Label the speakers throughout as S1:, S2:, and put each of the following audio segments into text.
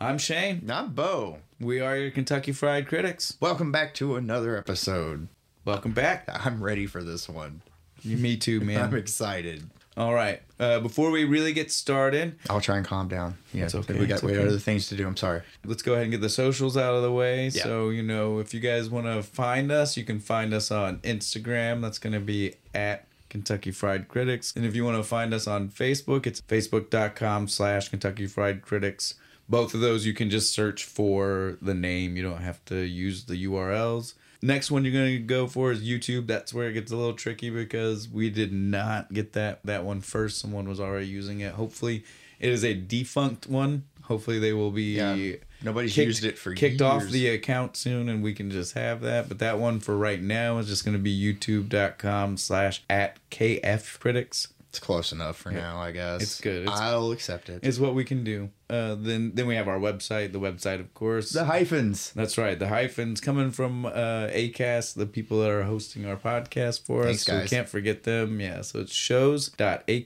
S1: I'm Shane.
S2: I'm Bo.
S1: We are your Kentucky Fried Critics.
S2: Welcome back to another episode.
S1: Welcome back.
S2: I'm ready for this one.
S1: Me too,
S2: I'm
S1: man.
S2: excited.
S1: All right. Uh, before we really get started,
S2: I'll try and calm down. Yeah,
S1: It's okay,
S2: we got
S1: it's
S2: we got
S1: okay.
S2: other things to do. I'm sorry.
S1: let's go ahead and get the socials out of the way.
S2: Yeah.
S1: So, you know, if you guys want to find us, you can find us on Instagram. That's going to be at Kentucky Fried Critics. And if you want to find us on Facebook, it's facebook.com slash Kentucky Fried Critics. Both of those you can just search for the name. You don't have to use the URLs. Next one you're going to go for is YouTube. That's where it gets a little tricky because we did not get that that one first. Someone was already using it. Hopefully, it is a defunct one. Hopefully, they will be
S2: Yeah. Nobody's
S1: kicked-
S2: used it for
S1: kicked off
S2: years.
S1: the account soon and we can just have that but that one for right now is just going to be youtube.com slash at kf critics
S2: It's close enough for now, I guess.
S1: It's good. It's-
S2: I'll accept it.
S1: is what we can do uh then then we have our website the website of course
S2: the hyphens.
S1: that's right the hyphens coming from uh acast the people that are hosting our podcast for
S2: Thanks,
S1: us we
S2: guys.
S1: can't forget them yeah so it's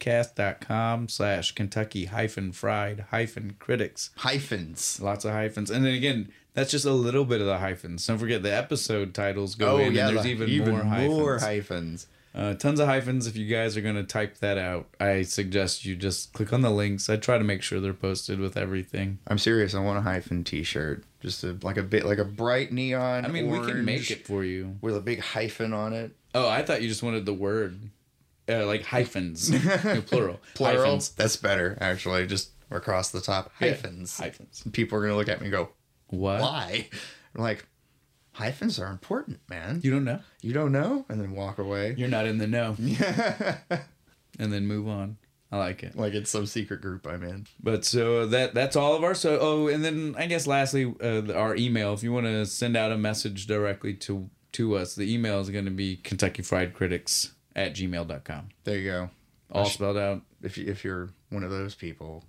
S1: shows.acast.com slash kentucky hyphen fried hyphen critics
S2: Hyphens.
S1: Lots of hyphens. And then again, that's just a little bit of the hyphens. Don't forget the episode titles go
S2: oh
S1: in
S2: yeah,
S1: and there's
S2: the-
S1: even, more hyphens.
S2: more hyphens.
S1: uh, tons of hyphens. If you guys are going to type that out, I suggest you just click on the links. I try to make sure they're posted with everything.
S2: I'm serious. I want a hyphen T-shirt. Just a, like a bit like a bright neon.
S1: I mean, we can make
S2: orange
S1: it for you.
S2: with a big hyphen on it.
S1: Oh, I thought you just wanted the word. Uh, like hyphens, plural.
S2: Plural.
S1: Hyphens.
S2: That's better actually. Just across the top hyphens.
S1: Yeah, hyphens.
S2: People are gonna look at me and go,
S1: What?
S2: why? I'm like, hyphens are important, man. You,
S1: You don't know.
S2: don't know? And then walk away.
S1: You're not in the know. and then move on. I like it.
S2: Like it's some secret group I'm in.
S1: But so uh, that that's all of our so oh and then I guess lastly uh, our email if you want to send out a message directly to to us the email is going to be Kentucky Fried Critics at gmail.com
S2: There you go.
S1: all spelled out
S2: If you, if you're one of those people.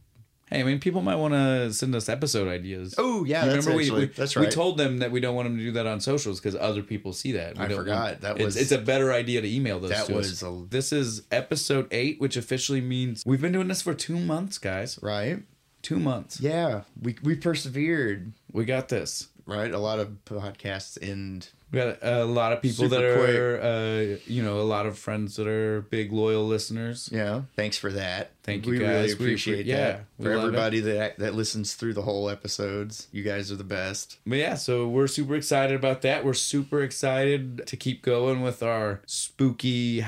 S1: hey I mean people might want to send us episode ideas
S2: Oh, yeah,
S1: You
S2: that's
S1: we,
S2: actually-
S1: we
S2: that's
S1: we
S2: right.
S1: told them that we don't want them to do that on socials because other people see that we
S2: I
S1: don't
S2: forgot.
S1: want-
S2: That
S1: it's-
S2: was-
S1: it's, a better idea to email those
S2: That
S1: to us.
S2: was a-
S1: this is episode eight which officially means we've been doing this for two months guys
S2: Right?
S1: two months
S2: Yeah. We we persevered,
S1: we got this.
S2: right? A lot of podcasts end
S1: We got a lot of people
S2: Super
S1: that are, uh, you know, a lot of friends that are big loyal listeners.
S2: Yeah. Thanks for that.
S1: Thank you,
S2: we
S1: guys.
S2: Really
S1: We
S2: appreciate
S1: appre- yeah,
S2: that.
S1: we
S2: for
S1: love it.
S2: everybody that that listens through the whole episodes. You guys are the best.
S1: But yeah, so we're super excited about that. We're super excited to keep going with our spooky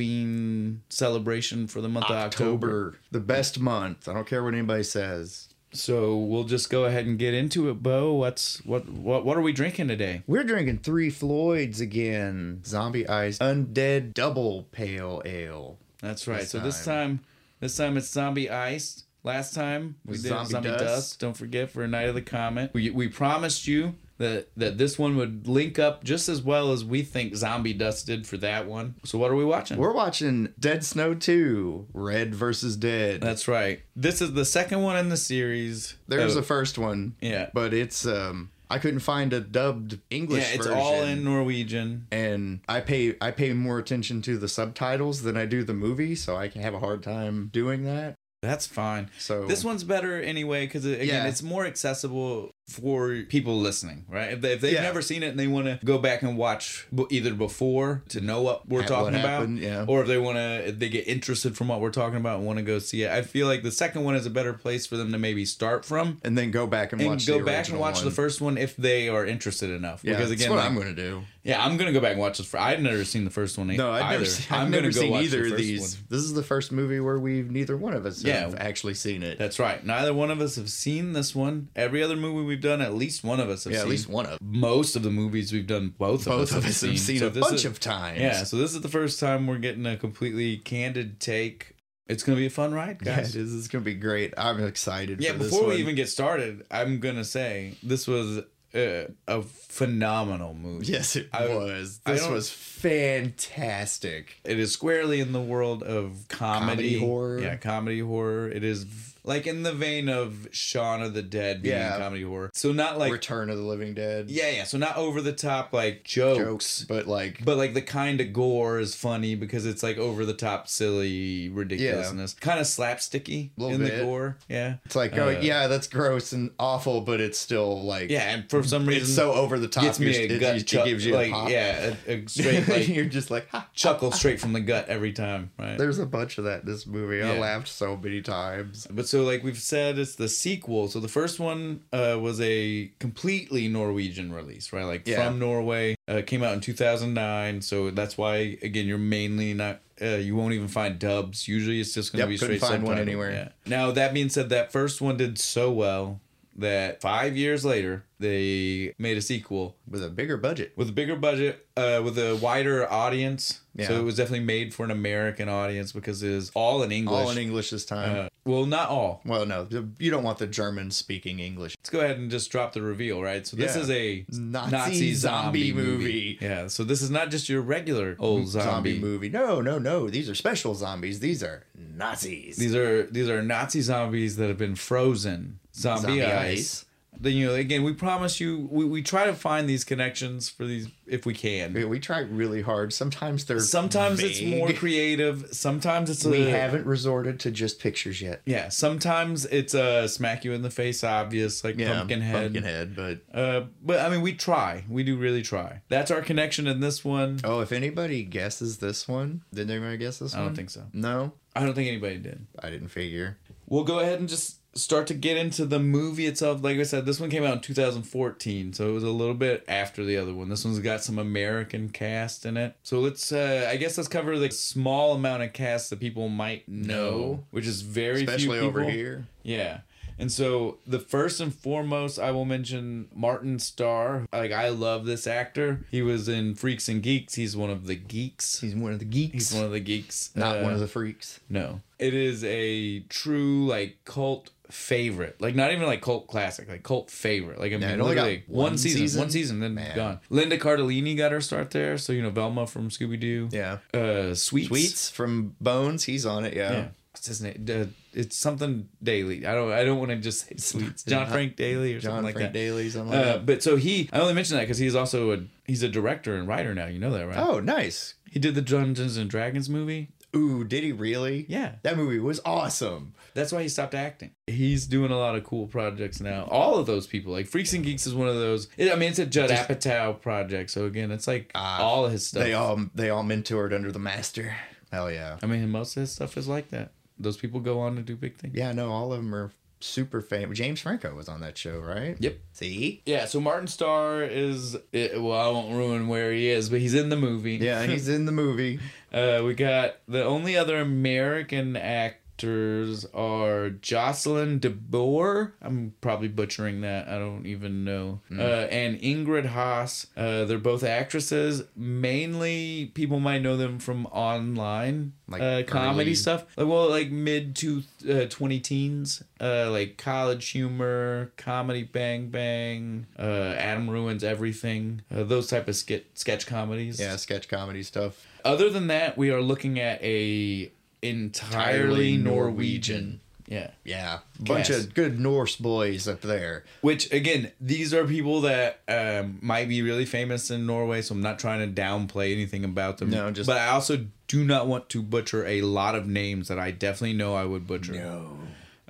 S1: Halloween celebration for the month of October.
S2: October, the best month. I don't care what anybody says.
S1: So we'll just go ahead and get into it, Bo. What's what what what are we drinking today?
S2: We're drinking Three Floyds again. Zombie Eyes Undead Double Pale Ale.
S1: That's right.
S2: This
S1: so this time this time it's zombie iced. Last time we
S2: Was
S1: did zombie,
S2: zombie
S1: dust.
S2: dust.
S1: Don't forget for Night of the Comet. We, we promised you that that this one would link up just as well as we think zombie dust did for that one. So what are we watching?
S2: We're watching Dead Snow 2, Red versus Dead.
S1: That's right. This is the second one in the series.
S2: There's
S1: Oh,
S2: a first one.
S1: Yeah.
S2: But it's um I couldn't find a dubbed
S1: yeah,
S2: English
S1: it's
S2: version.
S1: all in Norwegian.
S2: and I pay I pay more attention to the subtitles than I do the movie, so I can have a hard time doing that.
S1: That's fine.
S2: So
S1: This one's better anyway because again,
S2: Yeah.
S1: it's more accessible for people listening, right? If, they, if they've
S2: Yeah.
S1: never seen it and they want to go back and watch b- either before to know what we're
S2: What
S1: talking about,
S2: happened, yeah.
S1: or if they want to, they get interested from what we're talking about and want to go see it. I feel like the second one is a better place for them to maybe start from
S2: and then go back and,
S1: and
S2: watch
S1: go
S2: the
S1: back and
S2: original
S1: watch the
S2: one.
S1: first one if they are interested enough.
S2: Yeah,
S1: because
S2: that's
S1: again,
S2: what
S1: like-
S2: I'm gonna do.
S1: yeah, I'm gonna go back and watch this. For I've never seen the first one. e-
S2: No, I've
S1: either.
S2: never, seen, I've
S1: I'm
S2: never
S1: gonna go
S2: seen
S1: watch the
S2: either of
S1: first
S2: these.
S1: one.
S2: This is the first movie where we've neither one of us have
S1: Yeah.
S2: actually seen it.
S1: That's right. Neither one of us have seen this one. Every other movie we've done, at least one of us have
S2: yeah,
S1: seen.
S2: at least one of
S1: most of the movies we've done, both,
S2: both
S1: of us have seen,
S2: seen
S1: So
S2: a
S1: this
S2: bunch
S1: is-
S2: of times.
S1: Yeah, so this is the first time we're getting a completely candid take. It's gonna be a fun ride,
S2: Yeah, it
S1: guys.
S2: is. It's gonna be great. I'm excited.
S1: Yeah,
S2: for this
S1: before we
S2: one.
S1: even get started, I'm gonna say this was uh, a phenomenal movie.
S2: yes, it
S1: I-
S2: was.
S1: I
S2: This
S1: don't-
S2: was fantastic.
S1: It is squarely in the world of comedy,
S2: Comedy horror.
S1: Yeah, comedy horror. It is v- like in the vein of Shaun of the Dead being
S2: Yeah.
S1: comedy horror. So not like
S2: Return of the Living Dead.
S1: yeah, yeah. So not over the top like jokes,
S2: Jokes, but like
S1: but like the kind of gore is funny because it's like over the top, silly ridiculousness, kind of slapsticky
S2: Little
S1: in the
S2: bit.
S1: gore. Yeah,
S2: it's like,
S1: Uh,
S2: oh yeah, that's gross and awful, but it's still like
S1: yeah. And for some reason,
S2: it's so over the top.
S1: gets me
S2: you're-
S1: a
S2: it,
S1: gut.
S2: it
S1: chuck-
S2: gives you
S1: like
S2: a pop.
S1: yeah, a, a straight like
S2: you're just like, ha.
S1: chuckle straight from the gut every time, right?
S2: There's a bunch of that in this movie. I
S1: Yeah.
S2: laughed so many times.
S1: But so, like we've said, it's the sequel. So the first one uh, was a completely Norwegian release, right? Like
S2: Yeah.
S1: from Norway. Uh, came out in two thousand nine. So that's why, again, you're mainly not. Uh, you won't even find dubs. Usually, it's just going to
S2: Yep,
S1: be
S2: couldn't
S1: straight
S2: find one
S1: subtitled.
S2: anywhere.
S1: Yeah. Now that being said, that first one did so well that five years later they made a sequel
S2: With a bigger budget.
S1: with a bigger budget, uh, with a wider audience. So
S2: Yeah.
S1: it was definitely made for an American audience because it is all in English.
S2: All in English this time.
S1: Uh, well, not all.
S2: well, no, the- you don't want the German speaking English.
S1: let's go ahead and just drop the reveal, right? So this
S2: Yeah.
S1: is a
S2: Nazi
S1: Nazi, zombie,
S2: zombie
S1: movie.
S2: movie.
S1: Yeah, so this is not just your regular old zombie.
S2: Zombie. movie. No, no, no. These are special zombies. These are Nazis.
S1: These are these are Nazi zombies that have been frozen. Zombie,
S2: Zombie
S1: ice.
S2: ice.
S1: Then you know again, we promise you we, we try to find these connections for these if we can.
S2: we, we try really hard. Sometimes they're
S1: Sometimes it's more
S2: vague.
S1: creative, sometimes it's
S2: We
S1: a-
S2: haven't resorted to just pictures yet.
S1: Yeah, sometimes it's a smack you in the face obvious like Pumpkinhead.
S2: Pumpkinhead, but
S1: Uh but I mean we try. We do really try. That's our connection in this one.
S2: oh, if anybody guesses this one, did anybody guess this
S1: I
S2: one?
S1: don't think so.
S2: No,
S1: I don't think anybody did.
S2: I didn't figure.
S1: we'll go ahead and just start to get into the movie itself. Like I said, this one came out in 2014, so it was a little bit after the other one. This one's got some American cast in it. So let's, uh, I guess, let's cover the small amount of cast that people might know,
S2: No.
S1: which is very few
S2: Especially
S1: people.
S2: over here.
S1: Yeah. And so the first and foremost, I will mention Martin Starr. Like I love this actor. He was in Freaks and Geeks. He's one of the geeks.
S2: He's one of the geeks.
S1: He's one of the geeks.
S2: not one
S1: Uh,
S2: of the freaks.
S1: no. It is a true like cult favorite. Like not even like cult classic, like cult favorite. Like I mean,
S2: it only got
S1: literally, one,
S2: one
S1: season,
S2: season?
S1: one season, then
S2: Man.
S1: gone. Linda Cardellini got her start there, so you know Velma from Scooby Doo.
S2: Yeah.
S1: Uh, Sweets.
S2: Tweets from Bones. He's on it. Yeah.
S1: Yeah. What's his name? Uh, it's something Daily. I don't. I don't want to just say Sweets. John
S2: not-
S1: Frank Daly or
S2: John
S1: something like
S2: Frank
S1: that.
S2: Daly. Something like
S1: Uh,
S2: that.
S1: but so he, I only mention that because he's also a he's a director and writer now. You know that, right?
S2: Oh, nice.
S1: He did the Dungeons and Dragons movie.
S2: Ooh, did he really?
S1: Yeah.
S2: That movie was awesome.
S1: That's why he stopped acting. He's doing a lot of cool projects now. All of those people, like Freaks and Geeks, is one of those. It, I mean, it's a Judd
S2: Just-
S1: Apatow project, so again, it's like
S2: Ah,
S1: all of his stuff.
S2: They all they all mentored under the master. Hell yeah.
S1: I mean, most of his stuff is like that. Those people go on to do big things.
S2: Yeah, no, all of them are super famous. James Franco was on that show, right?
S1: Yep.
S2: See?
S1: Yeah, so Martin Starr is it, well, I won't ruin where he is, but he's in the movie.
S2: Yeah, he's in the movie.
S1: uh, we got the only other American actors are Jocelyn DeBoer. I'm probably butchering that. I don't even know.
S2: Hmm.
S1: Uh, and Ingrid Haas. Uh, they're both actresses. Mainly, people might know them from online
S2: Like
S1: uh, comedy
S2: early-
S1: stuff. Like, well, like mid to uh, 20 teens, uh, like College Humor, Comedy Bang Bang, uh, Adam Ruins Everything, uh, those type of skit sketch comedies
S2: Yeah, sketch comedy stuff.
S1: other than that we are looking at a entirely
S2: Entirely
S1: norwegian
S2: Norwegian.
S1: yeah
S2: Yeah. Bunch
S1: Cast.
S2: of good Norse boys up there.
S1: which again these are people that um, might be really famous in norway so i'm not trying to downplay anything about them
S2: No, just-
S1: but i also do not want to butcher a lot of names that i definitely know i would butcher
S2: No.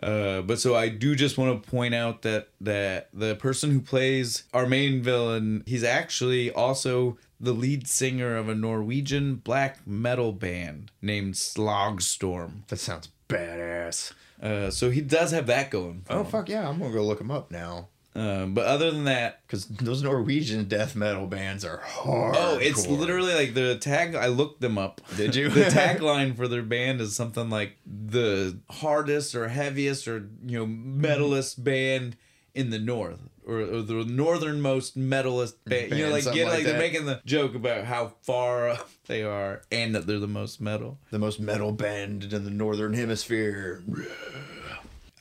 S1: Uh, but so I do just want to point out that that the person who plays our main villain, he's actually also the lead singer of a Norwegian black metal band named Slogstorm.
S2: That sounds badass.
S1: Uh, so he does have that going. For
S2: Oh
S1: him.
S2: fuck yeah, I'm gonna go look him up now.
S1: Um, but other than that,
S2: Cause those Norwegian death metal bands are hard.
S1: oh, it's literally like the tag. I looked them up.
S2: Did you?
S1: the tagline for their band is something like the hardest or heaviest or you know
S2: Mm-hmm.
S1: metalist band in the north or, or the northernmost metalist band. you know,
S2: Band,
S1: like
S2: something
S1: get like,
S2: like
S1: they're
S2: that.
S1: making the joke about how far up they are and that they're the most metal.
S2: the most metal band in the northern hemisphere.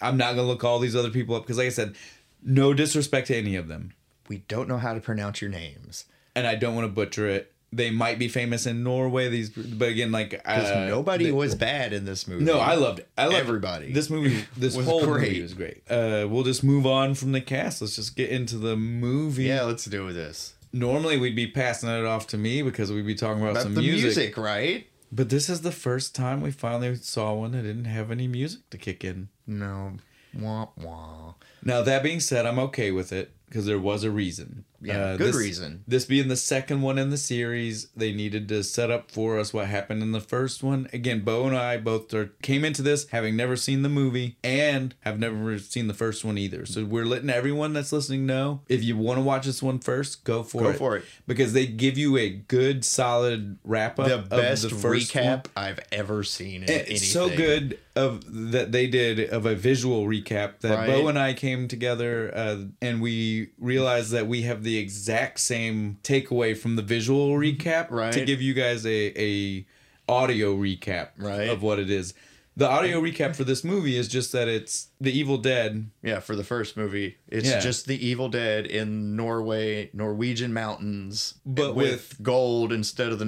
S1: I'm not gonna look all these other people up because, like I said, no disrespect to any of them,
S2: We don't know how to pronounce your names.
S1: and I don't want to butcher it. they might be famous in Norway. These, but again, like
S2: Because
S1: uh,
S2: nobody
S1: the-
S2: was bad in this movie.
S1: No, I loved. I loved
S2: Everybody.
S1: This movie, this
S2: Was
S1: whole
S2: great.
S1: movie was great. Uh, we'll just move on from the cast. Let's just get into the movie.
S2: Yeah, let's do this.
S1: Normally, we'd be passing it off to me because we'd be talking about,
S2: That's
S1: some
S2: the music.
S1: music.
S2: right?
S1: But this is the first time we finally saw one that didn't have any music to kick in.
S2: No. Wah, wah.
S1: Now that being said, I'm okay with it because there was a reason. Uh,
S2: Yeah, good
S1: this-
S2: reason.
S1: This being the second one in the series, they needed to set up for us what happened in the first one. Again, Bo and I both are, came into this having never seen the movie and have never seen the first one either. So we're letting everyone that's listening know if you want to watch this one first, go for
S2: Go
S1: it.
S2: for it.
S1: because they give you a good, solid wrap up.
S2: The
S1: of
S2: best
S1: the first
S2: recap
S1: one.
S2: I've ever seen in
S1: It-
S2: anything.
S1: Eh, It's so good of that they did of a visual recap that
S2: Right.
S1: Bo and I came together uh, and we realized that we have the exact same takeaway from the visual recap to
S2: Mm-hmm. Right.
S1: give you guys a a audio recap
S2: Right.
S1: of what it is. The audio recap for this movie is just that it's The Evil Dead.
S2: Yeah, for the first movie, it's
S1: Yeah.
S2: just the Evil Dead in Norway, Norwegian mountains,
S1: But
S2: with, gold instead of the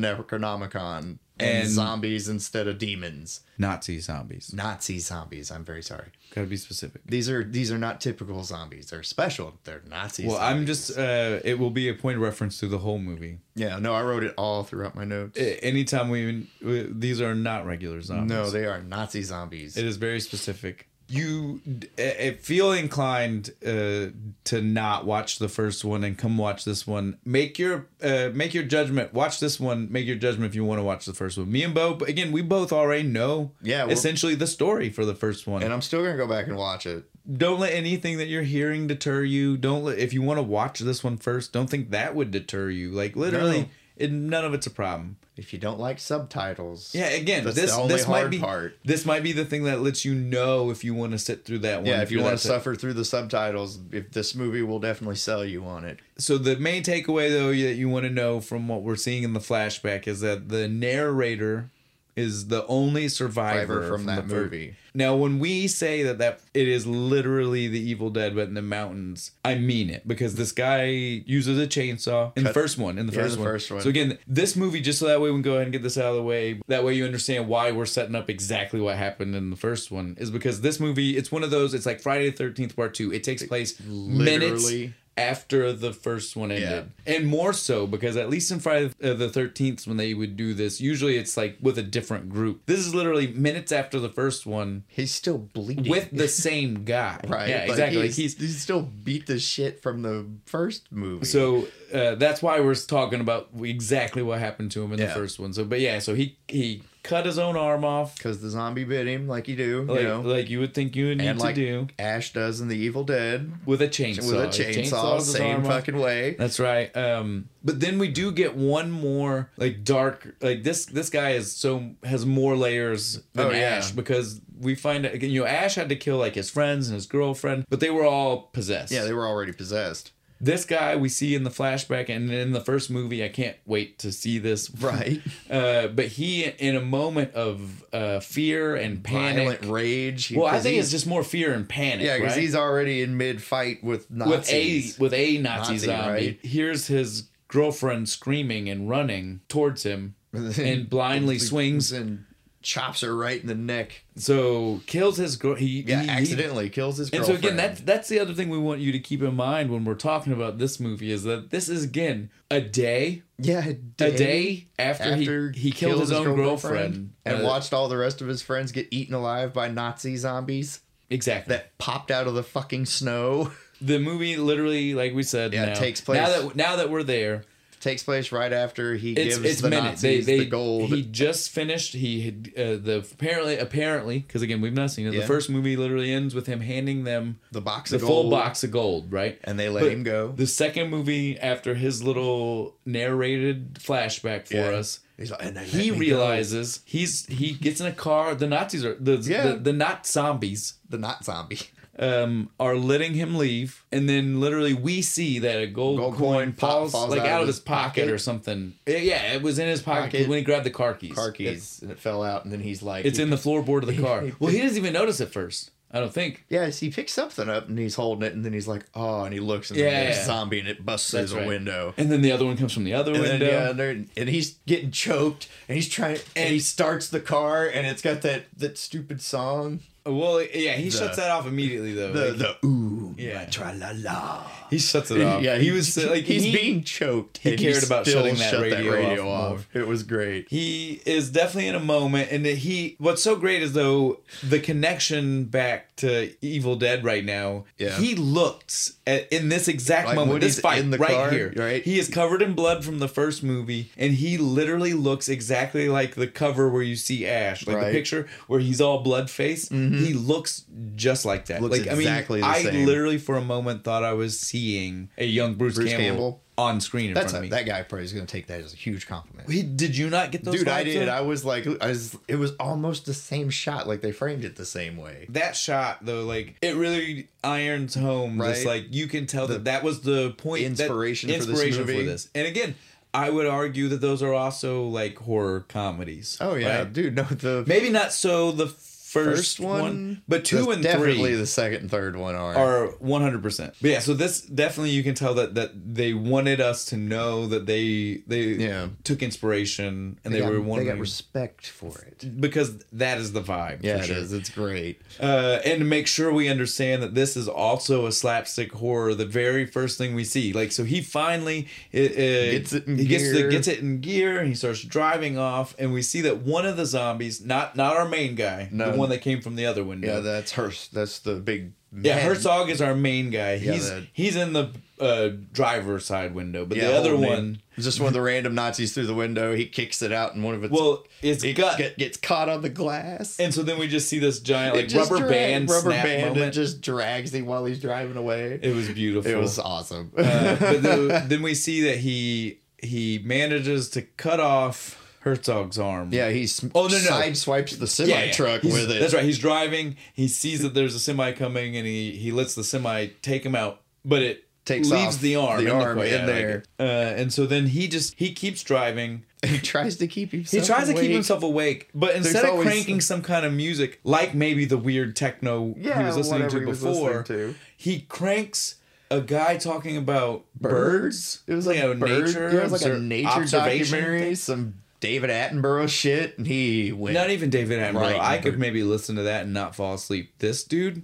S2: Necronomicon, and,
S1: And-
S2: zombies instead of demons,
S1: Nazi zombies.
S2: Nazi zombies. I'm very sorry.
S1: Gotta be specific.
S2: These are these are not typical zombies. They're special. They're Nazis.
S1: Well, I'm just, uh, it will be a point of reference through the whole movie.
S2: yeah. No, I wrote it all throughout my notes.
S1: A- Anytime we, we, these are not regular zombies.
S2: no, they are Nazi zombies.
S1: It is very specific. You d- I I feel inclined uh, to not watch the first one and come watch this one. Make your uh, make your judgment. Watch this one. Make your judgment if you want to watch the first one. Me and Bo, but again, we both already know.
S2: Yeah, we're-
S1: essentially the story for the first one.
S2: and I'm still gonna go back and watch it.
S1: don't let anything that you're hearing deter you. Don't let if you want to watch this one first. Don't think that would deter you. Like literally,
S2: No.
S1: it, none of it's a problem.
S2: If you don't like subtitles,
S1: Yeah, again,
S2: That's
S1: this
S2: the only
S1: this might
S2: hard
S1: be
S2: part.
S1: this might be the thing that lets you know if you want to sit through that one.
S2: Yeah, if you
S1: you're
S2: want
S1: that
S2: to
S1: type-
S2: suffer through the subtitles, if this movie will definitely sell you on it.
S1: So the main takeaway though that you want to know from what we're seeing in the flashback is that the narrator is the only survivor
S2: Survivor from that
S1: the fir-
S2: movie.
S1: Now, when we say that that it is literally the Evil Dead, but in the mountains, I mean it because this guy uses a chainsaw in the
S2: Cut-
S1: first one. In the
S2: Yeah,
S1: first
S2: the
S1: one.
S2: first one.
S1: So again, this movie just so that way we can go ahead and get this out of the way. That way you understand why we're setting up exactly what happened in the first one is because this movie it's one of those. It's like Friday the Thirteenth Part Two. It takes place minutes
S2: literally-
S1: after the first one ended. And more so because at least in Friday uh, the 13th when they would do this, usually it's like with a different group. This is literally minutes after the first one
S2: He's still bleeding.
S1: with the same guy.
S2: right?
S1: Yeah,
S2: Like,
S1: exactly. Like,
S2: he's,
S1: he's
S2: he's still beat the shit from the first movie.
S1: so uh, that's why we're talking about exactly what happened to him in the
S2: Yeah.
S1: first one. So but yeah, so he he cut his own arm off
S2: because the zombie bit him, like you do,
S1: like,
S2: you know,
S1: like you would think you would need
S2: and
S1: to
S2: like
S1: do
S2: Ash does in The Evil Dead
S1: with a chainsaw.
S2: with a
S1: He
S2: chainsaw,
S1: chainsaws his
S2: same
S1: arm off.
S2: fucking way.
S1: That's right. Um, but then we do get one more like dark like this this guy is so has more layers than
S2: Oh, yeah.
S1: Ash because we find out again, you know, Ash had to kill like his friends and his girlfriend, but they were all possessed.
S2: Yeah, they were already possessed.
S1: this guy we see in the flashback and in the first movie, I can't wait to see this.
S2: Right.
S1: Uh, but he in a moment of uh, fear and panic.
S2: Violent rage.
S1: well, I
S2: 'cause
S1: think
S2: he's-
S1: it's just more fear and panic.
S2: yeah, because
S1: right?
S2: he's already in mid fight with
S1: with a
S2: Nazis.
S1: with a Nazi,
S2: Nazi,
S1: zombie.
S2: right.
S1: Here's his girlfriend screaming and running towards him and blindly swings
S2: and chops her right in the neck.
S1: so kills his girl he,
S2: Yeah,
S1: he- he-
S2: accidentally kills his
S1: and
S2: girlfriend.
S1: so again that's that's the other thing we want you to keep in mind when we're talking about this movie is that this is again a day
S2: yeah, a
S1: a day after, he, he killed, his, own girlfriend,
S2: and
S1: Uh,
S2: watched all the rest of his friends get eaten alive by Nazi zombies
S1: exactly
S2: that popped out of the fucking snow.
S1: the movie literally like we said
S2: Yeah, it
S1: now,
S2: takes place-
S1: now that now that we're there
S2: Takes place right after he
S1: it's
S2: gives
S1: it's
S2: the
S1: minutes. They
S2: Nazis
S1: they
S2: the gold.
S1: he just finished. He had uh, the apparently apparently because again we've not seen it.
S2: Yeah.
S1: The first movie literally ends with him handing them
S2: the box
S1: the
S2: of
S1: full
S2: gold,
S1: box of gold, right?
S2: and they let
S1: But
S2: him go.
S1: The second movie after his little narrated flashback for
S2: Yeah.
S1: us.
S2: He's like, and they let
S1: He
S2: me
S1: realizes he's he gets in a car. The Nazis are the
S2: Yeah.
S1: the, the not zombies
S2: go. the not zombie
S1: um, are letting him leave, and then literally we see that a gold,
S2: Gold
S1: coin,
S2: coin pop-
S1: falls,
S2: falls
S1: like out, of his pocket, or something. Yeah, it was in his pocket,
S2: Pocket.
S1: when he grabbed the car keys.
S2: car
S1: It's-
S2: keys, and it fell out. And then he's like,
S1: It's in the floorboard of the car. Well, he doesn't even notice at first. I don't think.
S2: Yes, he picks something up and he's holding it, and then he's like, "Oh!" and he looks, and
S1: Yeah,
S2: then there's
S1: yeah.
S2: a zombie, and it busts
S1: That's
S2: through the
S1: right.
S2: window.
S1: And then the other one comes from the other
S2: And then,
S1: window.
S2: yeah, and they're- and he's getting choked, and he's trying, and he starts the car, and it's got that that stupid song,
S1: Well, yeah, he shuts that off immediately though.
S2: the
S1: Like,
S2: the ooh,
S1: Yeah.
S2: tra la la.
S1: he shuts it off.
S2: Yeah,
S1: he, was uh, like
S2: he's
S1: he,
S2: being choked.
S1: he
S2: and
S1: cared about
S2: still
S1: shutting that
S2: shut
S1: radio off more.
S2: It was great.
S1: He is definitely in a moment, and that he. What's so great is though the connection back to Evil Dead right now.
S2: Yeah.
S1: He looks at, in this exact
S2: Like,
S1: moment,
S2: when
S1: this
S2: he's
S1: fight
S2: in the
S1: right
S2: car,
S1: here.
S2: right?
S1: He is covered in blood from the first movie, and he literally looks exactly like the cover where you see Ash, like the
S2: Right. Mm-hmm.
S1: picture where he's all blood faced. He looks just like that.
S2: Looks
S1: like
S2: exactly the
S1: I mean, I
S2: same.
S1: literally for a moment thought I was seeing a young Bruce,
S2: Bruce
S1: Campbell,
S2: Campbell?
S1: on screen in
S2: That's
S1: front of
S2: a,
S1: me.
S2: that guy probably is going to take that as a huge compliment.
S1: He- did you not get those?
S2: Dude, I
S1: vibes,
S2: did.
S1: though?
S2: I was like, I was, it was almost the same shot. Like they framed it the same way.
S1: that shot though like it really irons home just
S2: Right.
S1: like you can tell that that was the point that-
S2: Inspiration for this movie.
S1: and again i would argue that those are also like horror comedies
S2: Oh yeah,
S1: right?
S2: dude. No, the
S1: maybe not so the first, one, but two
S2: that's
S1: and
S2: definitely
S1: three
S2: the second and third one are.
S1: are 100% but yeah so this definitely you can tell that that they wanted us to know that they they
S2: Yeah.
S1: took inspiration and
S2: they,
S1: they,
S2: got,
S1: were
S2: they got
S1: wondering
S2: respect for it.
S1: because that is the vibe
S2: Yeah,
S1: for
S2: it
S1: sure.
S2: is. It's great.
S1: uh, and to make sure we understand that this is also a slapstick horror, the very first thing we see, like so, he finally uh,
S2: Gets it in
S1: he gets the,
S2: gear.
S1: gets it in gear, and he starts driving off, and we see that one of the zombies, not not our main guy,
S2: No.
S1: the one that came from the other window,
S2: Yeah, that's Hearst. That's the big.
S1: yeah,
S2: man.
S1: Herzog is our main guy.
S2: Yeah,
S1: he's
S2: that-
S1: he's in the uh, driver's side window, but
S2: Yeah,
S1: the other
S2: holding it.
S1: one,
S2: It's just one of the random Nazis through the window. He kicks it out, and one of its
S1: well, it's
S2: it
S1: gut.
S2: get- gets caught on the glass.
S1: And so then we just see this giant
S2: It
S1: like
S2: just
S1: rubber
S2: drag-
S1: band
S2: rubber
S1: snap
S2: band,
S1: moment.
S2: and just drags him while he's driving away. It,
S1: it was beautiful.
S2: was awesome.
S1: Uh, but the, then we see that he he manages to cut off Herzog's arm.
S2: yeah, he's
S1: Oh, no, no.
S2: side swipes the semi
S1: Yeah, yeah.
S2: truck
S1: He's-
S2: with it.
S1: That's right. He's driving. He sees that there's a semi coming, and he he lets the semi take him out. But it
S2: Takes
S1: leaves
S2: off
S1: the arm,
S2: the
S1: in,
S2: arm
S1: car.
S2: in
S1: Yeah, I like
S2: there.
S1: it. uh, and so then he just he keeps driving.
S2: He tries to keep
S1: He
S2: himself.
S1: tries to keep
S2: awake.
S1: himself awake, but instead of
S2: always-
S1: cranking some kind of music, like maybe the weird techno he
S2: Yeah,
S1: was listening
S2: whatever
S1: to
S2: he was
S1: before,
S2: listening to.
S1: he cranks a guy talking about birds.
S2: It was like
S1: you know,
S2: bird-
S1: nature.
S2: yeah, it was like a
S1: obser-
S2: nature
S1: observation
S2: documentary,
S1: thing.
S2: some David Attenborough shit, and he went.
S1: Not even David Attenborough.
S2: Right,
S1: I could
S2: bird.
S1: maybe listen to that and not fall asleep. This dude,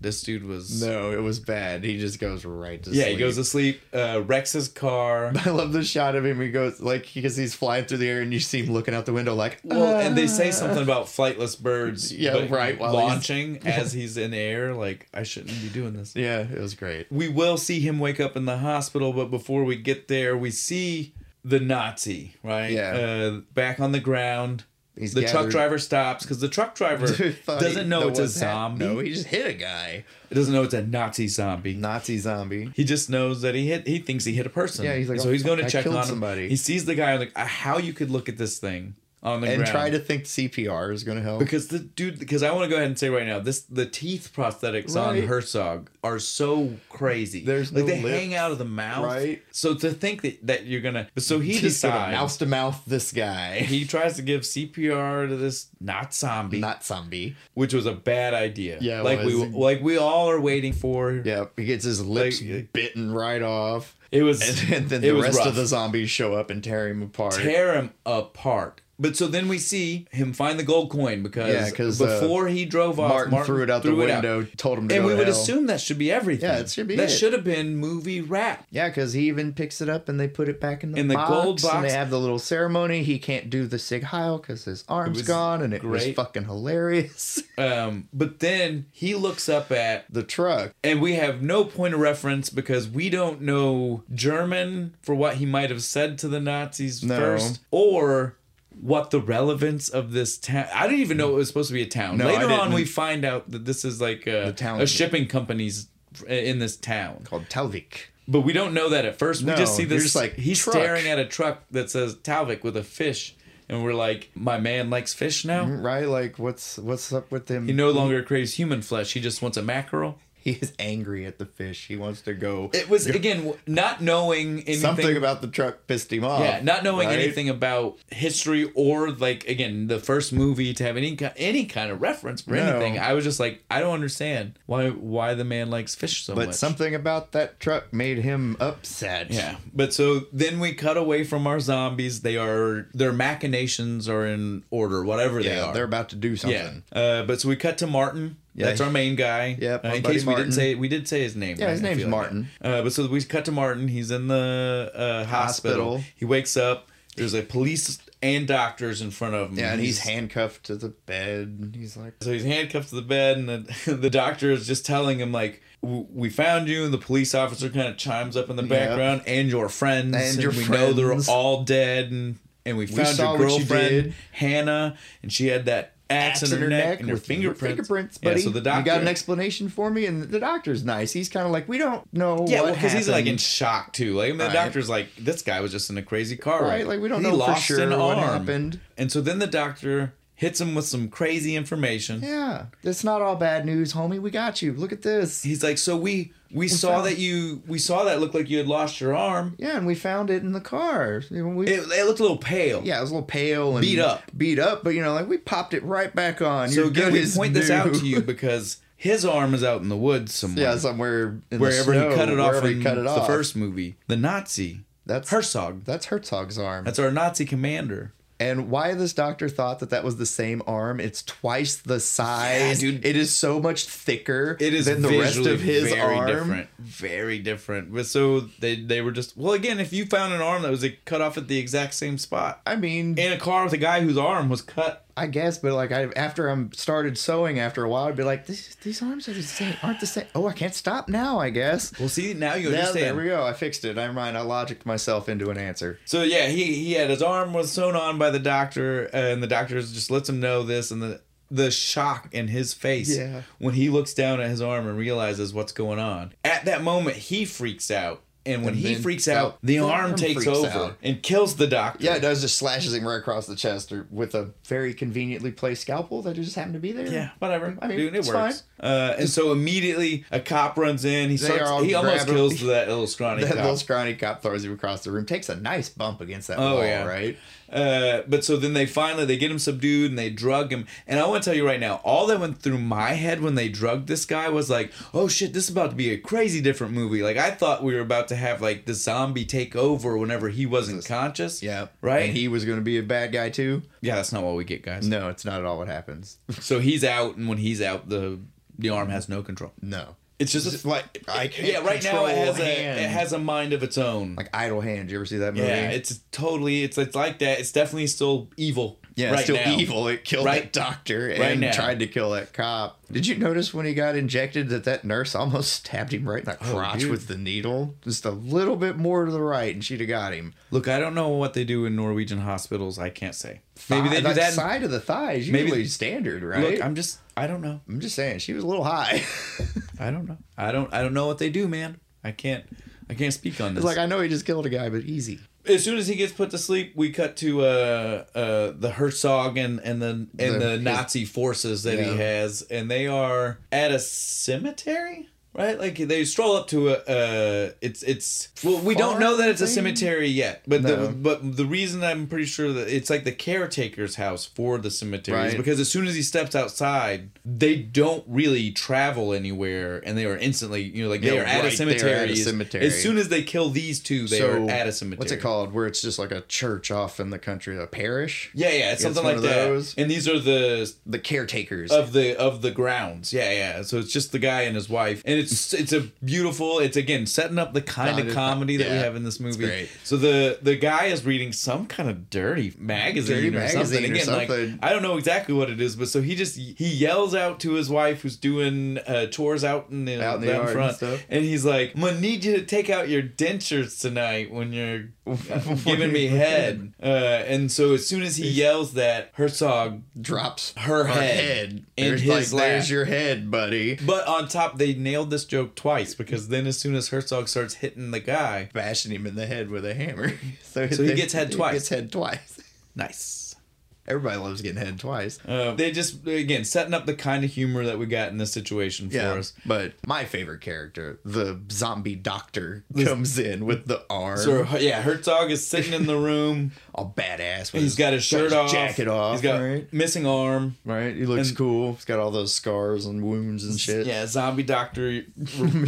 S1: this dude was.
S2: no, it was bad. He just goes right to
S1: yeah,
S2: sleep.
S1: he goes to sleep. Uh, wrecks his car.
S2: I love the shot of him. He goes like because he's flying through the air, and you see him looking out the window like.
S1: Well, and they
S2: "Ah."
S1: say something about flightless birds.
S2: Yeah,
S1: but
S2: right, while he's-
S1: launching as he's in the air, like I shouldn't be doing this.
S2: Yeah, it was great.
S1: we will see him wake up in the hospital, but before we get there, we see the Nazi, right?
S2: Yeah.
S1: Uh, back on the ground.
S2: He's
S1: the truck
S2: gathered-
S1: driver stops because the truck driver
S2: Thought he-
S1: doesn't know
S2: that
S1: it's a
S2: was hap-
S1: zombie.
S2: No, he just hit a guy.
S1: It doesn't know it's a Nazi zombie.
S2: Nazi zombie.
S1: He just knows that he hit. He thinks he hit a person.
S2: Yeah, he's like,
S1: And so
S2: "Oh,
S1: he's going to
S2: fuck, I
S1: check
S2: killed
S1: on him.
S2: somebody."
S1: He sees the guy like uh, how you could look at this thing on the
S2: And
S1: ground.
S2: try to think CPR is going to help.
S1: because the dude because I want to go ahead and say right now this the teeth prosthetics on
S2: Right.
S1: Herzog are so crazy.
S2: There's
S1: like
S2: no
S1: they
S2: lips,
S1: hang out of the mouth.
S2: right?
S1: So to think that, that you're gonna so he decides
S2: mouse to mouth this guy.
S1: he tries to give CPR to this not zombie,
S2: Not zombie.
S1: which was a bad idea.
S2: Yeah, it
S1: like we
S2: was.
S1: like we all are waiting for.
S2: Yeah, he gets his lips
S1: Like-
S2: bitten right off.
S1: It was
S2: And, then- then
S1: it
S2: the
S1: was
S2: rest
S1: rough.
S2: of the zombies show up and tear him apart.
S1: tear him apart. But so then we see him find the gold coin because
S2: Yeah, 'cause, uh,
S1: before he drove off,
S2: Martin, threw it out the
S1: threw it
S2: window, told him to
S1: And
S2: go
S1: we
S2: to
S1: would
S2: hell.
S1: assume that should be everything.
S2: Yeah, it should be
S1: That
S2: it.
S1: should have been movie wrap.
S2: Yeah, because he even picks it up and they put it back in the
S1: In the
S2: box,
S1: gold
S2: And
S1: box.
S2: they have the little ceremony. He can't do the Sig Heil because his arm's
S1: was
S2: gone, and it
S1: great.
S2: was fucking hilarious.
S1: Um, but then he looks up at,
S2: the truck.
S1: and we have no point of reference because we don't know German for what he might have said to the Nazis
S2: No.
S1: first, or what the relevance of this town. I didn't even know it was supposed to be a town.
S2: No, I
S1: Later on,
S2: didn't.
S1: we find out that this is like a,
S2: The town-
S1: a shipping company's in this town.
S2: Called Talvik.
S1: But we don't know that at first.
S2: No,
S1: we just see
S2: you're
S1: this
S2: just like,
S1: he's
S2: "Truck."
S1: staring at a truck that says Talvik with a fish, and we're like, my man likes fish now.
S2: Mm-hmm. Right? Like, what's what's up with him?
S1: He no longer craves human flesh. He just wants a mackerel.
S2: He is angry at the fish. He wants to go.
S1: It was again w- not knowing anything.
S2: Something about the truck pissed him off.
S1: yeah, not knowing
S2: right?
S1: anything about history or like again the first movie to have any ki- any kind of reference for
S2: No.
S1: anything. I was just like, I don't understand why why the man likes fish so
S2: But
S1: much.
S2: something about that truck made him upset.
S1: Yeah, but so then we cut away from our zombies. They are their machinations are in order, whatever they
S2: Yeah,
S1: are.
S2: they are about to do
S1: yeah.
S2: something.
S1: Uh, but so we cut to Martin.
S2: Yeah.
S1: That's our main guy.
S2: Yep,
S1: Uh,
S2: my
S1: in
S2: buddy
S1: case we
S2: Martin.
S1: didn't say we did say his name.
S2: Yeah,
S1: right?
S2: his
S1: I
S2: name's
S1: feel
S2: Martin.
S1: Uh, but so we cut to Martin. He's in the uh, hospital.
S2: Hospital.
S1: He wakes up. There's a police and doctors in front of him.
S2: Yeah, and he's handcuffed to the bed. and He's like,
S1: So he's handcuffed to the bed, and the, the doctor is just telling him like, "W- "We found you." And the police officer kind of chimes up in the
S2: Yeah.
S1: background, and your friends,
S2: And your
S1: we know
S2: friends.
S1: they're all dead, and and we found
S2: saw
S1: your
S2: what you
S1: girlfriend
S2: did.
S1: Hannah, and she had that axe, in her neck, and her
S2: with your
S1: fingerprints.
S2: fingerprints,
S1: Yeah,
S2: buddy.
S1: so the doctor
S2: You got an explanation for me, and the doctor's nice. He's kind of like, we don't know.
S1: Yeah,
S2: what
S1: well, because he's like in
S2: happened."
S1: shock too. Like I mean, the
S2: Right.
S1: doctor's like, this guy was just in a crazy car
S2: Right,
S1: wreck.
S2: like, we don't
S1: he
S2: know for
S1: lost
S2: sure
S1: an
S2: what
S1: arm.
S2: happened.
S1: And so then the doctor hits him with some crazy information.
S2: Yeah, it's not all bad news, homie. We got you. Look at this.
S1: He's like, so we we saw
S2: found-
S1: that you we saw that looked like you had lost your arm.
S2: Yeah, and we found it in the car. You know, we-
S1: It, it looked a little pale.
S2: yeah, it was a little pale and
S1: Beat up.
S2: beat up. But you know, like we popped it right back on.
S1: So
S2: You're
S1: again,
S2: good
S1: we
S2: as
S1: point this out
S2: new.
S1: to you because his arm is out in the woods somewhere.
S2: Yeah, somewhere in
S1: wherever
S2: the snow,
S1: he cut it off
S2: wherever he
S1: in
S2: cut it
S1: the
S2: off.
S1: first movie, the Nazi
S2: That's
S1: Herzog.
S2: That's Herzog's arm.
S1: That's our Nazi commander.
S2: And why this doctor thought that that was the same arm? It's twice the size.
S1: Yeah, dude.
S2: It is so much thicker.
S1: It is
S2: than the rest
S1: visually
S2: of his
S1: very
S2: arm.
S1: different, very different. But so they they were just well again. If you found an arm that was like, cut off at the exact same spot
S2: I mean,
S1: in a car with a guy whose arm was cut,
S2: I guess, but like I after I'm started sewing after a while, I'd be like, this, these arms are the same, aren't the same. Oh, I can't stop now. I guess.
S1: well, see now you
S2: Yeah, there
S1: understand.
S2: we go. I fixed it. Never mind. I logicked myself into an answer.
S1: So yeah, he he had his arm was sewn on by the doctor, and the doctor just lets him know this, and the the shock in his face
S2: Yeah.
S1: when he looks down at his arm and realizes what's going on. At that moment, he freaks out, and when
S2: And
S1: he
S2: then-
S1: freaks out, the
S2: the
S1: arm
S2: arm
S1: takes
S2: freaks
S1: over
S2: out.
S1: and kills the doctor.
S2: Yeah, it does just slashes him right across the chest or with a very conveniently placed scalpel that just happened to be there.
S1: Yeah, whatever.
S2: I mean,
S1: Dude, it
S2: it's
S1: works. Uh, and so immediately a cop runs in. He
S2: They
S1: starts.
S2: are all
S1: He almost
S2: grabbing-
S1: kills that little scrawny
S2: That
S1: cop.
S2: little scrawny cop throws him across the room, takes a nice bump against that
S1: uh, Oh,
S2: wall,
S1: yeah.
S2: right?
S1: Uh, but so then they finally they get him subdued and they drug him. And I want to tell you right now, all that went through my head when they drugged this guy was like, oh shit, this is about to be a crazy different movie. Like I thought we were about to have like the zombie take over whenever he wasn't conscious.
S2: Yeah.
S1: Right.
S2: And he was going to be a bad guy too.
S1: yeah, that's not what we get, guys.
S2: No, it's not at all what happens.
S1: So he's out, and when he's out, the the arm has no control.
S2: No.
S1: It's just,
S2: Just like I can't
S1: yeah. Right now it
S2: control
S1: has
S2: hand.
S1: a it has a mind of its own.
S2: like idle hand. Did you ever see that movie?
S1: Yeah, it's totally it's it's like that. It's definitely still evil.
S2: Yeah, it's
S1: right
S2: still
S1: now.
S2: evil. It killed
S1: Right-
S2: that doctor and
S1: right now.
S2: tried to kill that cop. Did you notice when he got injected that that nurse almost stabbed him right in the crotch
S1: Oh, dude.
S2: with the needle? Just a little bit more to the right, and she'd have got him.
S1: Look, I don't know what they do in Norwegian hospitals. I can't say. Maybe
S2: Thigh-
S1: they do
S2: like
S1: that.
S2: side of Uh, the thighs.
S1: Maybe-
S2: Usually standard,
S1: in-
S2: right?
S1: Look, I'm just. I don't know.
S2: I'm just saying she was a little high.
S1: I don't know. I don't. I don't know what they do, man. I can't. I can't speak on this.
S2: it's like I know he just killed a guy, but easy.
S1: as soon as he gets put to sleep, we cut to uh, uh, the Herzog and, and the and the,
S2: The- his-
S1: Nazi forces that
S2: Yeah.
S1: he has, and they are at a cemetery, right? Like they stroll up to a. Uh, it's it's well, we don't
S2: Farm
S1: know that it's a
S2: thing?
S1: cemetery yet, but
S2: No.
S1: the, but the reason I'm pretty sure that it's like the caretaker's house for the cemetery is
S2: Right.
S1: because as soon as he steps outside, they don't really travel anywhere, and they are instantly you know like they
S2: Yeah,
S1: are at a
S2: right, they are at a
S1: cemetery. As-
S2: cemetery.
S1: As soon as they kill these two, they
S2: so
S1: are at a cemetery.
S2: What's it called? Where it's just like a church off in the country, a parish.
S1: Yeah, yeah, it's
S2: It's
S1: something
S2: one
S1: like
S2: of
S1: that.
S2: those.
S1: And these are the
S2: The caretakers.
S1: of the of the grounds. Yeah, yeah. So it's just the guy and his wife, and it's it's a beautiful. It's again setting up the kind
S2: Kind
S1: of
S2: of-
S1: comedy that we
S2: yeah,
S1: have in this movie.
S2: great.
S1: So the the guy is reading some kind of dirty magazine
S2: Dirty
S1: or something.
S2: magazine or
S1: Again,
S2: something.
S1: like I don't know exactly what it is, but so he just he yells out to his wife who's doing uh, chores out in the
S2: Out in the
S1: down
S2: yard and
S1: front,
S2: stuff.
S1: and he's like, "I'm gonna need you to take out your dentures tonight when you're uh, giving me head." Uh, and so as soon as he yells that, Herzog
S2: drops
S1: her head in
S2: There's
S1: his
S2: like,
S1: lap.
S2: there's your head, buddy.
S1: But on top, they nailed this joke twice because then as soon as Herzog starts hitting the guy,
S2: Bashing him in the head with a hammer. So,
S1: So he gets head twice.
S2: He gets head twice.
S1: nice.
S2: Everybody loves getting head twice.
S1: Uh, they just again setting up the kind of humor that we got in this situation for
S2: Yeah,
S1: us.
S2: but my favorite character, the zombie doctor, comes in with the arm,
S1: So yeah, Herzog is sitting in the room.
S2: all badass. With
S1: He's got his shirt off,
S2: jacket off.
S1: He's got
S2: right,
S1: missing arm.
S2: right. He looks
S1: and-
S2: cool. He's got all those scars and wounds and shit.
S1: Yeah, zombie doctor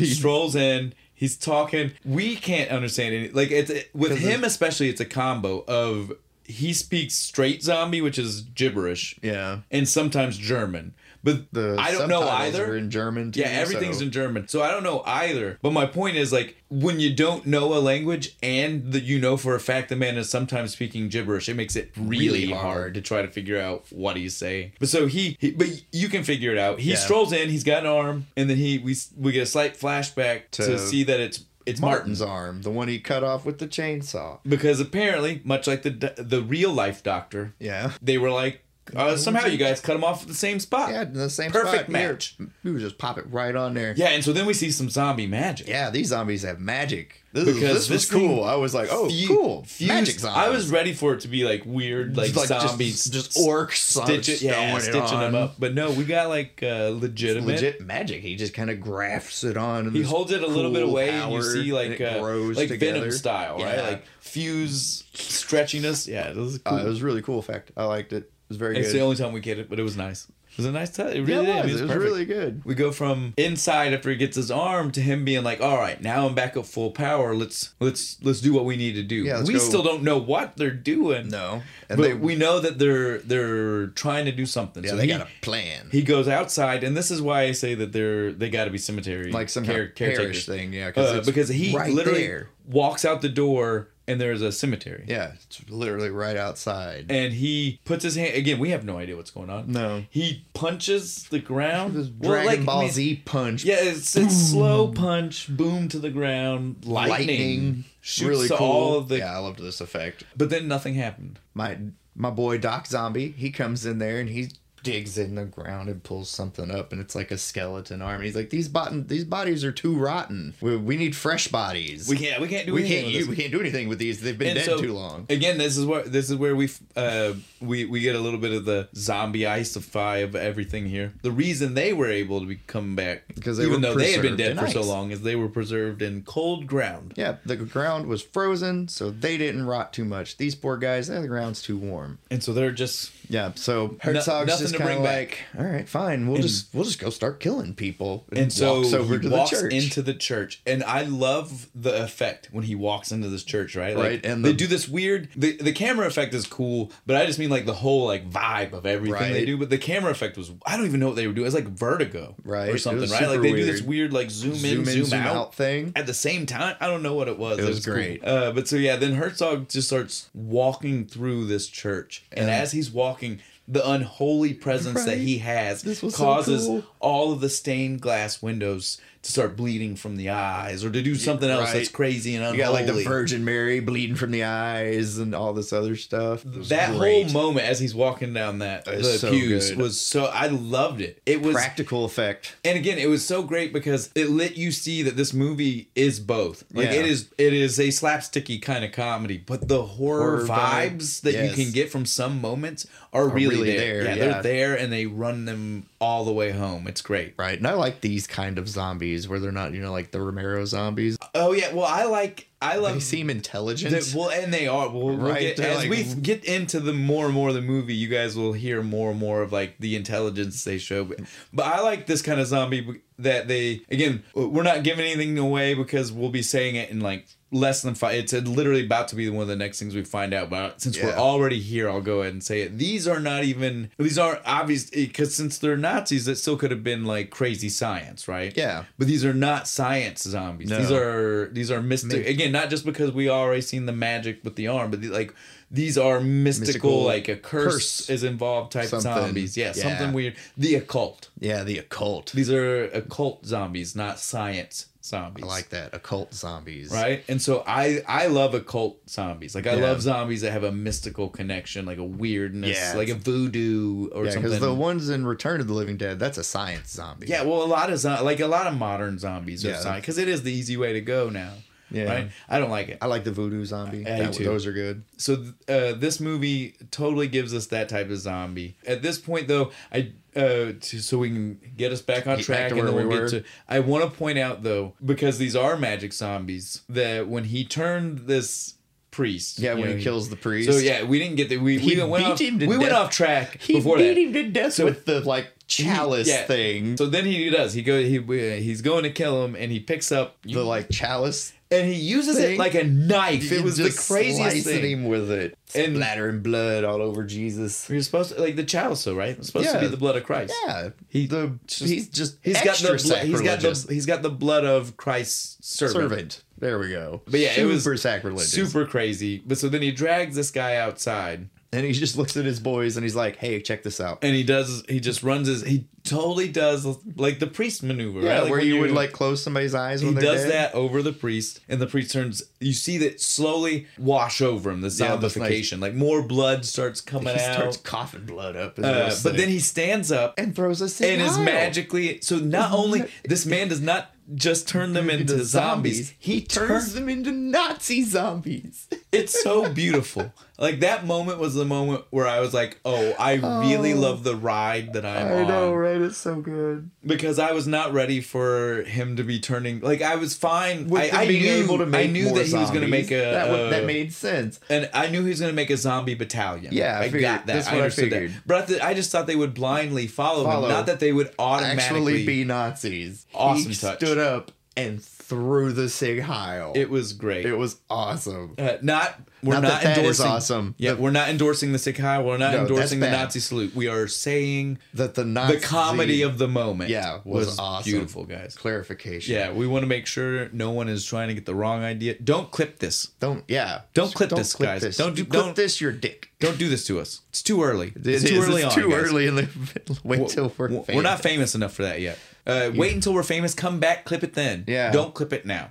S1: strolls in. He's talking. We can't understand any. Like it's with
S2: 'Cause
S1: him especially. It's a combo of he speaks straight zombie, which is gibberish,
S2: yeah.
S1: and sometimes German. But
S2: The
S1: I don't know
S2: subtitles
S1: either.
S2: Are in German. Too,
S1: Yeah, everything's
S2: so-
S1: in German. So I don't know either. But my point is like when you don't know a language and that you know for a fact the man is sometimes speaking gibberish, it makes it really,
S2: Really hard.
S1: hard. to try to figure out what he's saying. But so he, he but you can figure it out. He
S2: Yeah.
S1: strolls in, he's got an arm, and then he we we get a slight flashback to,
S2: To
S1: see that it's it's Martin's
S2: Martin's arm, the one he cut off with the chainsaw.
S1: because apparently much like the do- the real life doctor,
S2: Yeah.
S1: they were like uh, somehow you guys cut him off at the same spot.
S2: Yeah, in the same
S1: Perfect
S2: spot. Here,
S1: match.
S2: We would just pop it right on there.
S1: Yeah, and so then we see some zombie magic.
S2: Yeah, these zombies have magic. This, is-
S1: Because
S2: this was
S1: this thing
S2: cool. I was like, oh,
S1: fu-
S2: cool.
S1: fused-
S2: magic zombies.
S1: I was ready for it to be like weird, like,
S2: Just
S1: zombies,
S2: just, just orcs,
S1: stitch it, yeah, stitching them up. But no, we got like uh, legitimate.
S2: Legit magic. He just kind of grafts it on. and
S1: He
S2: this
S1: holds it a little bit
S2: cool
S1: away, and you
S2: power,
S1: see like
S2: and it
S1: uh,
S2: grows
S1: like
S2: together.
S1: venom style,
S2: Yeah.
S1: right? Like fuse stretchiness. Yeah, it was cool.
S2: Uh, it was a really cool effect. I liked it. It was very
S1: it's
S2: good.
S1: the only time we get it, but it was nice. It was a nice touch. It
S2: yeah,
S1: really
S2: it
S1: did.
S2: was, it was
S1: perfect.
S2: really good.
S1: We go from inside after he gets his arm to him being like, "All right, now I'm back at full power. Let's let's let's do what we need to do."
S2: Yeah, let's
S1: we
S2: go-
S1: still don't know what they're doing.
S2: No, and
S1: but
S2: they
S1: we know that they're they're trying to do something.
S2: yeah
S1: so
S2: they
S1: he,
S2: got a plan.
S1: he goes outside, and this is why I say that they're they got to be cemetery
S2: like some
S1: care-
S2: parish
S1: caretakers.
S2: thing. Yeah,
S1: Uh,
S2: it's
S1: because he
S2: right
S1: literally
S2: there.
S1: walks out the door, and there is a cemetery.
S2: Yeah, it's literally right outside.
S1: And he puts his hand again. We have no idea what's going on.
S2: No.
S1: he punches the ground.
S2: This
S1: Well,
S2: Dragon
S1: like,
S2: Ball
S1: I mean,
S2: Z punch.
S1: Yeah, it's, it's slow punch, boom to the ground, lightning,
S2: lightning.
S1: shoots to all of the.
S2: yeah, I loved this effect.
S1: But then nothing happened.
S2: My my boy Doc Zombie, he comes in there and he digs in the ground and pulls something up, and it's like a skeleton arm. He's like, these bot- these bodies are too rotten. We, we need fresh bodies.
S1: We can't. We can't do.
S2: we
S1: anything
S2: can't
S1: with
S2: u-
S1: this.
S2: we can't do anything with these. They've been
S1: And
S2: dead
S1: so,
S2: too long.
S1: Again, this is where this is where we uh, we we get a little bit of the zombie iceify of everything here. The reason they were able to be, come back,
S2: Because they
S1: even
S2: were
S1: though they had been
S2: preserved
S1: dead
S2: in
S1: for so
S2: ice.
S1: long, is they were preserved in cold ground.
S2: Yeah, the ground was frozen, so they didn't rot too much. These poor guys, eh, the ground's too warm.
S1: And so they're just
S2: Yeah, so Herzog's
S1: nothing
S2: just
S1: to
S2: kind of
S1: bring
S2: like,
S1: back.
S2: all right, fine, we'll just we'll just go start killing people.
S1: and so
S2: walks over
S1: he
S2: to
S1: walks
S2: the church.
S1: into the church and i love the effect when he walks into this church right like,
S2: Right, and
S1: they
S2: the-
S1: do this weird the, the camera effect is cool but i just mean like the whole like vibe of everything they
S2: Right.
S1: do but the camera effect was i don't even know what they were doing it's like vertigo
S2: Right, it
S1: or
S2: was
S1: something right like
S2: super
S1: they do this weird
S2: weird.
S1: like zoom, in zoom, out,
S2: thing.
S1: at the same time i don't know what it was it,
S2: was
S1: cool.
S2: great.
S1: uh, but so yeah then herzog just starts walking through this church and
S2: Yeah.
S1: as he's walking the unholy presence that
S2: Right.
S1: he has
S2: This was so
S1: causes
S2: cool.
S1: all of the stained glass windows to start bleeding from the eyes or to do something else
S2: right.
S1: that's crazy and unholy.
S2: You got like the Virgin Mary bleeding from the eyes and all this other stuff. It was
S1: that
S2: great.
S1: whole moment as he's walking down that
S2: That is
S1: the
S2: so
S1: pews
S2: good.
S1: was so I loved it. It was
S2: practical effect.
S1: and again it was so great because it let you see that this movie is both like
S2: Yeah.
S1: it is it is a slapsticky kind of comedy but the horror,
S2: Horror vibe,
S1: vibes that
S2: yes.
S1: you can get from some moments are, really, there,
S2: really there,
S1: Yeah,
S2: yeah.
S1: they're there and they run them all the way home it's great
S2: Right, and I like these kind of zombies where they're not, you know, like the Romero zombies.
S1: oh yeah well i like i
S2: They
S1: love
S2: seem intelligent.
S1: That, well, and they are. We'll, we'll
S2: Right,
S1: get,
S2: they're
S1: as
S2: like-
S1: we get into the more and more of the movie, you guys will hear more and more of like the intelligence they show. But, but I like this kind of zombie that they again. We're not giving anything away because we'll be saying it in like less than five. It's literally about to be one of the next things we find out. But since we're
S2: Yeah.
S1: already here, I'll go ahead and say it. These are not even. These aren't obvious because since they're Nazis, that still could have been like crazy science, right?
S2: Yeah.
S1: But these are not science zombies.
S2: No.
S1: These are these are mystic again, not just because we already seen the magic with the arm, but the, like these are mystical,
S2: Mystical
S1: like a curse,
S2: curse.
S1: is involved type
S2: Something.
S1: zombies. Yeah,
S2: Yeah.
S1: something weird. The occult.
S2: yeah, the occult.
S1: These are occult zombies, not science zombies.
S2: I like that occult zombies.
S1: right? And so I I love occult zombies. Like I
S2: Yeah.
S1: love zombies that have a mystical connection, like a weirdness,
S2: Yeah.
S1: like a voodoo or
S2: Yeah,
S1: something.
S2: because the ones in Return of the Living Dead, that's a science zombie.
S1: yeah, well, a lot of zo- like a lot of modern zombies are
S2: Yeah.
S1: because it is the easy way to go now.
S2: Yeah.
S1: Right? I don't like it.
S2: I like the voodoo zombie.
S1: I do
S2: That-
S1: too.
S2: those are good.
S1: so th- uh, this movie totally gives us that type of zombie. At this point, though, I uh, to, so we can get us back on
S2: Get back
S1: track
S2: to
S1: and then
S2: where
S1: we'll
S2: we
S1: get
S2: were.
S1: to. I want to point out though, because these are magic zombies, that when he turned this priest,
S2: Yeah,
S1: you
S2: when
S1: know,
S2: he kills the priest.
S1: So yeah, we didn't get the we
S2: He
S1: we went
S2: beat
S1: off
S2: him to
S1: we went
S2: death.
S1: off track
S2: he
S1: before
S2: beat
S1: that.
S2: him to death with the like chalice
S1: Yeah.
S2: thing.
S1: So then he does. He go. He uh, he's going to kill him, and he picks up
S2: the like chalice.
S1: and he uses
S2: thing.
S1: it like a knife.
S2: You
S1: It was the
S2: just
S1: craziest
S2: slicing
S1: thing.
S2: him with it,
S1: And-
S2: splattering blood all over Jesus.
S1: You're supposed to like the chalice, though, right? It's supposed to
S2: Yeah.
S1: be the blood of Christ.
S2: Yeah,
S1: He-
S2: the he's just
S1: He's got the
S2: extra
S1: blo- he's got the
S2: sacrilegious.
S1: he's got the blood of Christ's servant.
S2: servant. There we go.
S1: But yeah,
S2: super
S1: it was
S2: sacrilegious.
S1: Super crazy. But so then he drags this guy outside,
S2: And he just looks at his boys and he's like, "Hey, check this out."
S1: and he does. He just runs his. He totally does like the priest maneuver,
S2: Yeah,
S1: right? Like
S2: where
S1: when
S2: you would like close somebody's eyes
S1: He
S2: when they're
S1: does
S2: dead.
S1: that over the priest, and the priest turns. You see that slowly wash over him. The
S2: Yeah, that's nice.
S1: zombification, like more blood starts coming
S2: He
S1: out.
S2: starts coughing blood up. is
S1: Uh,
S2: this
S1: but
S2: thing.
S1: then he stands up
S2: and throws a
S1: and
S2: single
S1: is magically so not only this man does not just turn them into zombies
S2: He turns them into Nazi zombies.
S1: it's so beautiful like that moment was the moment where i was like oh i really
S2: Oh.
S1: love the ride that i'm on
S2: right? It's so good.
S1: because i was not ready for him to be turning like i was fine
S2: With them
S1: I, I
S2: being
S1: knew,
S2: able to make
S1: I knew
S2: more
S1: that he was going to make
S2: zombies,
S1: a
S2: that, would- that
S1: uh,
S2: made sense.
S1: and I knew he was going to make a zombie battalion.
S2: Yeah, I
S1: I,
S2: figured-
S1: got that.
S2: that's
S1: I
S2: what I
S1: understood
S2: figured.
S1: that. But I, th- I just thought they would blindly follow,
S2: Follow.
S1: him, not that they would automatically
S2: Actually, be Nazis.
S1: Awesome
S2: he
S1: touch.
S2: stood up and threw the sig heil.
S1: It was great.
S2: It was awesome.
S1: Uh, not we're
S2: Not
S1: not,
S2: that that is
S1: endorsing
S2: awesome.
S1: Yeah,
S2: The-
S1: we're not endorsing the sick high. We're not
S2: No, that's
S1: endorsing the
S2: bad.
S1: Nazi salute. We are saying
S2: That the Nazi
S1: the comedy of the moment.
S2: yeah was, awesome.
S1: beautiful, guys.
S2: clarification.
S1: Yeah, we want to make sure no one is trying to get the wrong idea. Don't clip this.
S2: Don't yeah.
S1: Don't clip this, guys. Don't do-
S2: you clip
S1: don't-
S2: this. Your dick.
S1: Don't do this to us. It's too early.
S2: It
S1: It's
S2: is.
S1: too early on.
S2: Too
S1: guys.
S2: early in the wait till we're
S1: W-
S2: famous.
S1: not famous enough for that yet. Uh, Wait until we're famous. Come back. Clip it then.
S2: Yeah.
S1: Don't clip it now.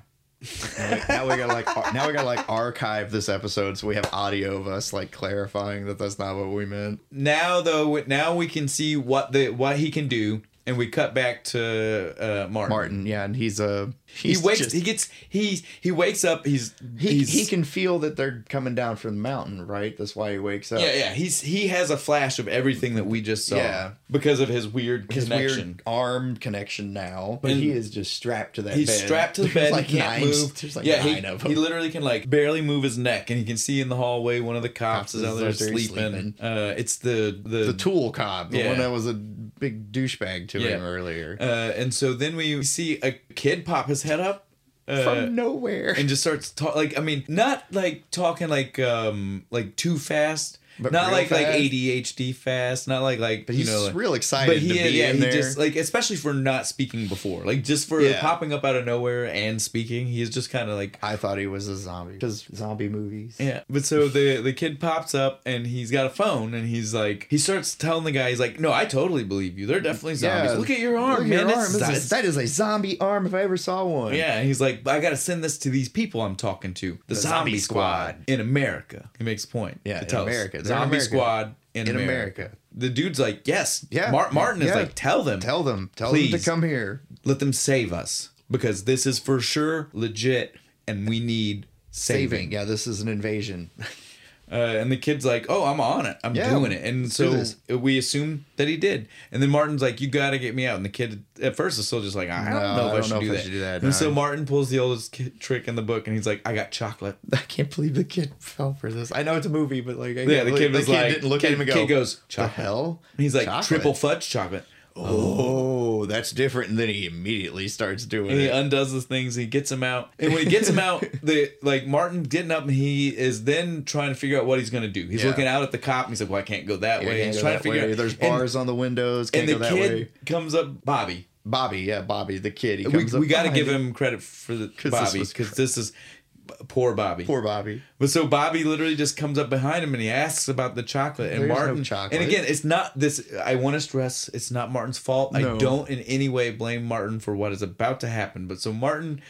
S2: Like, now we gotta like ar- now we gotta like archive this episode so we have audio of us like clarifying that that's not what we meant.
S1: Now though, now we can see what the what he can do, and we cut back to uh, Martin.
S2: Martin, yeah, and he's uh,
S1: he
S2: he's
S1: wakes
S2: just-
S1: he gets he he wakes up he's
S2: he,
S1: he's,
S2: he can feel that they're coming down from the mountain, right? That's why he wakes up.
S1: yeah yeah he's he has a flash of everything that we just saw
S2: Yeah.
S1: because of his weird
S2: His
S1: connection
S2: weird arm connection now, but
S1: And-
S2: he is just strapped to that.
S1: he's
S2: bed.
S1: strapped to the
S2: There's
S1: bed
S2: like
S1: he can't
S2: nine,
S1: move
S2: There's like
S1: yeah
S2: nine
S1: he,
S2: of
S1: he
S2: them.
S1: literally can like barely move his neck and he can see in the hallway one of the cops,
S2: Cops
S1: is out
S2: is
S1: there
S2: out there
S1: sleeping,
S2: sleeping.
S1: uh it's the the,
S2: The tool cop, the
S1: Yeah.
S2: one that was a big douchebag to
S1: Yeah.
S2: him earlier,
S1: uh and so then we see a kid pop his head up uh,
S2: from nowhere.
S1: and just starts talk like I mean not like talking like um like too fast,
S2: But
S1: not
S2: real
S1: like like
S2: fast?
S1: ADHD fast, not like like
S2: But
S1: you
S2: he's
S1: know. like-
S2: real excited
S1: but he
S2: to be
S1: yeah
S2: in
S1: he
S2: there.
S1: just like especially for not speaking before like just for
S2: Yeah.
S1: popping up out of nowhere and speaking he's just kind of like
S2: I thought he was a zombie because zombie movies.
S1: yeah but so the the kid pops up and he's got a phone and he's like he starts telling the guy he's like no I totally believe you they're definitely zombies
S2: Mm-hmm. Yeah.
S1: look at your arm
S2: Look at
S1: man
S2: your
S1: That's-
S2: arm. This
S1: that's-
S2: is- that is a zombie arm if I ever saw one.
S1: Yeah, and he's like, I gotta send this to these people I'm talking to. The, zombie,
S2: Zombie
S1: squad. in America. He makes a point.
S2: Yeah,
S1: to
S2: in
S1: tell us.
S2: America. They're in
S1: Zombie
S2: America.
S1: squad in,
S2: In
S1: America.
S2: America.
S1: The dude's like, yes.
S2: Yeah.
S1: Mar- Martin is
S2: Yeah.
S1: like, tell them,
S2: Tell them. Tell them
S1: Please.
S2: to come here.
S1: let them save us because this is for sure legit, and we need saving.
S2: Saving. Yeah, this is an invasion.
S1: Uh, and the kid's like, "Oh, I'm on it. I'm
S2: Yeah,
S1: doing it." And
S2: do
S1: so
S2: this.
S1: we assume that he did. And then Martin's like, "You got to get me out." And the kid at first is still just like, "I don't know
S2: No,
S1: if I,
S2: I don't
S1: should,
S2: know
S1: do
S2: if I
S1: that.
S2: should do that,
S1: And
S2: no.
S1: so Martin pulls the oldest ki- trick in the book, and he's like, "I got chocolate."
S2: I can't believe the kid fell for this. I know it's a movie, but like, I
S1: Yeah,
S2: can't
S1: the
S2: believe-
S1: kid was like,
S2: didn't look
S1: kid,
S2: at him and go,
S1: kid goes,
S2: the
S1: chocolate.
S2: hell?
S1: And he's like,
S2: Chocolate?
S1: triple fudge chocolate.
S2: Oh, that's different. And then he immediately starts doing
S1: And he
S2: it.
S1: undoes his things. He gets him out. And when he gets him out, the like Martin getting up, and he is then trying to figure out what he's gonna do. He's
S2: Yeah.
S1: looking out at the cop, and he's like, "Well, I can't go that
S2: Yeah,
S1: way."
S2: can't
S1: He's
S2: go
S1: trying to
S2: that
S1: figure
S2: way.
S1: out.
S2: There's
S1: and-
S2: bars on the windows. Can't
S1: And,
S2: go
S1: the
S2: that
S1: kid
S2: way.
S1: comes up, Bobby.
S2: Bobby, yeah, Bobby, the kid. He
S1: we,
S2: comes up
S1: we got to
S2: behind
S1: give him credit for the
S2: 'Cause this
S1: Bobby
S2: was
S1: because
S2: cra-
S1: this is poor Bobby.
S2: Poor Bobby.
S1: But so Bobby literally just comes up behind him and he asks about the chocolate and
S2: There's no
S1: Martin.
S2: chocolate.
S1: And again, it's not this. I want to stress it's not Martin's fault. I
S2: No.
S1: don't in any way blame Martin for what is about to happen. But so Martin.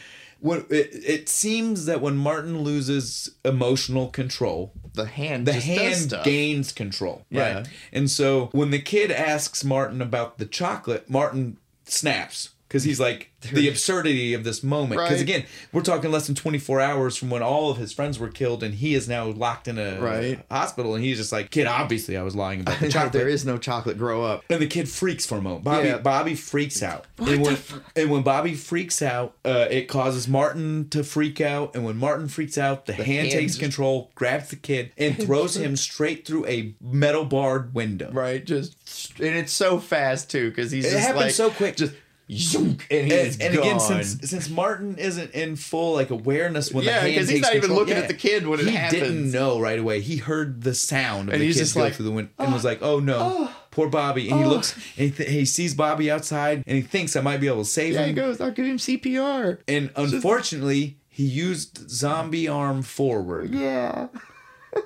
S1: When, it, it seems that when Martin loses emotional control,
S2: The hand.
S1: the
S2: just does
S1: hand
S2: stuff.
S1: gains control.
S2: Yeah.
S1: Right. And so when the kid asks Martin about the chocolate, Martin snaps. because he's like the absurdity of this moment. Because
S2: Right.
S1: again, we're talking less than 24 hours from when all of his friends were killed, and he is now locked in a
S2: Right.
S1: hospital, and he's just like, kid, obviously I was lying about the
S2: Chocolate. There
S1: chocolate.
S2: is no chocolate. Grow up.
S1: And the kid freaks for a moment. Bobby,
S2: Yeah.
S1: Bobby freaks out. and when and when Bobby freaks out, uh, it causes Martin to freak out. And when Martin freaks out, the, hand,
S2: hand
S1: takes
S2: just-
S1: control, grabs the kid, and throws him straight through a metal barred window.
S2: Right. Just and it's so fast too because he's
S1: It
S2: just
S1: happened
S2: like
S1: so quick.
S2: Just zoom, and he's
S1: And, and
S2: gone.
S1: again, since since Martin isn't in full like awareness when
S2: Yeah,
S1: the hand
S2: 'cause
S1: takes
S2: he's not even
S1: control-
S2: looking at the kid when it
S1: he didn't
S2: happens.
S1: know right away. He heard the sound of
S2: And
S1: the
S2: he's
S1: kid
S2: just
S1: go
S2: like, "Ah,
S1: through the window and was like, "Oh no, poor Bobby." And he looks and he, th- he sees Bobby outside and he thinks I might be able to save
S2: yeah, he
S1: him.
S2: goes. I'll give him CPR.
S1: And unfortunately, he used zombie arm forward,
S2: Yeah.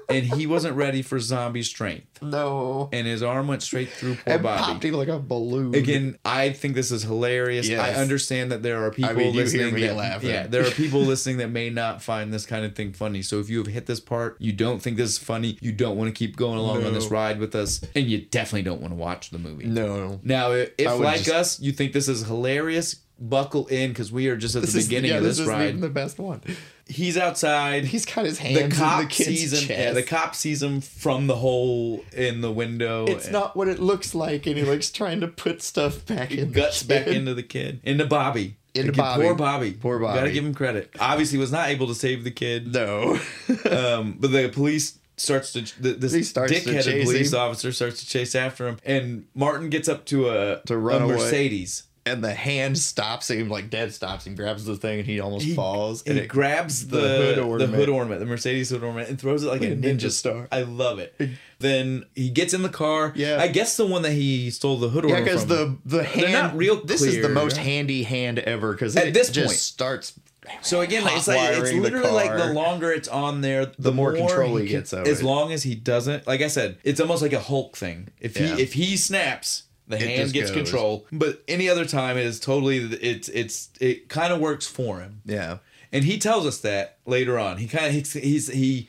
S1: and he wasn't ready for zombie strength,
S2: No.
S1: and his arm went straight through poor
S2: And
S1: Bobby.
S2: popped him like a balloon.
S1: Again, I think this is hilarious. I
S2: Yes.
S1: understand that there are people
S2: mean, you hear
S1: listening
S2: me
S1: that,
S2: laughing.
S1: yeah, there are people listening that may not find this kind of thing funny. So if you have hit this part, you don't think this is funny, you don't want to keep going along on this
S2: No.
S1: ride with us, and you definitely don't want to watch the movie.
S2: No.
S1: Now, i- if
S2: I would
S1: like us,
S2: just-
S1: you think this is hilarious, buckle in because we are just at the beginning
S2: yeah,
S1: of this,
S2: isn't
S1: ride.
S2: even the best one.
S1: He's outside.
S2: He's got his hands
S1: the cop
S2: in the kid's
S1: sees him.
S2: chest.
S1: Yeah, the cop sees him from the hole in the window.
S2: it's
S1: and-
S2: not what it looks like, and he likes trying to put stuff back in. the
S1: guts back
S2: kid.
S1: into the kid, into Bobby,
S2: Into
S1: The kid-
S2: Bobby.
S1: Poor Bobby.
S2: Poor
S1: Gotta
S2: Bobby.
S1: give him credit. Obviously, was not able to save the kid.
S2: No.
S1: Um, but the police starts to th-
S2: He
S1: this
S2: starts to
S1: dickheaded
S2: chase
S1: police
S2: him.
S1: officer starts to chase after him, and Martin gets up to a
S2: To run
S1: a
S2: away.
S1: Mercedes.
S2: and the hand stops him, like dead stops him, grabs the thing, and he almost falls.
S1: He
S2: And it,
S1: grabs the,
S2: the hood
S1: the, hood
S2: ornament.
S1: ornament, the Mercedes hood ornament, and throws it like a
S2: a
S1: ninja,
S2: ninja
S1: star.
S2: star.
S1: I love it. then he gets in the car.
S2: Yeah.
S1: I guess the one that he stole the hood
S2: yeah,
S1: ornament
S2: because
S1: from.
S2: the the hand.
S1: not real
S2: This is the
S1: clear.
S2: most handy hand ever. Because
S1: At
S2: it
S1: this
S2: just
S1: point.
S2: starts.
S1: So again, like, it's like it's
S2: hot-wiring the
S1: literally like the
S2: car.
S1: longer it's on there, the,
S2: more control he
S1: can-
S2: gets of
S1: As
S2: it.
S1: long as he doesn't, like I said, it's almost like a Hulk thing. If
S2: Yeah.
S1: he if he snaps, the hand
S2: just
S1: gets
S2: goes.
S1: control. But any other time, it is totally it's it's it kind of works for him,
S2: Yeah.
S1: and he tells us that later on. He kind of he's, he's he.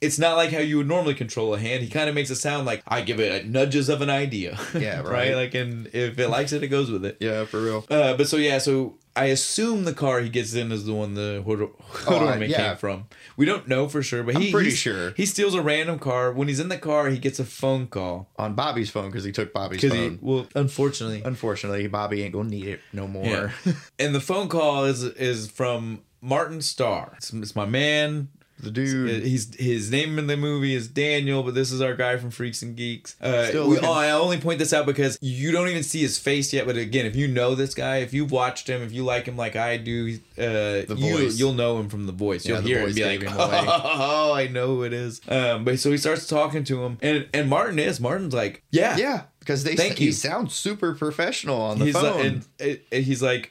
S1: It's not like how you would normally control a hand. He kind of makes it sound like I give it nudges of an idea.
S2: Yeah,
S1: right.
S2: right.
S1: Like, and if it likes it, it goes with it.
S2: Yeah, for real.
S1: Uh, but so yeah, so I assume the car he gets in is the one the hood, hood
S2: Oh, I-
S1: ornament
S2: yeah.
S1: came from. We don't know for sure, but
S2: I'm
S1: he,
S2: pretty
S1: he's-
S2: sure.
S1: he steals a random car. When he's in the car, he gets a phone call
S2: On Bobby's phone because he took Bobby's
S1: because he
S2: phone.
S1: well, unfortunately,
S2: Unfortunately, Bobby ain't gonna need it no more.
S1: yeah. and the phone call is is from Martin Starr. It's, it's my man.
S2: The dude.
S1: He's his name in the movie is Daniel, but this is our guy from Freaks and Geeks. Uh,
S2: Still
S1: we,
S2: looking-
S1: oh, I only point this out because you don't even see his face yet. But again, if you know this guy, if you've watched him, if you like him like I do, uh,
S2: The
S1: you,
S2: voice.
S1: you'll know him from the voice. You'll
S2: Yeah, the
S1: hear it and
S2: voice
S1: be like,
S2: gave him away.
S1: oh, I know who it is. Um, but so he starts talking to him, and and Martin is Martin's like, yeah,
S2: yeah, because they
S1: Thank
S2: he
S1: you.
S2: sounds super professional on the
S1: He's
S2: phone.
S1: like, and, and- and he's like.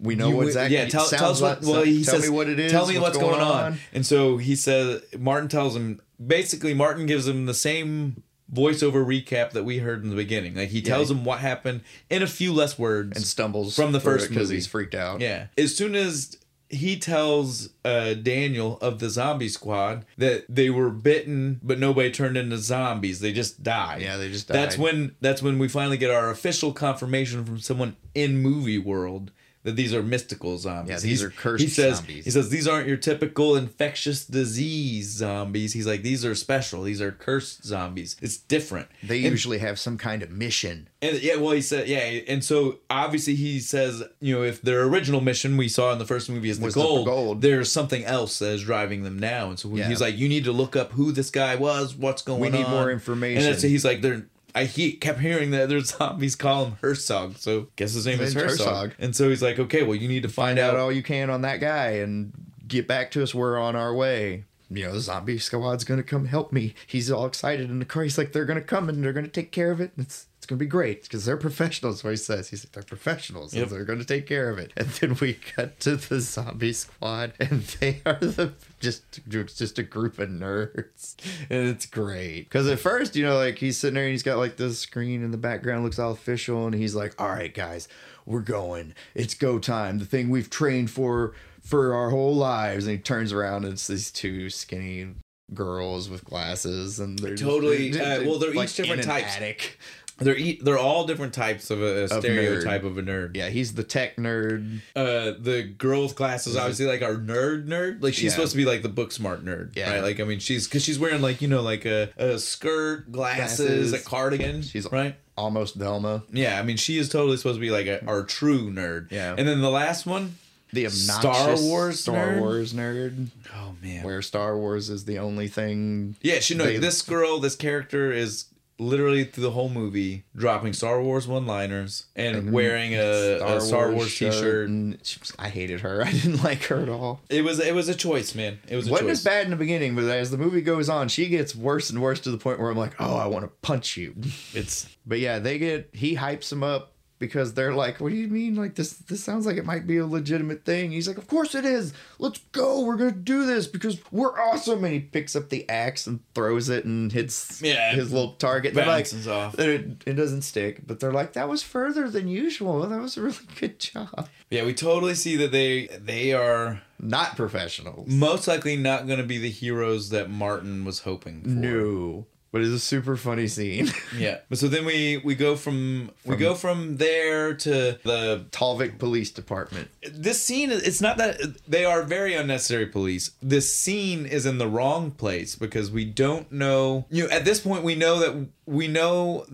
S2: we know
S1: you
S2: what
S1: would-
S2: exactly.
S1: Yeah, tell,
S2: sounds
S1: tell us what.
S2: like-
S1: well, he
S2: tell
S1: says,
S2: me what it is.
S1: Tell me what's, going, on. And so he says, Martin tells him. Basically, Martin gives him the same voiceover recap that we heard in the beginning. Like he tells him what happened in a few less words.
S2: and stumbles
S1: From the first
S2: because
S1: movie.
S2: he's freaked out.
S1: yeah. As soon as he tells uh, Daniel of the zombie squad that they were bitten, but nobody turned into zombies. They just died.
S2: Yeah, they just
S1: That's
S2: died.
S1: when that's when we finally get our official confirmation from someone in movie world that these are mystical zombies.
S2: Yeah, these
S1: He's-
S2: are cursed
S1: he says,
S2: zombies.
S1: He says these aren't your typical infectious disease zombies. He's like these are special. These are cursed zombies. It's different.
S2: They
S1: And-
S2: usually have some kind of mission.
S1: and yeah, well, he said, yeah, and so obviously he says, you know, if their original mission we saw in the first movie is the
S2: Was the
S1: gold,
S2: gold.
S1: there's something else that is driving them now. And so
S2: Yeah.
S1: he's like, you need to look up who this guy was, what's going on.
S2: need more
S1: And
S2: information.
S1: that's, he's like, they're. I he kept hearing that there's zombies call him Herzog, so guess his name is
S2: name's
S1: Herzog.
S2: Herzog.
S1: And so he's like, okay, well, you need to find,
S2: Find
S1: out.
S2: out all you can on that guy and get back to us. We're on our way. You know, the zombie squad's gonna come help me. He's all excited in the car. He's like, they're gonna come and they're gonna take care of it. And it's it's gonna be great because they're professionals. What he says, he's like, they're professionals.
S1: Yep.
S2: And they're gonna take care of it. And then we cut to the zombie squad, and they are the just it's just a group of nerds, and it's great. Because at first, you know, like he's sitting there and he's got like the screen in the background looks all official, and he's like, all right, guys, we're going. It's go time. The thing we've trained for for our whole lives. And he turns around, and it's these two skinny girls with glasses and they're just-
S1: Totally, uh, well, they're each
S2: like,
S1: different
S2: in an
S1: types.
S2: attic.
S1: They're eat, they're all different types of a, a
S2: nerd.
S1: stereotype of a nerd.
S2: Yeah, he's the tech nerd.
S1: Uh, the girls' class is obviously like our nerd nerd. Like she's
S2: Mm-hmm. Yeah.
S1: supposed to be like the book smart nerd,
S2: Yeah.
S1: right? Like I mean, she's because she's wearing like you know like a, a skirt, glasses,
S2: Glasses.
S1: a cardigan.
S2: She's-
S1: right.
S2: Almost Velma.
S1: Yeah, I mean, she is totally supposed to be like a, our true nerd.
S2: Yeah.
S1: And then the last one,
S2: The
S1: Star
S2: obnoxious
S1: Wars
S2: Star
S1: nerd?
S2: Wars nerd.
S1: oh man,
S2: Where Star Wars is the only thing.
S1: Yeah, she no.
S2: They-
S1: this girl, this character is literally through the whole movie dropping Star Wars one-liners and, wearing Uh, a Star, a Star Wars,
S2: Mm-hmm. shirt,
S1: T-shirt.
S2: and she was- I hated her. I didn't like her at all.
S1: It was it was a choice, man. It was a
S2: Wasn't
S1: choice.
S2: as bad in the beginning, but as the movie goes on, she gets worse and worse to the point where I'm like, oh, I want to punch you.
S1: It's
S2: But yeah, they get he hypes them up because they're like, "What do you mean? Like this? This sounds like it might be a legitimate thing." He's like, "Of course it is. Let's go. We're gonna do this because we're awesome." And he picks up the axe and throws it and hits
S1: Yeah,
S2: his little target. They're like,
S1: bounces off.
S2: It, it doesn't stick, but they're like, "That was further than usual. That was a really good job."
S1: yeah. We totally see that they they are
S2: Not professionals.
S1: most likely not going to be the heroes that Martin was hoping for.
S2: No, but it's a super funny scene.
S1: Yeah. But so then we we go from, we go from there to the
S2: Talvik Police Department.
S1: this scene is- it's not that they are very unnecessary police this scene is in the wrong place because we don't know you know, at this point we know that we know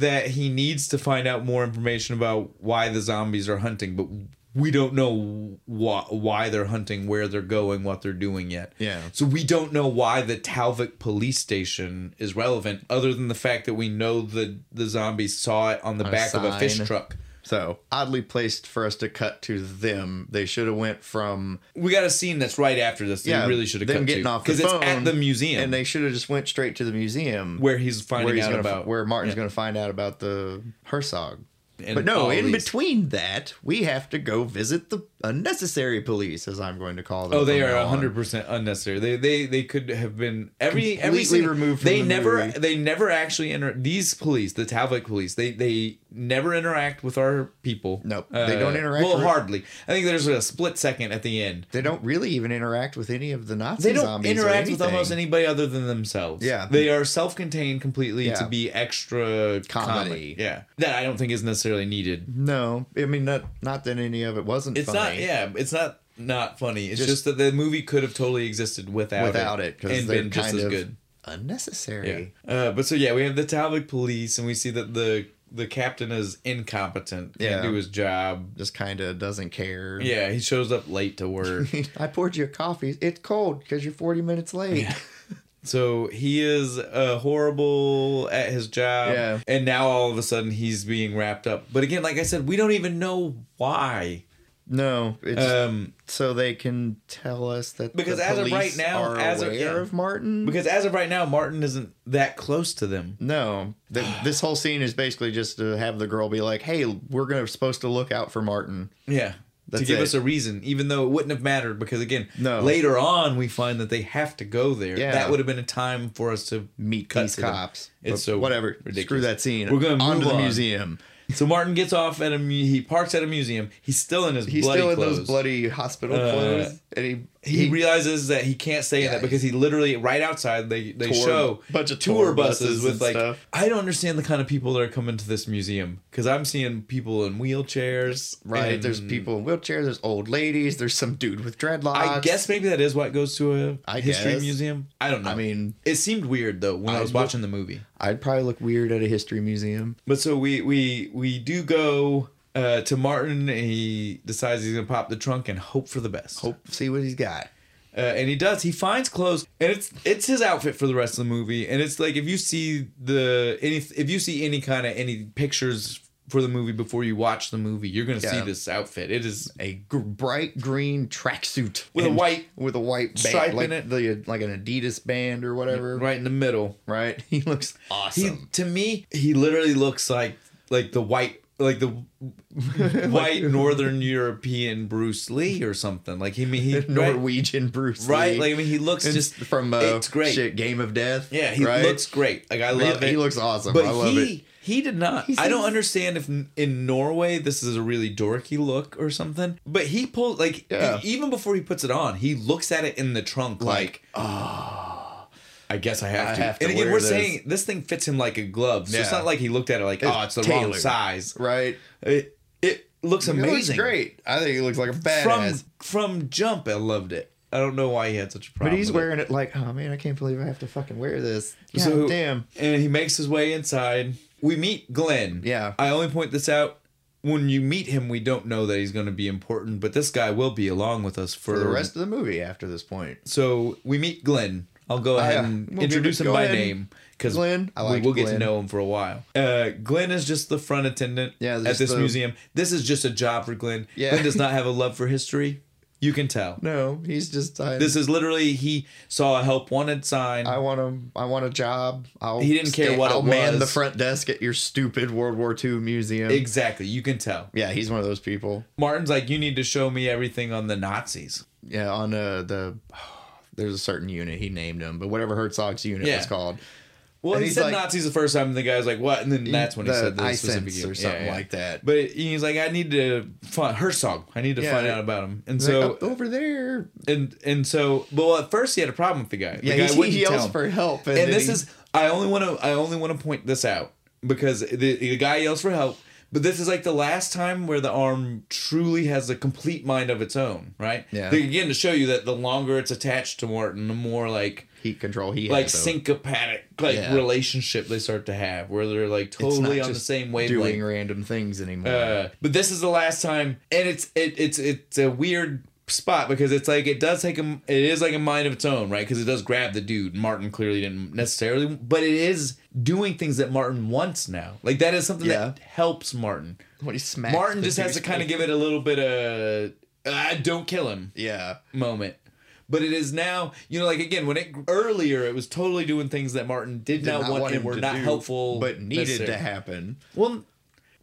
S1: that he needs to find out more information about why the zombies are hunting but we don't know why, why they're hunting where they're going what they're doing yet
S2: Yeah.
S1: so we don't know why the talvik police station is relevant other than the fact that we know the the zombies saw it on the
S2: a
S1: back of a fish
S2: sign.
S1: truck
S2: So oddly placed for us to cut to them. They should have went from
S1: We got a scene that's right after this. That yeah,
S2: yeah,
S1: really should have
S2: them
S1: cut
S2: getting
S1: to,
S2: off the
S1: it's
S2: phone
S1: at the museum
S2: and they should have just went straight to the museum
S1: where he's finding
S2: where he's
S1: out
S2: gonna,
S1: about
S2: where Martin's
S1: yeah.
S2: going to find out about the Herzog.
S1: And
S2: but no,
S1: all
S2: in
S1: these-
S2: between that, we have to go visit the unnecessary police, as I'm going to call them.
S1: Oh, they
S2: from
S1: are
S2: now on.
S1: hundred percent unnecessary. They they they could have been every every
S2: Completely
S1: scene-
S2: removed from
S1: they
S2: the
S1: never
S2: movie.
S1: they never actually enter these police the Talvik police. They they never interact with our people. Uh,
S2: Nope, they don't interact
S1: Well,
S2: with-
S1: hardly. I think there's a split second at the end.
S2: They don't really even interact with any of the Nazi
S1: They don't
S2: zombies. or
S1: interact with
S2: anything.
S1: almost anybody other than themselves.
S2: Yeah.
S1: they are self-contained completely to
S2: Yeah.
S1: be extra comedy.
S2: Comedy.
S1: Yeah, that I don't think is necessarily needed.
S2: No, I mean not not that any of it wasn't.
S1: It's
S2: funny.
S1: not. Yeah, it's not not funny. It's just,
S2: Just-
S1: that the movie could have totally existed without
S2: without it because
S1: and
S2: they're
S1: been
S2: kind
S1: just as
S2: of
S1: good. Yeah.
S2: unnecessary.
S1: Uh, but so yeah, we have the Talbot police, and we see that the the captain is incompetent. Can't
S2: Yeah.
S1: do his job.
S2: Just kind of doesn't care.
S1: Yeah, he shows up late to work.
S2: I poured you a coffee. It's cold because you're 40 minutes late.
S1: so he is uh, horrible at his job.
S2: Yeah.
S1: And now all of a sudden he's being wrapped up. But again, like I said, we don't even know why.
S2: No, it's
S1: Um,
S2: so they can tell us that
S1: Because
S2: the
S1: as of
S2: police
S1: right now,
S2: are
S1: as of-
S2: aware
S1: yeah.
S2: of Martin.
S1: because as of right now, Martin isn't that close to them.
S2: no, th- this whole scene is basically just to have the girl be like, "Hey, we're gonna supposed to look out for Martin."
S1: Yeah.
S2: That's
S1: to give
S2: it.
S1: us a reason, even though it wouldn't have mattered, because again,
S2: No.
S1: later on we find that they have to go there.
S2: Yeah.
S1: That would have been a time for us to
S2: Meet
S1: cut
S2: these
S1: to them.
S2: cops.
S1: It's
S2: But
S1: so
S2: whatever. Screw
S1: ridiculous.
S2: that scene.
S1: We're gonna
S2: on to
S1: move
S2: the
S1: on.
S2: museum.
S1: So Martin gets off at a mu- he parks at a museum. He's still in his
S2: He's
S1: bloody
S2: still in
S1: clothes.
S2: those bloody hospital
S1: Uh,
S2: clothes, and he
S1: he, realizes that he can't stay in
S2: Yeah,
S1: that because he literally right outside they they
S2: Tour-
S1: show
S2: bunch of
S1: tour
S2: tour
S1: buses,
S2: buses
S1: with
S2: and
S1: like
S2: stuff.
S1: I don't understand the kind of people that are coming to this museum because I'm seeing people in wheelchairs.
S2: right.
S1: and
S2: There's people in wheelchairs. There's old ladies. There's some dude with dreadlocks.
S1: I guess maybe that is why it goes to a
S2: I
S1: history
S2: guess.
S1: museum. I don't know.
S2: I mean,
S1: It seemed weird though when I,
S2: I
S1: was
S2: would-
S1: watching the movie.
S2: I'd probably look weird at a history museum.
S1: But so we we we do go uh, to Martin. And he decides he's gonna pop the trunk and hope for the best.
S2: Hope see what he's got.
S1: uh, and he does. He finds clothes, and it's it's his outfit for the rest of the movie. And it's like if you see the any if you see any kind of any pictures for the movie before you watch the movie, you're gonna see
S2: Yeah.
S1: this outfit. It is
S2: a gr- bright green tracksuit
S1: With a
S2: And-
S1: white
S2: with a white band,
S1: stripe
S2: like
S1: in it.
S2: the like an Adidas band or whatever. Right,
S1: right in the middle.
S2: He looks
S1: He
S2: awesome.
S1: to me he literally looks like like the white like the white northern European Bruce Lee or something. Like he he right?
S2: Norwegian Bruce,
S1: Right?
S2: Lee.
S1: Like I mean, he looks
S2: It's
S1: just
S2: from uh,
S1: it's great.
S2: shit Game of Death.
S1: Yeah, he
S2: right?
S1: looks great. Like I
S2: He-
S1: love
S2: he,
S1: it.
S2: looks awesome.
S1: but
S2: I love
S1: he
S2: it.
S1: he did not.
S2: He
S1: I don't
S2: seems-
S1: understand if n- in Norway this is a really dorky look or something. But he pulled like
S2: Yeah.
S1: e- even before he puts it on, he looks at it in the trunk like,
S2: Like, oh,
S1: I guess I have
S2: I
S1: to.
S2: have to
S1: and again,
S2: wear
S1: we're
S2: this.
S1: saying this thing fits him like a glove. So it's
S2: Yeah.
S1: not like he looked at it like,
S2: It's
S1: oh, it's the wrong
S2: tailored.
S1: size.
S2: right?
S1: It, it looks
S2: It looks
S1: amazing.
S2: great. I think it looks like a
S1: From
S2: badass.
S1: from jump, I loved it. I don't know why he had such a problem.
S2: but he's
S1: with it.
S2: wearing it like, oh man, I can't believe I have to fucking wear this. God
S1: So-
S2: damn.
S1: and he makes his way inside. We meet Glenn.
S2: Yeah.
S1: I only point this out when you meet him. We don't know that he's going to be important, but this guy will be along with us for,
S2: For the rest of the movie after this point.
S1: So we meet Glenn. I'll go ahead
S2: Ah, yeah.
S1: and
S2: We'll give
S1: introduce
S2: it-
S1: him
S2: go
S1: by
S2: ahead.
S1: name because
S2: Glenn. I
S1: we
S2: liked
S1: will get to
S2: Glenn.
S1: know him for a while. Uh, Glenn is just the front attendant
S2: Yeah,
S1: at
S2: just
S1: this
S2: the-
S1: museum. This is just a job for Glenn.
S2: Yeah.
S1: Glenn does not have a love for history. You can tell.
S2: No, he's just I,
S1: This is literally he saw a help wanted sign.
S2: I want a I want a job. I'll
S1: He didn't care what it
S2: I'll man
S1: was.
S2: the front desk at your stupid World War II museum.
S1: exactly. You can tell.
S2: yeah, he's one of those people.
S1: Martin's like, you need to show me everything on the Nazis.
S2: Yeah, on uh, the there's a certain unit he named him, but whatever Herzog's unit
S1: Yeah.
S2: was called.
S1: Well,
S2: And
S1: he
S2: he's
S1: said
S2: like-
S1: Nazis the first time, and the guy's like, "What?" And then that's when he
S2: the
S1: said the
S2: I
S1: specific
S2: sense
S1: year.
S2: or something like that.
S1: But he's like, "I need to find Herzog. I need to
S2: Yeah, "Oh."
S1: find
S2: it-
S1: out about him." And
S2: So
S1: so,
S2: over there,
S1: and and so, well, at first he had a problem with the guy. The
S2: yeah,
S1: guy
S2: he- he,
S1: wouldn't tell
S2: yells
S1: him.
S2: for help, and,
S1: And
S2: then
S1: this
S2: he-
S1: is, I only want to, I only want to point this out because the the guy yells for help. But this is like the last time where the arm truly has a complete mind of its own, right?
S2: Yeah.
S1: Like, again, to show you that the longer it's attached to Martin, the more like
S2: heat control. He
S1: like
S2: has, though.
S1: syncopatic like
S2: Yeah.
S1: relationship they start to have where they're like
S2: It's
S1: totally
S2: not
S1: on the
S2: just
S1: same
S2: doing
S1: wavelength.
S2: random things anymore.
S1: Uh, but this is the last time, and it's it, it's it's a weird spot because it's like it does take a it is like a mind of its own right because it does grab the dude martin clearly didn't necessarily but it is doing things that martin wants now like that is something that helps martin
S2: when he smacks
S1: martin
S2: the
S1: just has to
S2: douchebag.
S1: kind of give it a little bit of i don't kill him
S2: yeah.
S1: moment. But it is now, you know, like again, when it earlier, it was totally doing things that Martin did,
S2: Did
S1: not, want, and
S2: him
S1: were
S2: to
S1: not
S2: do,
S1: helpful,
S2: but needed to
S1: necessarily.
S2: happen.
S1: Well,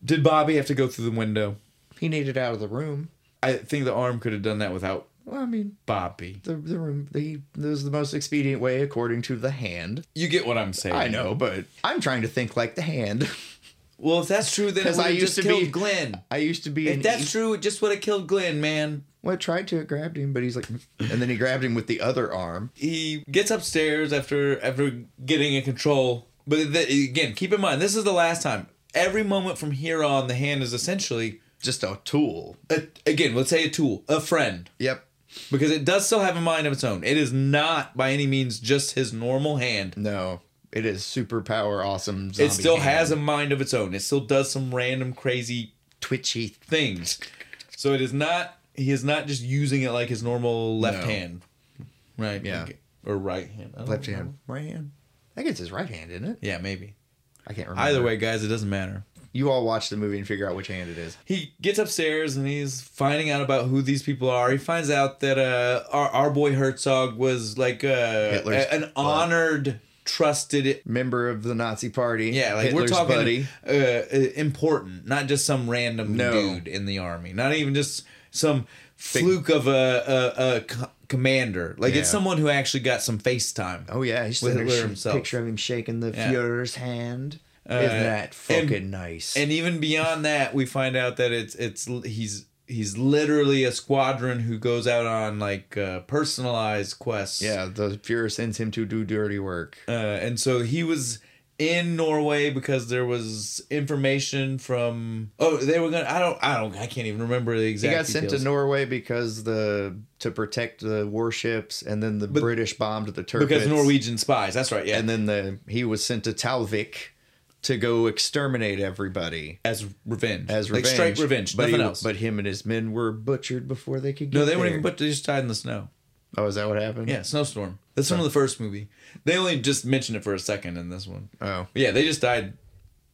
S1: did Bobby have to go through the window?
S2: He needed out of the room.
S1: I think the arm could have done that without
S2: Well, I mean,
S1: Bobby.
S2: the the room. The this is the most expedient way according to the hand.
S1: You get what I'm saying.
S2: I know, but I'm trying to think like the hand.
S1: Well, if that's true, then it
S2: 'Cause
S1: would
S2: I
S1: have
S2: used
S1: just
S2: to
S1: killed
S2: be-
S1: Glenn.
S2: I used to be. an
S1: If
S2: e-
S1: that's true, it just would have killed Glenn, man.
S2: Well, I tried to. It grabbed him, but he's like, and then he grabbed him with the other arm.
S1: he gets upstairs after after getting in control. But the, again, keep in mind, this is the last time. Every moment from here on, the hand is essentially
S2: Just a tool.
S1: a, again, let's say a tool, a friend,
S2: Yep.
S1: because it does still have a mind of its own. It is not by any means just his normal hand.
S2: No, it is superpower awesome.
S1: It
S2: Zombie
S1: still
S2: hand.
S1: has a mind of its own. It still does some random crazy
S2: twitchy.
S1: things. So it is not he is not just using it like his normal left
S2: No.
S1: hand. Right.
S2: Yeah.
S1: Okay. Or right hand. I don't
S2: Left
S1: know.
S2: hand, right hand. I think it's his right hand, isn't it?
S1: Yeah, maybe.
S2: I can't remember.
S1: Either way, guys, it doesn't matter.
S2: you all watch the movie and figure out which hand it is.
S1: he gets upstairs and he's finding out about who these people are. He finds out that uh, our our boy Herzog was like uh,
S2: Hitler's
S1: a- an
S2: butt.
S1: honored, trusted.
S2: Member of the Nazi party.
S1: Yeah, like
S2: Hitler's
S1: we're talking
S2: buddy.
S1: Uh, uh, important, not just some random
S2: No.
S1: dude in the army, not even just some fluke of a a, a co- commander. Like it's
S2: Yeah.
S1: someone who actually got some FaceTime.
S2: Oh yeah, he's
S1: With
S2: there,
S1: Hitler
S2: sh-
S1: himself.
S2: Picture of him shaking the
S1: Yeah.
S2: Fuhrer's hand. Isn't that
S1: and-
S2: fucking nice?
S1: And even beyond that, we find out that it's it's he's he's literally a squadron who goes out on like uh, personalized quests.
S2: yeah, the Fuhrer sends him to do dirty work.
S1: Uh, and so he was in Norway because there was information from oh they were gonna I don't I don't I can't even remember the
S2: He
S1: exact.
S2: got sent to
S1: details.
S2: Norway because the to protect the warships, and then the British bombed the Turks.
S1: because Norwegian spies. That's right. Yeah.
S2: and then the he was sent to Talvik to go exterminate everybody
S1: as revenge.
S2: as
S1: Like
S2: revenge.
S1: straight revenge.
S2: but
S1: nothing
S2: he-
S1: else.
S2: But him and his men were butchered before they could. get
S1: no, they weren't
S2: there.
S1: even put. They just died in the snow.
S2: Oh, is that what happened?
S1: Yeah, snowstorm. That's from the first movie. They only just mentioned it for a second in this one.
S2: Oh,
S1: Yeah, they just died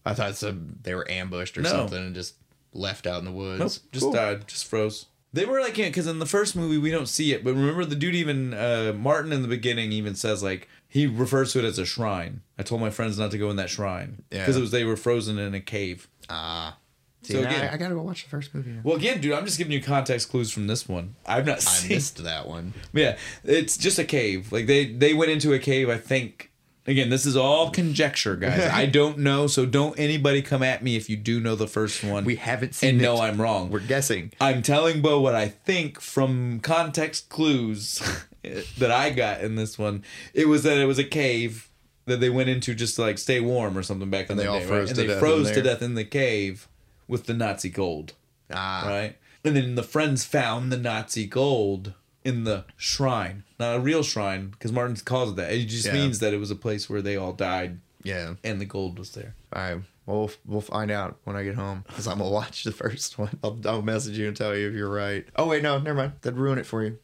S2: I thought some they were ambushed or
S1: No.
S2: something and just left out in the woods.
S1: Nope, just died, just froze. They were like, because in the first movie we don't see it, but remember the dude even uh, Martin in the beginning even says like he refers to it as a shrine. I told my friends not to go in that shrine because
S2: Yeah.
S1: it was they were frozen in a cave.
S2: Ah. See,
S1: So
S2: now
S1: again-
S2: I, I gotta go watch the first movie. Now.
S1: Well, again, dude, I'm just giving you context clues from this one. I've not
S2: I
S1: seen.
S2: missed that one.
S1: Yeah, it's just a cave. Like they they went into a cave. I think again, this is all conjecture, guys. I don't know, so don't anybody come at me if you do know the first one.
S2: We haven't seen
S1: and
S2: it.
S1: know I'm wrong.
S2: We're guessing.
S1: I'm telling Bo what I think from context clues that I got in this one, it was that it was a cave that they went into just to like stay warm or something back in
S2: And
S1: the
S2: they all
S1: day, right?
S2: froze
S1: And
S2: to
S1: they
S2: death in
S1: froze to
S2: there.
S1: death in the cave with the Nazi gold,
S2: Ah,
S1: right? And then the friends found the Nazi gold in the shrine, not a real shrine, because Martin calls it that. It just
S2: Yeah.
S1: means that it was a place where they all died
S2: yeah.
S1: and the gold was there.
S2: All right. Well, we'll- we'll find out when I get home because I'm gonna watch the first one. I'll, I'll message you and tell you if you're right. Oh wait, no, never mind. That'd ruin it for you.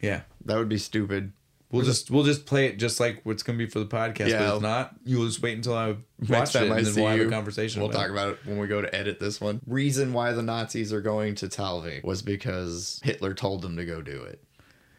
S1: Yeah.
S2: That would be stupid.
S1: We'll just we'll just play it just like what's gonna be for the podcast.
S2: Yeah.
S1: But if not, you'll just wait until I
S2: Next
S1: watch it
S2: time
S1: and
S2: I
S1: then
S2: see
S1: we'll have
S2: you,
S1: a conversation.
S2: We'll
S1: about it.
S2: talk about it when we go to edit this one. Reason why the Nazis are going to Talvik was because Hitler told them to go do it.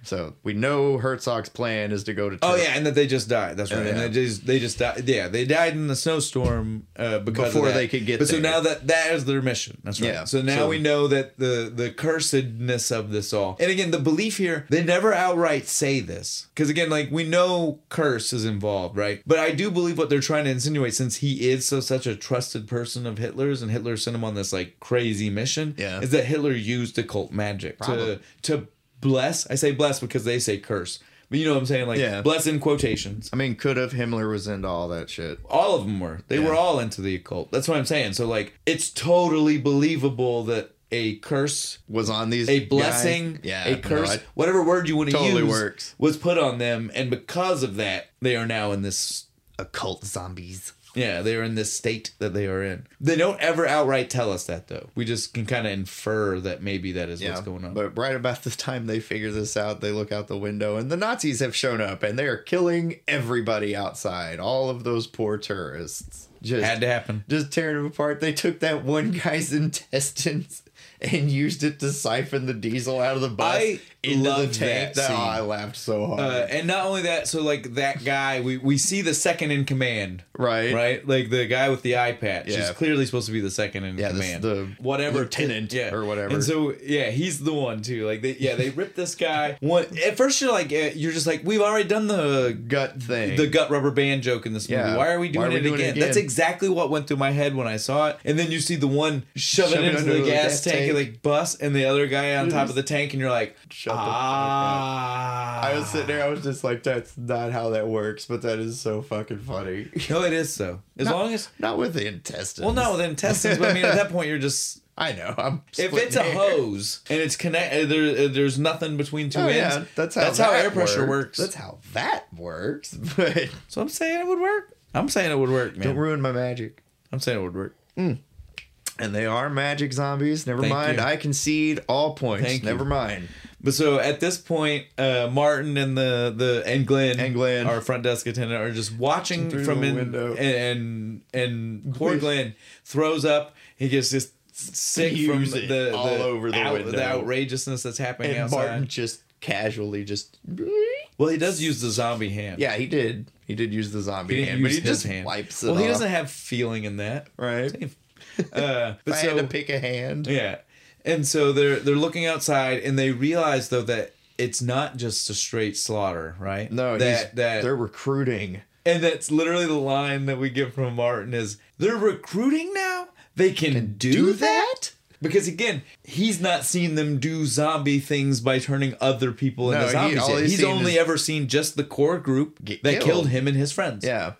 S2: So we know Herzog's plan is to go to.
S1: Oh
S2: Turkey
S1: yeah, and that they just died. That's right.
S2: Yeah.
S1: And they just they just died. Yeah, they died in the snowstorm uh, because of
S2: Before
S1: that.
S2: they could get
S1: But so
S2: there.
S1: now that that is their mission. That's right.
S2: Yeah,
S1: So now
S2: so-
S1: we know that the the cursedness of this all. And again, the belief here they never outright say this because again, like we know curse is involved, right? But I do believe what they're trying to insinuate since he is so such a trusted person of Hitler's and Hitler sent him on this like crazy mission.
S2: Yeah.
S1: is that Hitler used occult magic
S2: Probably.
S1: to to bless. I say bless because they say curse. But you know what I'm saying? Like,
S2: Yeah.
S1: bless in quotations.
S2: I mean, could have Himmler was into all that shit.
S1: All of them were. They were
S2: Yeah.
S1: all into the occult. That's what I'm saying. So, like, it's totally believable that a curse,
S2: Was on these
S1: a
S2: guys.
S1: blessing,
S2: Yeah,
S1: a
S2: no,
S1: curse,
S2: I-
S1: whatever word you want to
S2: Totally
S1: use,
S2: works.
S1: was put on them. And because of that, they are now in this.
S2: occult zombies.
S1: Yeah, they are in this state that they are in. They don't ever outright tell us that, though. We just can kind of infer that maybe that is
S2: Yeah,
S1: what's going on.
S2: but right about the time they figure this out, they look out the window and the Nazis have shown up and they are killing everybody outside. All of those poor tourists. Just
S1: Had to happen.
S2: just tearing them apart. They took that one guy's intestines and used it to siphon the diesel out of the bus
S1: I
S2: into
S1: love
S2: the tank.
S1: that
S2: oh,
S1: scene.
S2: I laughed so hard.
S1: Uh, and not only that, so like that guy, we, we see the second in command,
S2: right?
S1: right? Like the guy with the eye patch is
S2: Yeah.
S1: clearly supposed to be the second in
S2: Yeah, this-
S1: command,
S2: the
S1: whatever
S2: lieutenant or whatever.
S1: And so yeah, he's the one too. Like they, yeah, they rip this guy. One at first you're like uh, you're just like we've already done the
S2: Gut thing.
S1: the gut rubber band joke in this movie.
S2: Yeah.
S1: Why are we
S2: Why
S1: doing,
S2: are we
S1: it,
S2: doing it
S1: again? That's
S2: again?
S1: exactly what went through my head when I saw it. And then you see the one shoving
S2: Shove it
S1: it into
S2: under
S1: the gas tank, and like bust, and the other guy on top of the tank, and you're like,
S2: Shut the fuck up.
S1: ah.
S2: I was sitting there, I was just like, that's not how that works, but that is so fucking funny.
S1: No, it is so. As long as
S2: Not with the intestines.
S1: well, not with intestines, but I mean, at that point, you're just
S2: I know. I'm
S1: if
S2: splitting
S1: it's a
S2: hairs.
S1: hose and it's connected, there, uh, there's nothing between two
S2: Oh,
S1: ends.
S2: yeah, that's how
S1: that's how
S2: that
S1: air pressure works.
S2: That's how that works. But
S1: so I'm saying it would work. I'm saying it would work, man.
S2: don't ruin my magic.
S1: I'm saying it would work.
S2: And they are magic zombies. Never
S1: Thank
S2: mind.
S1: you.
S2: I concede all points.
S1: Thank you.
S2: Never mind.
S1: But so at this point, uh, Martin and the the and Glenn,
S2: And Glenn.
S1: our front desk attendant, are just watching
S2: Through
S1: from
S2: the
S1: in
S2: window.
S1: and and, and poor
S2: Please.
S1: Glenn throws up. He gets just sick from
S2: Spews
S1: the,
S2: it
S1: the
S2: all over the
S1: out-
S2: window.
S1: outrageousness that's happening
S2: And
S1: outside.
S2: Martin just casually just.
S1: Well, he does use the zombie hand.
S2: Yeah, he did. He did use the zombie
S1: He didn't
S2: hand, but
S1: use
S2: he
S1: his
S2: just
S1: hand.
S2: wipes it
S1: Well, he
S2: off,
S1: doesn't have feeling in that.
S2: Right. If
S1: Uh, but
S2: I
S1: so
S2: had to pick a hand.
S1: yeah, and so they're they're looking outside and they realize though that it's not just a straight slaughter, right?
S2: No, he's,
S1: that that
S2: they're recruiting.
S1: and that's literally the line that we get from Martin is they're recruiting now. They can, do, that? because again, he's not seen them do zombie things by turning other people
S2: No,
S1: into
S2: he-
S1: zombies.
S2: all
S1: yet.
S2: he's
S1: he's
S2: seen
S1: only
S2: is-
S1: ever seen just the core group
S2: Get
S1: that
S2: killed.
S1: killed him and his friends.
S2: Yeah,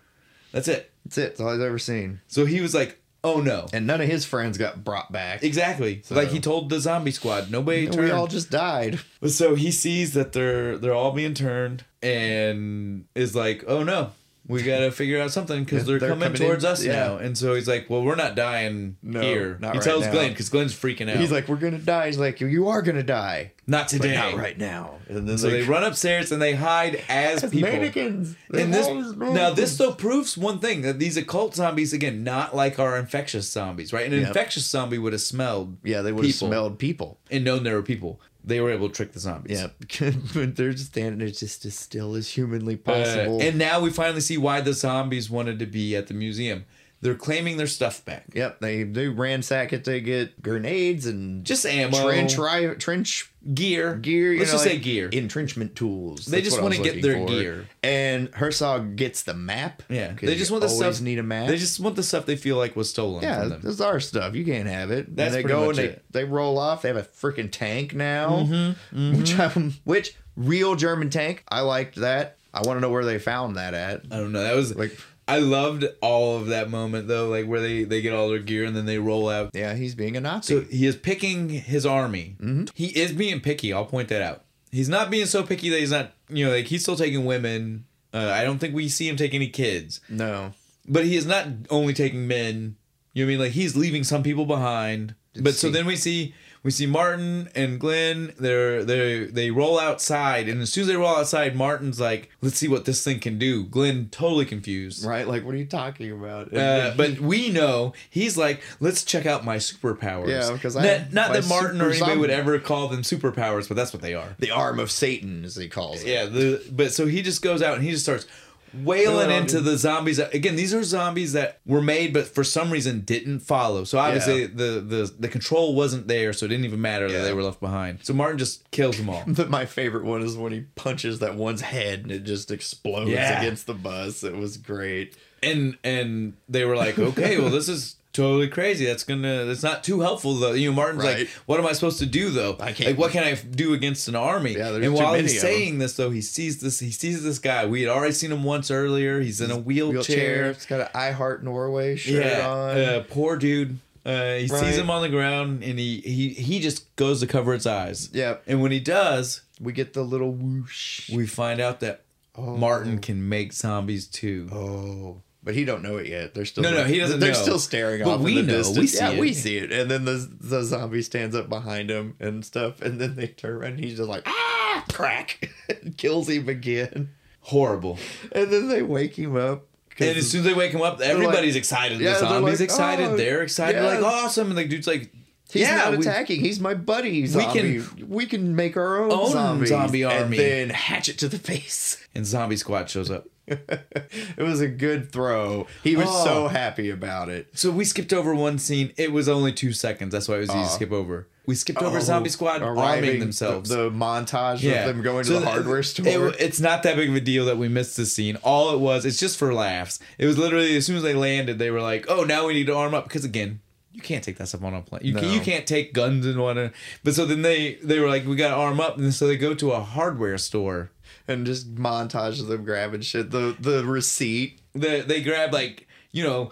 S1: that's it.
S2: that's it. That's all I've ever seen.
S1: So he was like, "Oh no."
S2: And none of his friends got brought back.
S1: Exactly. Like he told the zombie squad, nobody
S2: And
S1: turned.
S2: we all just died.
S1: so he sees that they're they're all being turned and is like, "Oh no, we got to figure out something because they're,
S2: They're
S1: coming,
S2: coming
S1: towards
S2: in-
S1: us
S2: yeah.
S1: now." And so he's like, "Well, we're not dying
S2: No,
S1: here."
S2: not
S1: he
S2: right
S1: tells
S2: now.
S1: Glenn because Glenn's freaking out.
S2: He's like, "We're gonna die." He's like, "You are gonna die,
S1: "Not
S2: but
S1: today,
S2: not right now." And then
S1: So they run upstairs and they hide as,
S2: As
S1: people.
S2: mannequins. They're
S1: And this
S2: always
S1: now this
S2: mannequins.
S1: though proves one thing that these occult zombies again not like our infectious zombies right an
S2: Yeah.
S1: infectious zombie would have smelled
S2: yeah, they would have
S1: people
S2: smelled people.
S1: and known there were people they were able to trick the zombies
S2: Yeah, but they're just standing there just as still as humanly
S1: Uh,
S2: possible.
S1: and now we finally see why the zombies wanted to be at the museum. They're claiming their stuff back.
S2: Yep, they do ransack it. They get grenades and
S1: Just ammo,
S2: trench ri- trench
S1: gear,
S2: gear. You
S1: Let's
S2: know,
S1: just say
S2: like
S1: gear.
S2: Entrenchment tools.
S1: They just
S2: what I
S1: wanna
S2: was
S1: get their
S2: looking
S1: gear.
S2: And Herzog gets the map.
S1: yeah,
S2: 'cause
S1: they just
S2: you
S1: want the
S2: always
S1: stuff.
S2: need a map.
S1: They just want the stuff they feel like was stolen
S2: yeah,
S1: from them.
S2: this is our stuff. You can't have it.
S1: That's
S2: and they
S1: pretty
S2: go
S1: much
S2: and
S1: it.
S2: they, they roll off. They have a freaking tank now,
S1: Mm-hmm,
S2: which um, which real German tank. I liked that. I want to know where they found that at.
S1: I don't know. That was
S2: Like-
S1: like I loved all of that moment though, like where they they get all their gear and then they roll out.
S2: Yeah, he's being a Nazi.
S1: So he is picking his army.
S2: Mm-hmm.
S1: He is being picky. I'll point that out. He's not being so picky that he's not you know like he's still taking women. Uh, I don't think we see him take any kids,
S2: no,
S1: but he is not only taking men. You know what I mean? Like he's leaving some people behind. But so
S2: see.
S1: then we see we see Martin and Glenn. They're they they roll outside, and as soon as they roll outside, Martin's like, "Let's see what this thing can do." Glenn totally confused.
S2: right? Like, what are you talking about?
S1: Uh, but we know he's like, let's check out my superpowers.
S2: Yeah, because I-
S1: not, not
S2: my
S1: that Martin or
S2: super
S1: anybody
S2: zombie.
S1: would ever call them superpowers, but that's what they are.
S2: the arm of Satan, as he calls it.
S1: Yeah, the, but so he just goes out and he just starts wailing
S2: Wailing on
S1: into
S2: you.
S1: the zombies. Again, these are zombies that were made, but for some reason didn't follow. So obviously
S2: Yeah.
S1: the, the the control wasn't there, so it didn't even matter
S2: Yeah.
S1: that they were left behind. So Martin just kills them all.
S2: But my favorite one is when he punches that one's head and it just explodes
S1: Yeah.
S2: against the bus. It was great.
S1: and and they were like, okay, well, this is totally crazy. That's gonna that's not too helpful though. You know, Martin's
S2: Right.
S1: like, what am I supposed to do though?
S2: I can't-
S1: Like, what can I do against an army?
S2: Yeah, there's
S1: and
S2: too
S1: while
S2: many
S1: he's
S2: of 'em.
S1: saying this though, he sees this. He sees this guy. We had already seen him once earlier. He's in a wheelchair.
S2: It's got an I Heart Norway shirt
S1: Yeah,
S2: on.
S1: uh, poor dude. Uh, he
S2: Right.
S1: sees him on the ground and he he he just goes to cover its eyes.
S2: Yep.
S1: And when he does,
S2: We get the little whoosh.
S1: we find out that
S2: Oh.
S1: Martin can make zombies too.
S2: Oh, but he don't know it yet. They're still
S1: No, no, he doesn't
S2: They're
S1: know.
S2: still staring
S1: But
S2: off
S1: we
S2: in the
S1: know, we
S2: distance.
S1: see
S2: yeah,
S1: it.
S2: we see it. And then the the zombie stands up behind him and stuff. And then they turn around. and He's just like ah, crack, and kills him again.
S1: Horrible.
S2: And then they wake him up. 'cause
S1: And as soon as they wake him up,
S2: like-
S1: everybody's excited.
S2: Yeah,
S1: the
S2: they're
S1: zombies
S2: like,
S1: excited.
S2: "Oh,
S1: they're excited.
S2: yeah."
S1: Like awesome. And the dude's like,
S2: he's
S1: yeah,
S2: not
S1: we-
S2: attacking. he's my buddy. Zombie. We can we can make our own,
S1: Own
S2: zombies.
S1: zombie
S2: And
S1: army.
S2: then hatchet to the face.
S1: and Zombie Squad shows up.
S2: it was a good throw. He was
S1: Oh.
S2: so happy about it.
S1: So we skipped over one scene. It was only two seconds. That's why it was easy
S2: Aw.
S1: to skip over. We skipped over
S2: Oh,
S1: Zombie Squad
S2: arriving,
S1: arming themselves.
S2: The, the montage
S1: yeah,
S2: of them going
S1: So
S2: to the hardware store.
S1: it- it's not that big of a deal that we missed this scene. All it was, it's just for laughs. It was literally as soon as they landed, they were like, "Oh, now we need to arm up," because again. You can't take that stuff on a plane. You,
S2: No.
S1: can, you can't take guns and whatnot. But so then they they were like, we got to arm up, and so they go to a hardware store.
S2: and just montage of them grabbing shit. The the receipt.
S1: the, they grab like you know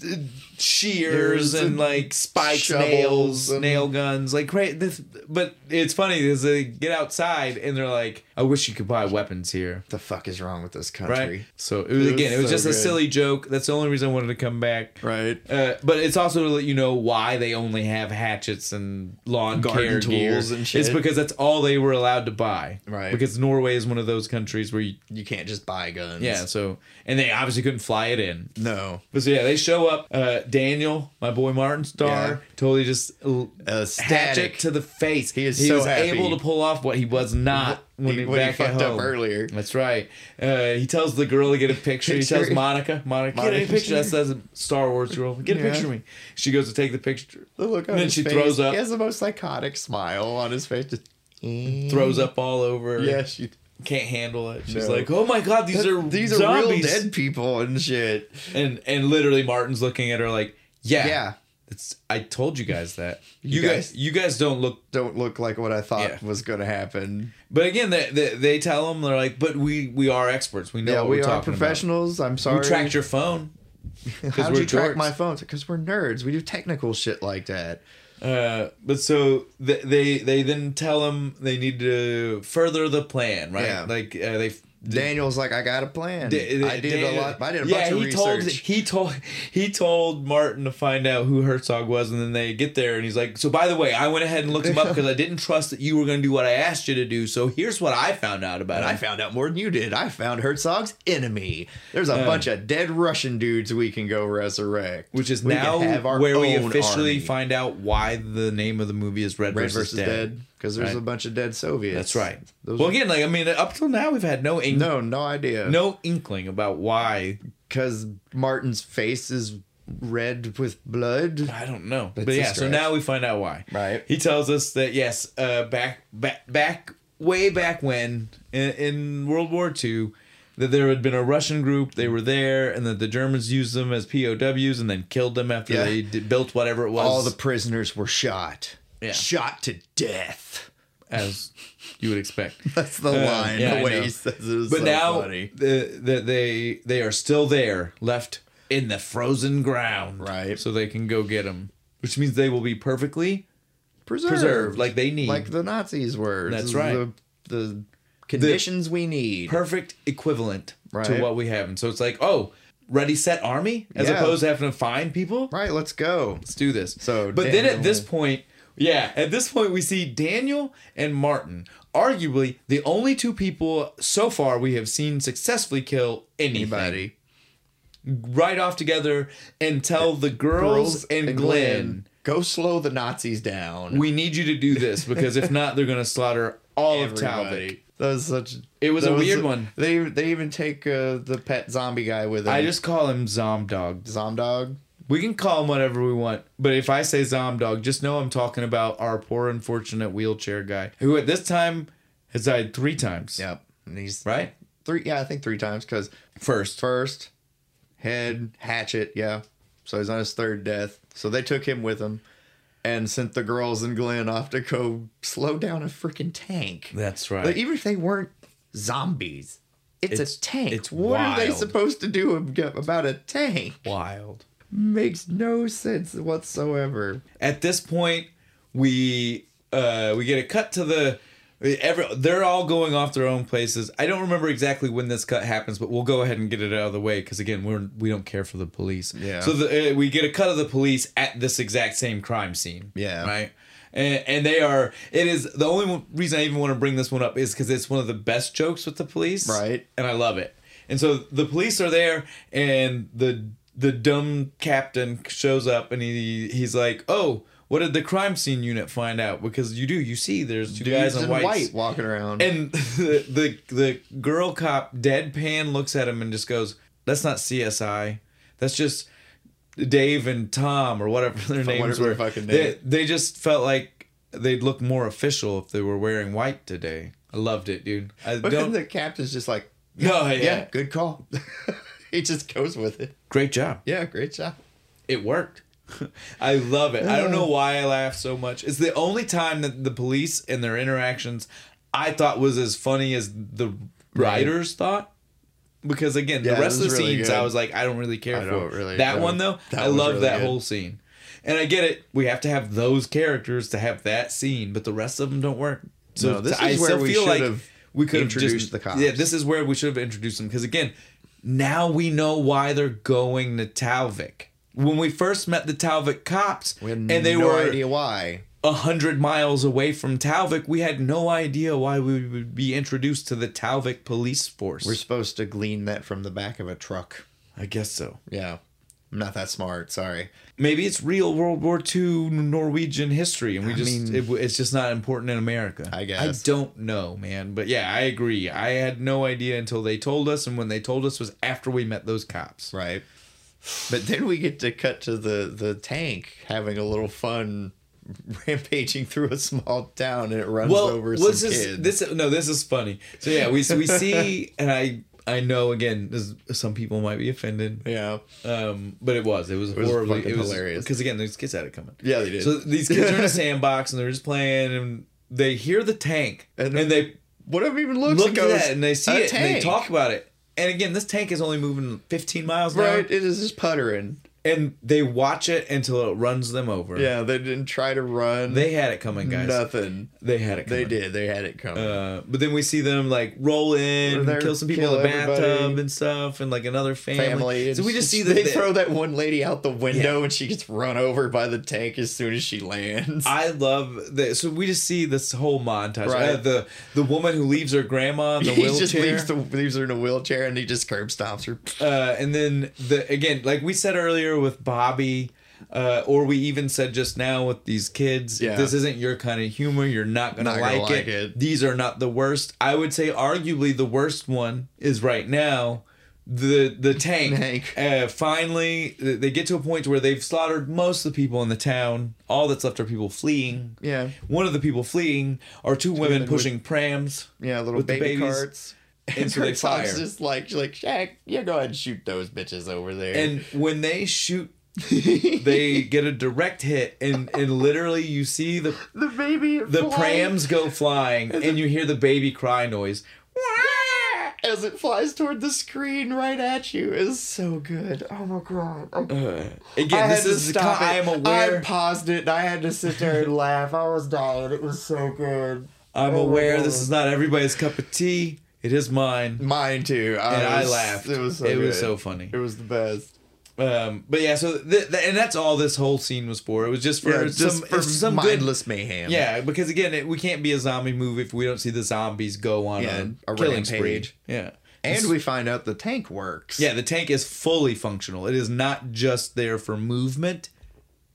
S1: th- shears
S2: Shears
S1: and,
S2: and
S1: like spikes
S2: shovels
S1: nails
S2: and-
S1: nail guns like right this but it's funny is they get outside and they're like i wish you could buy weapons here
S2: The fuck is wrong with this
S1: right
S2: country?
S1: so it was,
S2: It was
S1: again it was
S2: so
S1: just a
S2: good.
S1: silly joke that's the only reason i wanted to come back
S2: Right.
S1: uh, but it's also to let you know why they only have hatchets and lawn
S2: Garden
S1: care
S2: tools
S1: gear.
S2: and shit.
S1: It's because that's all they were allowed to buy.
S2: Right.
S1: Because Norway is one of those countries where you,
S2: You can't just buy guns.
S1: yeah. So and they obviously couldn't fly it in.
S2: No.
S1: But so yeah, they show up. Uh, Daniel, my boy Martin Starr,
S2: Yeah.
S1: totally just l-
S2: Ecstatic.
S1: hatchet to the face.
S2: He is
S1: he
S2: so
S1: was
S2: happy.
S1: able to pull off what he was not when he,
S2: He-
S1: was
S2: when he
S1: back at
S2: fucked up
S1: home.
S2: earlier.
S1: That's right. Uh, he tells the girl to get a picture. He tells
S2: Picture.
S1: Monica, Monica, get a
S2: Monica.
S1: picture. That says Star Wars girl. Get a
S2: Yeah.
S1: picture of me. She goes to take the picture.
S2: The look on
S1: And then
S2: his
S1: she
S2: face.
S1: throws up,
S2: He has the most psychotic smile on his face. Just
S1: throws up all over.
S2: Yeah, she.
S1: can't handle it. She's
S2: No.
S1: like, oh my god, these are
S2: These are
S1: zombies.
S2: real dead people and shit.
S1: And and literally, Martin's looking at her like, yeah,
S2: Yeah.
S1: It's, I told you guys that.
S2: You
S1: You,
S2: guys-
S1: guys, you guys don't look.
S2: Don't look like what I thought
S1: Yeah.
S2: was gonna happen.
S1: But again, they, they, they tell them they're like, but we we are experts. We know.
S2: Yeah,
S1: what
S2: we
S1: we're
S2: are
S1: talking
S2: professionals. I'm
S1: About.
S2: sorry.
S1: We tracked your phone.
S2: How did
S1: we're
S2: you track
S1: dorks.
S2: my phone? Because we're nerds. We do technical shit like that.
S1: Uh, but so th- they they then tell them they need to further the plan, right?
S2: Yeah.
S1: Like uh, they.
S2: Daniel's like, I got a plan.
S1: they-
S2: I did
S1: they-
S2: a lot. I did a
S1: yeah,
S2: bunch of
S1: he
S2: research.
S1: told he told he told Martin to find out who Herzog was, and then they get there, and he's like, "So by the way, I went ahead and looked him up because I didn't trust that you were going to do what I asked you to do. So here's what I found out about
S2: And
S1: him.
S2: I found out more than you did. I found Herzog's enemy. There's
S1: Uh,
S2: a bunch of dead Russian dudes we can go resurrect.
S1: which is
S2: We can
S1: now
S2: have our
S1: where we
S2: own
S1: officially
S2: army.
S1: find out why the name of the movie is Red,
S2: Red
S1: versus, Dead.
S2: because there's
S1: Right.
S2: a bunch of dead Soviets.
S1: That's right.
S2: Those
S1: well,
S2: are-
S1: again, like I mean, up till now we've had no ink- no.
S2: no, no idea.
S1: inkling about why.
S2: because Martin's face is red with blood.
S1: I don't know.
S2: That's
S1: but
S2: a
S1: yeah, so
S2: stretch.
S1: now we find out why.
S2: Right.
S1: He tells us that yes, uh, back back back way back when in, in World War II, that there had been a Russian group. They were there, and that the Germans used them as POWs and then killed them after
S2: Yeah.
S1: they d- built whatever it was.
S2: All the prisoners were shot.
S1: Yeah.
S2: Shot to death.
S1: as you would expect.
S2: That's the
S1: Uh,
S2: line.
S1: yeah, I
S2: the way
S1: know.
S2: he says it is
S1: but
S2: so
S1: now
S2: funny.
S1: the, the, they they are still there, left in the frozen ground,
S2: Right.
S1: So they can go get them, which means they will be perfectly
S2: preserved,
S1: preserved, like they need,
S2: like the Nazis were.
S1: That's
S2: This is
S1: right.
S2: The, the conditions we need.
S1: perfect equivalent to
S2: Right.
S1: what we have. And so it's like, oh, ready, set, army, as
S2: Yeah.
S1: opposed to having to find people.
S2: right, let's go.
S1: Let's do this.
S2: So
S1: but then at
S2: Daniel-
S1: this point, yeah, at this point we see Daniel and Martin, arguably the only two people so far we have seen successfully kill anything.
S2: Anybody.
S1: Right off together and tell the girls, and, Glenn,
S2: go slow the Nazis down.
S1: we need you to do this because if not, they're gonna slaughter all of Talbot.
S2: Everybody. That was such.
S1: It was
S2: that
S1: a weird one.
S2: They they even take uh, the pet zombie guy with them.
S1: I just call him Zomdog.
S2: Zomdog.
S1: We can call him whatever we want, but if I say Zomdog, just know I'm talking about our poor unfortunate wheelchair guy who at this time has died three times.
S2: Yep. And he's
S1: Right?
S2: three. Yeah, I think three times because
S1: First.
S2: first head hatchet. Yeah. So he's on his third death. So they took him with them, and sent the girls and Glenn off to go slow down a freaking tank.
S1: That's right.
S2: Like, even if they weren't zombies, it's,
S1: It's-
S2: a tank.
S1: it's
S2: what are they
S1: wild.
S2: supposed to do ab- about a tank?
S1: Wild.
S2: Makes no sense whatsoever.
S1: At this point, we uh we get a cut to the every they're all going off their own places. I don't remember exactly when this cut happens, but we'll go ahead and get it out of the way because again, we're we don't care for the police.
S2: Yeah.
S1: So the, uh, we get a cut of the police at this exact same crime scene.
S2: Yeah.
S1: Right. And, and they are. It is the only one, reason I even want to bring this one up is because it's one of the best jokes with the police.
S2: Right.
S1: and I love it. And so the police are there, and the the dumb captain shows up, and he he's like, "Oh, what did the crime scene unit find out? Because you do, you see, there's two guys
S2: Dudes
S1: in
S2: in
S1: whites.
S2: white walking around.
S1: And the, the the girl cop deadpan looks at him and just goes, "That's not CSI. That's just Dave and Tom or whatever their names
S2: whatever
S1: were.
S2: their fucking
S1: they,
S2: name.
S1: they just felt like they'd look more official if they were wearing white today. I loved it, dude. I
S2: but then
S1: don't.
S2: the captain's just like,
S1: no, yeah,
S2: yeah, good call. he just goes with it.
S1: great job.
S2: Yeah, great job.
S1: It worked. I love it. I don't know why I laugh so much. It's the only time that the police and their interactions I thought was as funny as the writers thought. Because again,
S2: Yeah,
S1: the
S2: it
S1: rest of the
S2: was really
S1: scenes
S2: good.
S1: I was like, I don't really care
S2: I
S1: for
S2: don't really-
S1: that
S2: that
S1: one
S2: was-
S1: though.
S2: that
S1: I
S2: was
S1: love
S2: really
S1: that
S2: good.
S1: whole scene. And I get it. We have to have those characters to have that scene, but the rest of them don't work. So
S2: No, this
S1: I
S2: is where
S1: still
S2: we
S1: feel
S2: should
S1: like
S2: have
S1: we could have
S2: introduced
S1: just,
S2: the cops.
S1: Yeah, this is where we should have introduced them because again, now we know why they're going to Talvik. When we first met the Talvik cops,
S2: We had
S1: and they
S2: no
S1: were
S2: idea why.
S1: a hundred miles away from Talvik, we had no idea why we would be introduced to the Talvik police force.
S2: We're supposed to glean that from the back of a truck.
S1: I guess so.
S2: Yeah. I'm not that smart. Sorry.
S1: Maybe it's real World War II Norwegian history, and we just
S2: mean-
S1: it, it's just not important in America.
S2: I guess.
S1: I don't know, man. But yeah, I agree. I had no idea until they told us, and when they told us was after we met those cops.
S2: Right. But then we get to cut to the the tank having a little fun rampaging through a small town and it runs
S1: well,
S2: over some
S1: what's
S2: kids.
S1: this, this? No, this is funny. So yeah, we so we see, and I I know again, this, some people might be offended,
S2: yeah.
S1: um, but it was it was,
S2: was
S1: horribly
S2: fucking
S1: it was,
S2: hilarious.
S1: because again, these kids had it coming.
S2: Yeah, they did.
S1: So these kids are in a sandbox and they're just playing, and they hear the tank,
S2: And-
S1: and they
S2: Whatever even looks
S1: look
S2: it
S1: at
S2: goes,
S1: that and they see
S2: "A
S1: it and they
S2: tank."
S1: talk about it. And again, this tank is only moving 15 miles an hour,
S2: Right, it is just puttering.
S1: and they watch it until it runs them over.
S2: Yeah, they didn't try to run.
S1: They had it coming, guys.
S2: nothing.
S1: They had it
S2: They
S1: coming.
S2: did. They had it coming.
S1: Uh, but then we see them like roll in,
S2: They're-
S1: kill some people in the
S2: kill
S1: bathtub
S2: everybody.
S1: and stuff, and like another family.
S2: Family. and
S1: So we just see that
S2: they
S1: the-
S2: throw that one lady out the window and she gets run over by the tank as soon as she lands.
S1: I love that. So we just see this whole montage.
S2: Right.
S1: Uh, the the woman who leaves her grandma in the
S2: he
S1: wheelchair.
S2: just leaves the leaves her in a wheelchair and he just curb stomps her.
S1: uh, and then the again, like we said earlier with Bobby, uh, or we even said just now with these kids, if
S2: Yeah.
S1: this isn't your kind of humor. You're not gonna,
S2: Not
S1: like,
S2: gonna
S1: it.
S2: like it.
S1: These are not the worst. I would say arguably the worst one is right now. the the tank,
S2: Tank.
S1: Uh, finally th- they get to a point where they've slaughtered most of the people in the town. All that's left are people fleeing.
S2: Yeah.
S1: One of the people fleeing are two, women,
S2: women with-
S1: pushing prams.
S2: Yeah, little
S1: With the
S2: baby
S1: babies.
S2: carts.
S1: And so they
S2: Kurt's
S1: fire.
S2: just like, she's like, Shaq, you go ahead and shoot those bitches over there.
S1: And when they shoot they get a direct hit and and literally you see the
S2: the baby
S1: the
S2: flies-
S1: prams go flying and you hear the baby cry noise.
S2: as it flies toward the screen right at you is so good. Oh my god. I'm-
S1: Uh, again, this is the con- I am
S2: I
S1: aware.
S2: paused it and I had to sit there and laugh. I was dying. It was so good.
S1: I'm
S2: Oh my
S1: aware.
S2: God.
S1: This is not everybody's cup of tea. It is mine,
S2: Mine too. I
S1: and I
S2: was-
S1: laughed.
S2: It was so
S1: it was
S2: good.
S1: so funny.
S2: It was the best.
S1: Um, but yeah, so th- th- and that's all this whole scene was for. It was just for some for some mindless.
S2: mayhem.
S1: Good, yeah, because again, it, we can't be a zombie movie if we don't see the zombies go on
S2: Yeah,
S1: a,
S2: a
S1: killing
S2: rampage.
S1: spree. Yeah,
S2: And we find out the tank works.
S1: Yeah, the tank is fully functional. It is not just there for movement.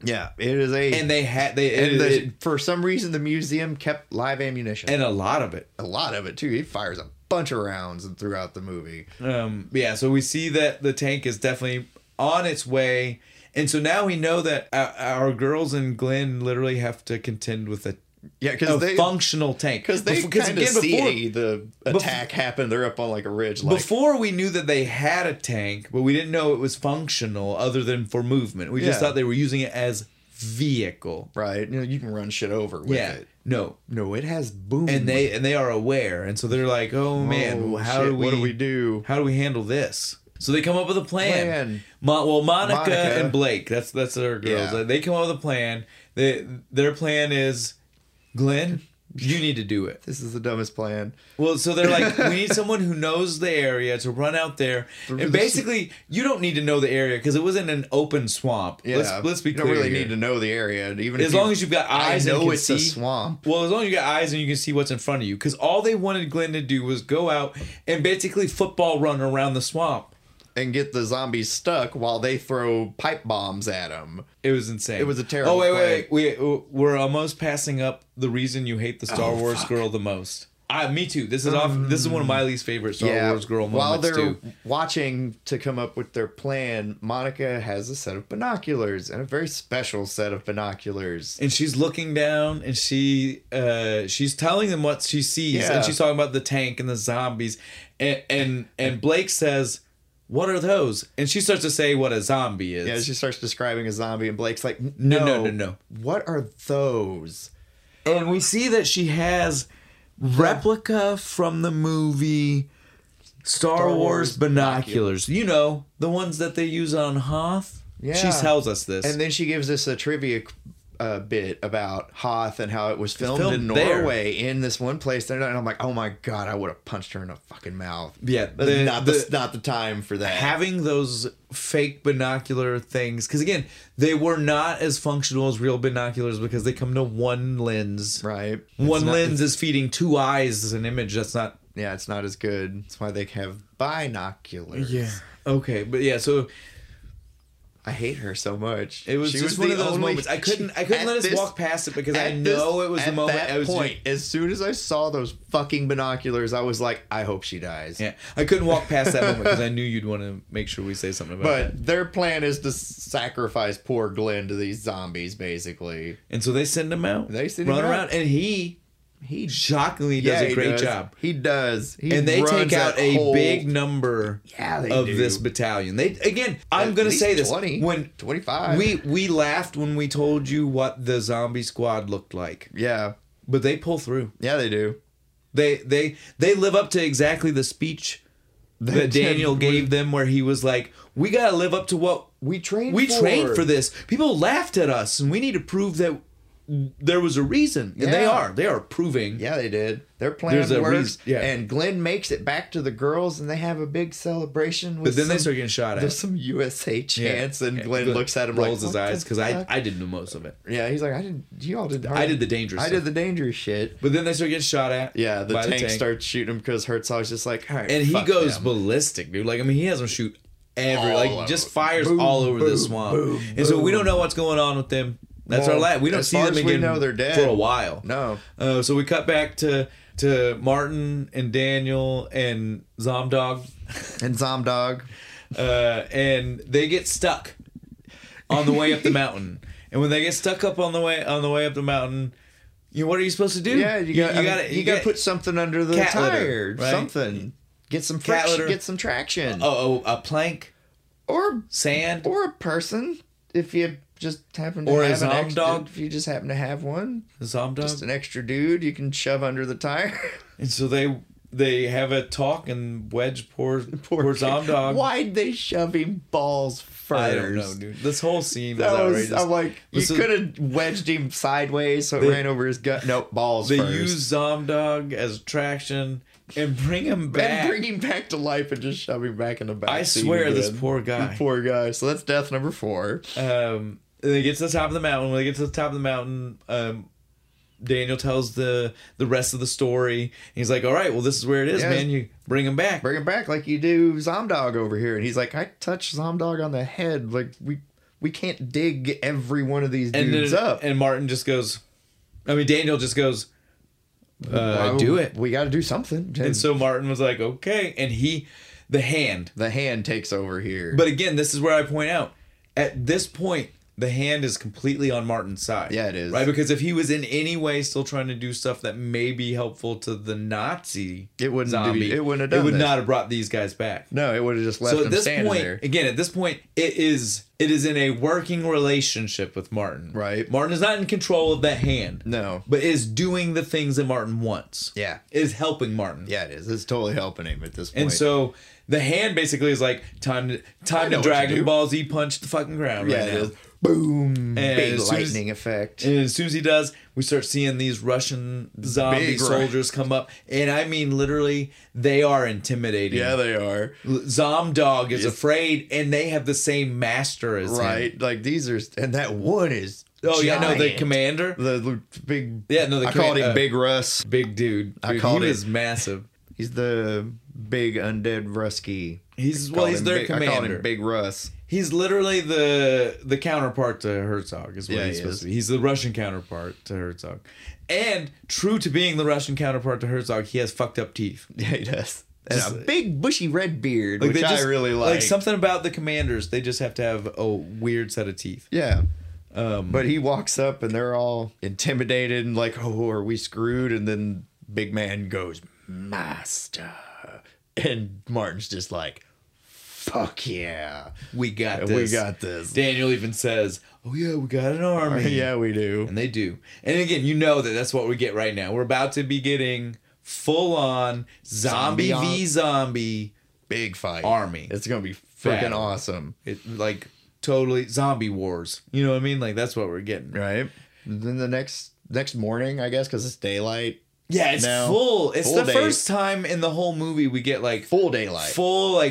S2: Yeah. It is a
S1: And they had they it-
S2: and the,
S1: it-
S2: for some reason the museum kept live ammunition.
S1: and a lot of it.
S2: a lot of it too. He fires a bunch of rounds throughout the movie.
S1: Um, yeah, so we see that the tank is definitely on its way, and so now we know that our, our girls and Glenn literally have to contend with a,
S2: Yeah,
S1: a
S2: because they
S1: functional tank
S2: because they
S1: Bef- Oh, 'cause
S2: kind of
S1: again,
S2: see
S1: before-
S2: the attack happen. They're up on like a ridge, like
S1: Before we knew that they had a tank, but we didn't know it was functional other than for movement. We just
S2: Yeah.
S1: thought they were using it as vehicle.
S2: right. You know, you can run shit over with
S1: Yeah.
S2: it.
S1: No.
S2: No, it has boom.
S1: And they and they are aware, and so they're like, "Oh man,
S2: Oh,
S1: how
S2: shit,
S1: do we
S2: What do we do?
S1: how do we handle this?" So they come up with a plan.
S2: Plan.
S1: Mo- well, Monica,
S2: Monica.
S1: and Blake, that's that's their girls.
S2: Yeah.
S1: They come up with a plan. They their plan is, Glenn, you need to do it.
S2: This is the dumbest plan.
S1: Well, so they're like, we need someone who knows the area to run out there, and basically, you don't need to know the area because it was in an open swamp.
S2: Yeah,
S1: let's, let's be
S2: you
S1: clear.
S2: don't really
S1: here.
S2: need to know the area. and Even
S1: As
S2: if
S1: long
S2: you,
S1: as you've got
S2: I
S1: eyes, and
S2: know
S1: can
S2: it's
S1: see,
S2: a swamp.
S1: Well, as long as you got eyes and you can see what's in front of you, because all they wanted Glenn to do was go out and basically football run around the swamp.
S2: and get the zombies stuck while they throw pipe bombs at them.
S1: It was insane.
S2: It was a terrible
S1: Oh wait, wait, wait. We we're almost passing up the reason you hate the Star
S2: Oh,
S1: Wars
S2: fuck. Mm.
S1: girl the most. I, me too. This is off. This is one of my least favorite Star Wars Oh, girl
S2: while
S1: moments
S2: they're
S1: too.
S2: watching to come up with their plan, Monica has a set of binoculars and a very special set of binoculars.
S1: and she's looking down and she uh she's telling them what she sees
S2: Yeah.
S1: and she's talking about the tank and the zombies and and and blake says what are those and she starts to say what a zombie is
S2: Yeah, she starts describing a zombie, and Blake's like, "No,
S1: No, no, no, no.
S2: What are those?"
S1: and we see that she has replica from the movie Star, Wars,
S2: Wars
S1: binoculars. You know, the ones that they use on Hoth. She
S2: Yeah.
S1: tells us this.
S2: And then she gives us a trivia uh, bit about Hoth and how it was filmed,
S1: filmed
S2: in
S1: there.
S2: Norway in this one place. And I'm like, "Oh my god, I would have punched her in the fucking mouth."
S1: yeah,
S2: That's
S1: the-
S2: not
S1: the-
S2: the, not the time for that.
S1: having those fake binocular things because again they were not as functional as real binoculars because they come to one lens
S2: right?
S1: one
S2: It's not-
S1: lens is feeding two eyes as an image that's not
S2: Yeah, it's not as good. That's why they have binoculars.
S1: okay but yeah so
S2: I hate her so much.
S1: it was
S2: She
S1: just one
S2: the
S1: of those
S2: only-
S1: moments i couldn't i couldn't
S2: at
S1: let us
S2: this-
S1: walk past it because i
S2: at
S1: know
S2: this-
S1: it was the
S2: at
S1: moment
S2: that
S1: i was
S2: point, as soon as I saw those fucking binoculars, I was like, I hope she dies.
S1: yeah i couldn't walk past that moment because i knew you'd want to make sure we say something about it
S2: But their plan is to s- sacrifice poor Glenn to these zombies, basically.
S1: and so they send him out
S2: They send him
S1: run
S2: out.
S1: around and he
S2: He
S1: shockingly does
S2: he
S1: a great job
S2: He does. He
S1: and they
S2: runs
S1: take out
S2: that
S1: a
S2: whole-
S1: big number
S2: Yeah, they
S1: of
S2: do.
S1: this battalion. They again, I'm
S2: at
S1: gonna
S2: least
S1: say this
S2: 20,
S1: when
S2: 25.
S1: we we laughed when we told you what the zombie squad looked like,
S2: yeah,
S1: but they pull through.
S2: yeah, they do.
S1: They they they live up to exactly the speech that Daniel gave them, where he was like, "We gotta live up to what
S2: We trained.
S1: we trained for this. People laughed at us, and we need to prove that." There was a reason, and they
S2: Yeah.
S1: are. They are proving.
S2: Yeah, they did. Their plan
S1: There's a
S2: works,
S1: reason- yeah.
S2: and Glenn makes it back to the girls, and they have a big celebration. With
S1: But then they
S2: some-
S1: start getting shot at.
S2: There's some USA chants, and Glenn looks at him,
S1: rolls
S2: like,
S1: his
S2: "What the
S1: eyes because I
S2: fuck?"
S1: I didn't know most of it.
S2: yeah, he's like, I didn't. You all did.
S1: I did the dangerous
S2: I
S1: stuff."
S2: did the dangerous shit.
S1: But then they start getting shot at.
S2: Yeah, the
S1: by
S2: tank, starts shooting him because Herzog's just like, all right,
S1: and he
S2: fuck
S1: goes
S2: them.
S1: ballistic, dude. Like I mean, he has them shoot every
S2: All
S1: like
S2: over.
S1: just fires
S2: Boom,
S1: all over the
S2: boom,
S1: swamp.
S2: boom,
S1: and so we
S2: boom.
S1: don't know what's going on with them. That's
S2: Well,
S1: our last. We don't
S2: as
S1: see
S2: far
S1: them
S2: as
S1: again
S2: we know, they're dead.
S1: for a while.
S2: No.
S1: Uh, so we cut back to to Martin and Daniel and Zomdog,
S2: And Zomdog.
S1: uh, and they get stuck on the way up the mountain. And when they get stuck up on the way on the way up the mountain, you know, what are you supposed to do?
S2: Yeah, you got.
S1: you, gotta
S2: You, gotta
S1: get-
S2: put something under the
S1: cat litter,
S2: tire.
S1: right?
S2: Something. Get some
S1: Cat
S2: friction.
S1: litter.
S2: Get some traction.
S1: oh, oh a plank,
S2: Or
S1: sand.
S2: or a person if you just happen to
S1: Or a
S2: have an extra,
S1: Zomdog.
S2: If you just happen to have one,
S1: Zomdog.
S2: just an extra dude you can shove under the tire.
S1: And so they they have a talk and wedge poor poor, Zomdog.
S2: Why'd they shove him balls first?
S1: I don't know, dude. This whole scene
S2: That
S1: was
S2: was,
S1: outrageous.
S2: I'm like, you
S1: This is-
S2: could have wedged him sideways so it
S1: They-
S2: ran over his gut. Nope, balls
S1: they
S2: first.
S1: use Zomdog as traction and bring him back.
S2: and bring him back to life and just shove him back in the back.
S1: I
S2: seat
S1: swear, this
S2: again.
S1: poor guy.
S2: Poor guy. So that's death number four.
S1: um, they get to the top of the mountain. When they get to the top of the mountain, um, Daniel tells the the rest of the story. And he's like, "All right, well, this is where it is,
S2: Yeah.
S1: man. You bring him back."
S2: Bring him back like you do Zomdog over here. And he's like, I touched Zomdog on the head. Like we we can't dig every one of these
S1: And
S2: dudes
S1: then-
S2: up.
S1: And Martin just goes, I mean, Daniel just goes, uh,
S2: Why-
S1: "Do it."
S2: We got to do something.
S1: And so Martin was like, "Okay," and he, the hand.
S2: the hand takes over here.
S1: But again, this is where I point out. At this point, the hand is completely on Martin's side.
S2: Yeah, it is.
S1: Right, because if he was in any way still trying to do stuff that may be helpful to the Nazi,
S2: It wouldn't do-
S1: zombie,
S2: it wouldn't have
S1: It
S2: done
S1: would
S2: this.
S1: not have brought these guys back.
S2: no, it would have just left
S1: so
S2: him
S1: at this
S2: standing
S1: point,
S2: there.
S1: again, at this point, it is it is in a working relationship with Martin.
S2: Right.
S1: Martin is not in control of that hand.
S2: No.
S1: But is doing the things that Martin wants.
S2: Yeah.
S1: Is helping Martin.
S2: Yeah, it is. It's totally helping him at this point.
S1: And so the hand basically is like time to time
S2: know
S1: to
S2: what to
S1: Dragon
S2: do.
S1: Ball Z punch the fucking ground
S2: yeah,
S1: right
S2: it
S1: now.
S2: is. Boom. Big
S1: as soon as-
S2: lightning effect.
S1: And as soon as he does, we start seeing these Russian zombie
S2: Big Ru-
S1: soldiers come up, and I mean literally, they are intimidating.
S2: yeah, they are.
S1: L- Zomdog is afraid, and they have the same master as him.
S2: Right. Like these are and that one is
S1: Oh yeah, no, the
S2: giant.
S1: commander,
S2: the l- big
S1: Yeah, no, the
S2: I called
S1: comman-
S2: him
S1: uh,
S2: Big Russ.
S1: big dude.
S2: I
S1: Dude,
S2: called
S1: he
S2: it-
S1: was massive.
S2: He's the big undead Rusky.
S1: He's well,
S2: Called
S1: he's
S2: him
S1: their
S2: big, I called
S1: commander.
S2: him Big Russ.
S1: He's literally the the counterpart to Herzog, is what
S2: Yeah,
S1: he's
S2: he
S1: supposed
S2: is.
S1: to be. He's the Russian counterpart to Herzog. And true to being the Russian counterpart to Herzog, he has fucked up teeth.
S2: Yeah, he does. And
S1: Just-
S2: a big bushy red beard, which
S1: just,
S2: I really like.
S1: Like something about the commanders, they just have to have a weird set of teeth.
S2: yeah.
S1: Um,
S2: But he walks up and they're all intimidated and like, oh, are we screwed? And then Big Man goes, Master. And Martin's just like, fuck yeah.
S1: we got
S2: We
S1: this.
S2: got this.
S1: Daniel even says, "Oh yeah, we got an army."
S2: Yeah, we do.
S1: and they do. And again, you know that that's what we get right now. We're about to be getting full on zombie,
S2: Zombie on-
S1: v zombie.
S2: Big fight.
S1: Army.
S2: It's going to be freaking
S1: Battle.
S2: awesome.
S1: It like totally zombie wars. You know what I mean? Like that's what we're getting.
S2: Right. Then the next next morning, I guess, because it's daylight,
S1: Yeah, it's
S2: Now,
S1: full. It's
S2: full
S1: the
S2: day.
S1: first time in the whole movie we get like full,
S2: full daylight.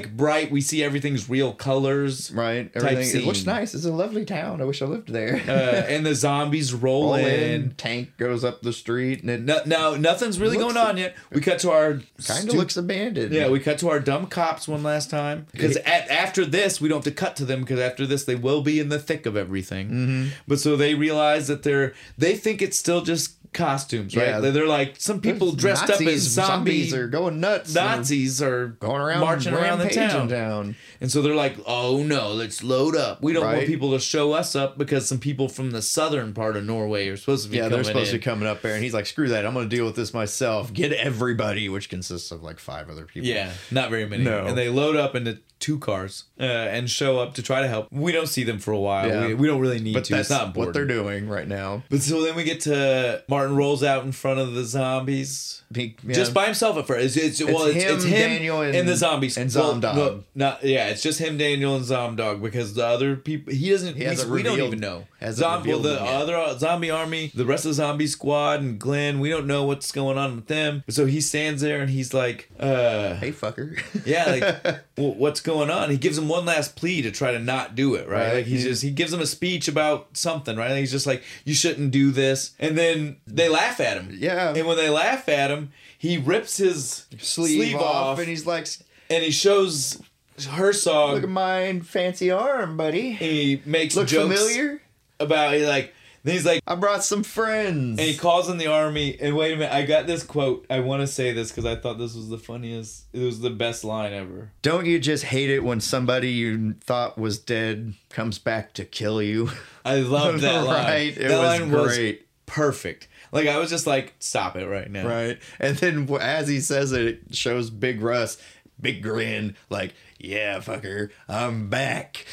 S1: like bright. We see everything's real colors.
S2: right.
S1: type
S2: Everything. It looks
S1: scene.
S2: nice. It's a lovely town. I wish I lived there.
S1: Uh, and the zombies roll,
S2: Roll in,
S1: in.
S2: tank goes up the street, and it
S1: No, now nothing's really
S2: Looks-
S1: going on yet. We cut to our
S2: kind
S1: stu-
S2: of looks abandoned.
S1: Yeah, we cut to our dumb cops one last time because at, after this we don't have to cut to them because after this they will be in the thick of everything.
S2: Mm-hmm.
S1: But so they realize that they're they think it's still just costumes, right?
S2: Yeah.
S1: They're, they're like some people dressed up as zombie
S2: zombies are going nuts. and
S1: Nazis are
S2: going around
S1: marching around the
S2: rampaging
S1: town. and so they're like, "Oh no, let's load up. We don't want
S2: Right.
S1: people to show us up because some people from the southern part of Norway are supposed to be
S2: Yeah,
S1: coming
S2: they're supposed
S1: in.
S2: to be coming up there, and he's like, "Screw that! I'm going to deal with this myself. Get everybody," which consists of like five other people.
S1: Yeah, not very many.
S2: No.
S1: And they load up into two cars uh, and show up to try to help. We don't see them for a while.
S2: Yeah.
S1: We, we don't really need
S2: but
S1: to. it's
S2: that's
S1: not
S2: what
S1: important.
S2: they're doing right now.
S1: But so then we get to Martin rolls out in front of the zombies.
S2: He- yeah.
S1: Just by himself at first. It's, it's, well, it's,
S2: him,
S1: it's him,
S2: Daniel,
S1: and,
S2: and-
S1: the zombies
S2: and
S1: Well,
S2: Zomdog.
S1: no, not yeah. It's just him, Daniel, and Zomdog because the other people he doesn't. we-
S2: hasn't
S1: we, don't
S2: revealed-
S1: even know.
S2: hasn't
S1: Zombie, well,
S2: revealed
S1: the
S2: them yet.
S1: other uh, zombie army, the rest of the zombie squad, and Glenn. We don't know what's going on with them. So he stands there and he's like, uh,
S2: hey fucker.
S1: yeah, like w- what's going on? He gives him one last plea to try to not do it, right?
S2: Right.
S1: Like he's just he gives him a speech about something, right? He's just like you shouldn't do this, and then they laugh at him.
S2: Yeah.
S1: and when they laugh at him, he rips his
S2: sleeve, off, and he's like,
S1: and he shows Herzog.
S2: "Look at mine fancy arm, buddy.
S1: and he makes
S2: Look
S1: jokes
S2: familiar."
S1: about he like Then he's like,
S2: I brought some friends.
S1: and he calls in the army. And wait a minute, I got this quote. I want to say this because I thought this was the funniest. It was the best line ever.
S2: Don't you just hate it when somebody you thought was dead comes back to kill you?
S1: I love that line.
S2: Right, it
S1: that
S2: was
S1: line
S2: great.
S1: perfect. Like I was just like, stop it right now.
S2: Right. And then wh- as he says it, it shows Big Russ, big grin, like, yeah, fucker, I'm back.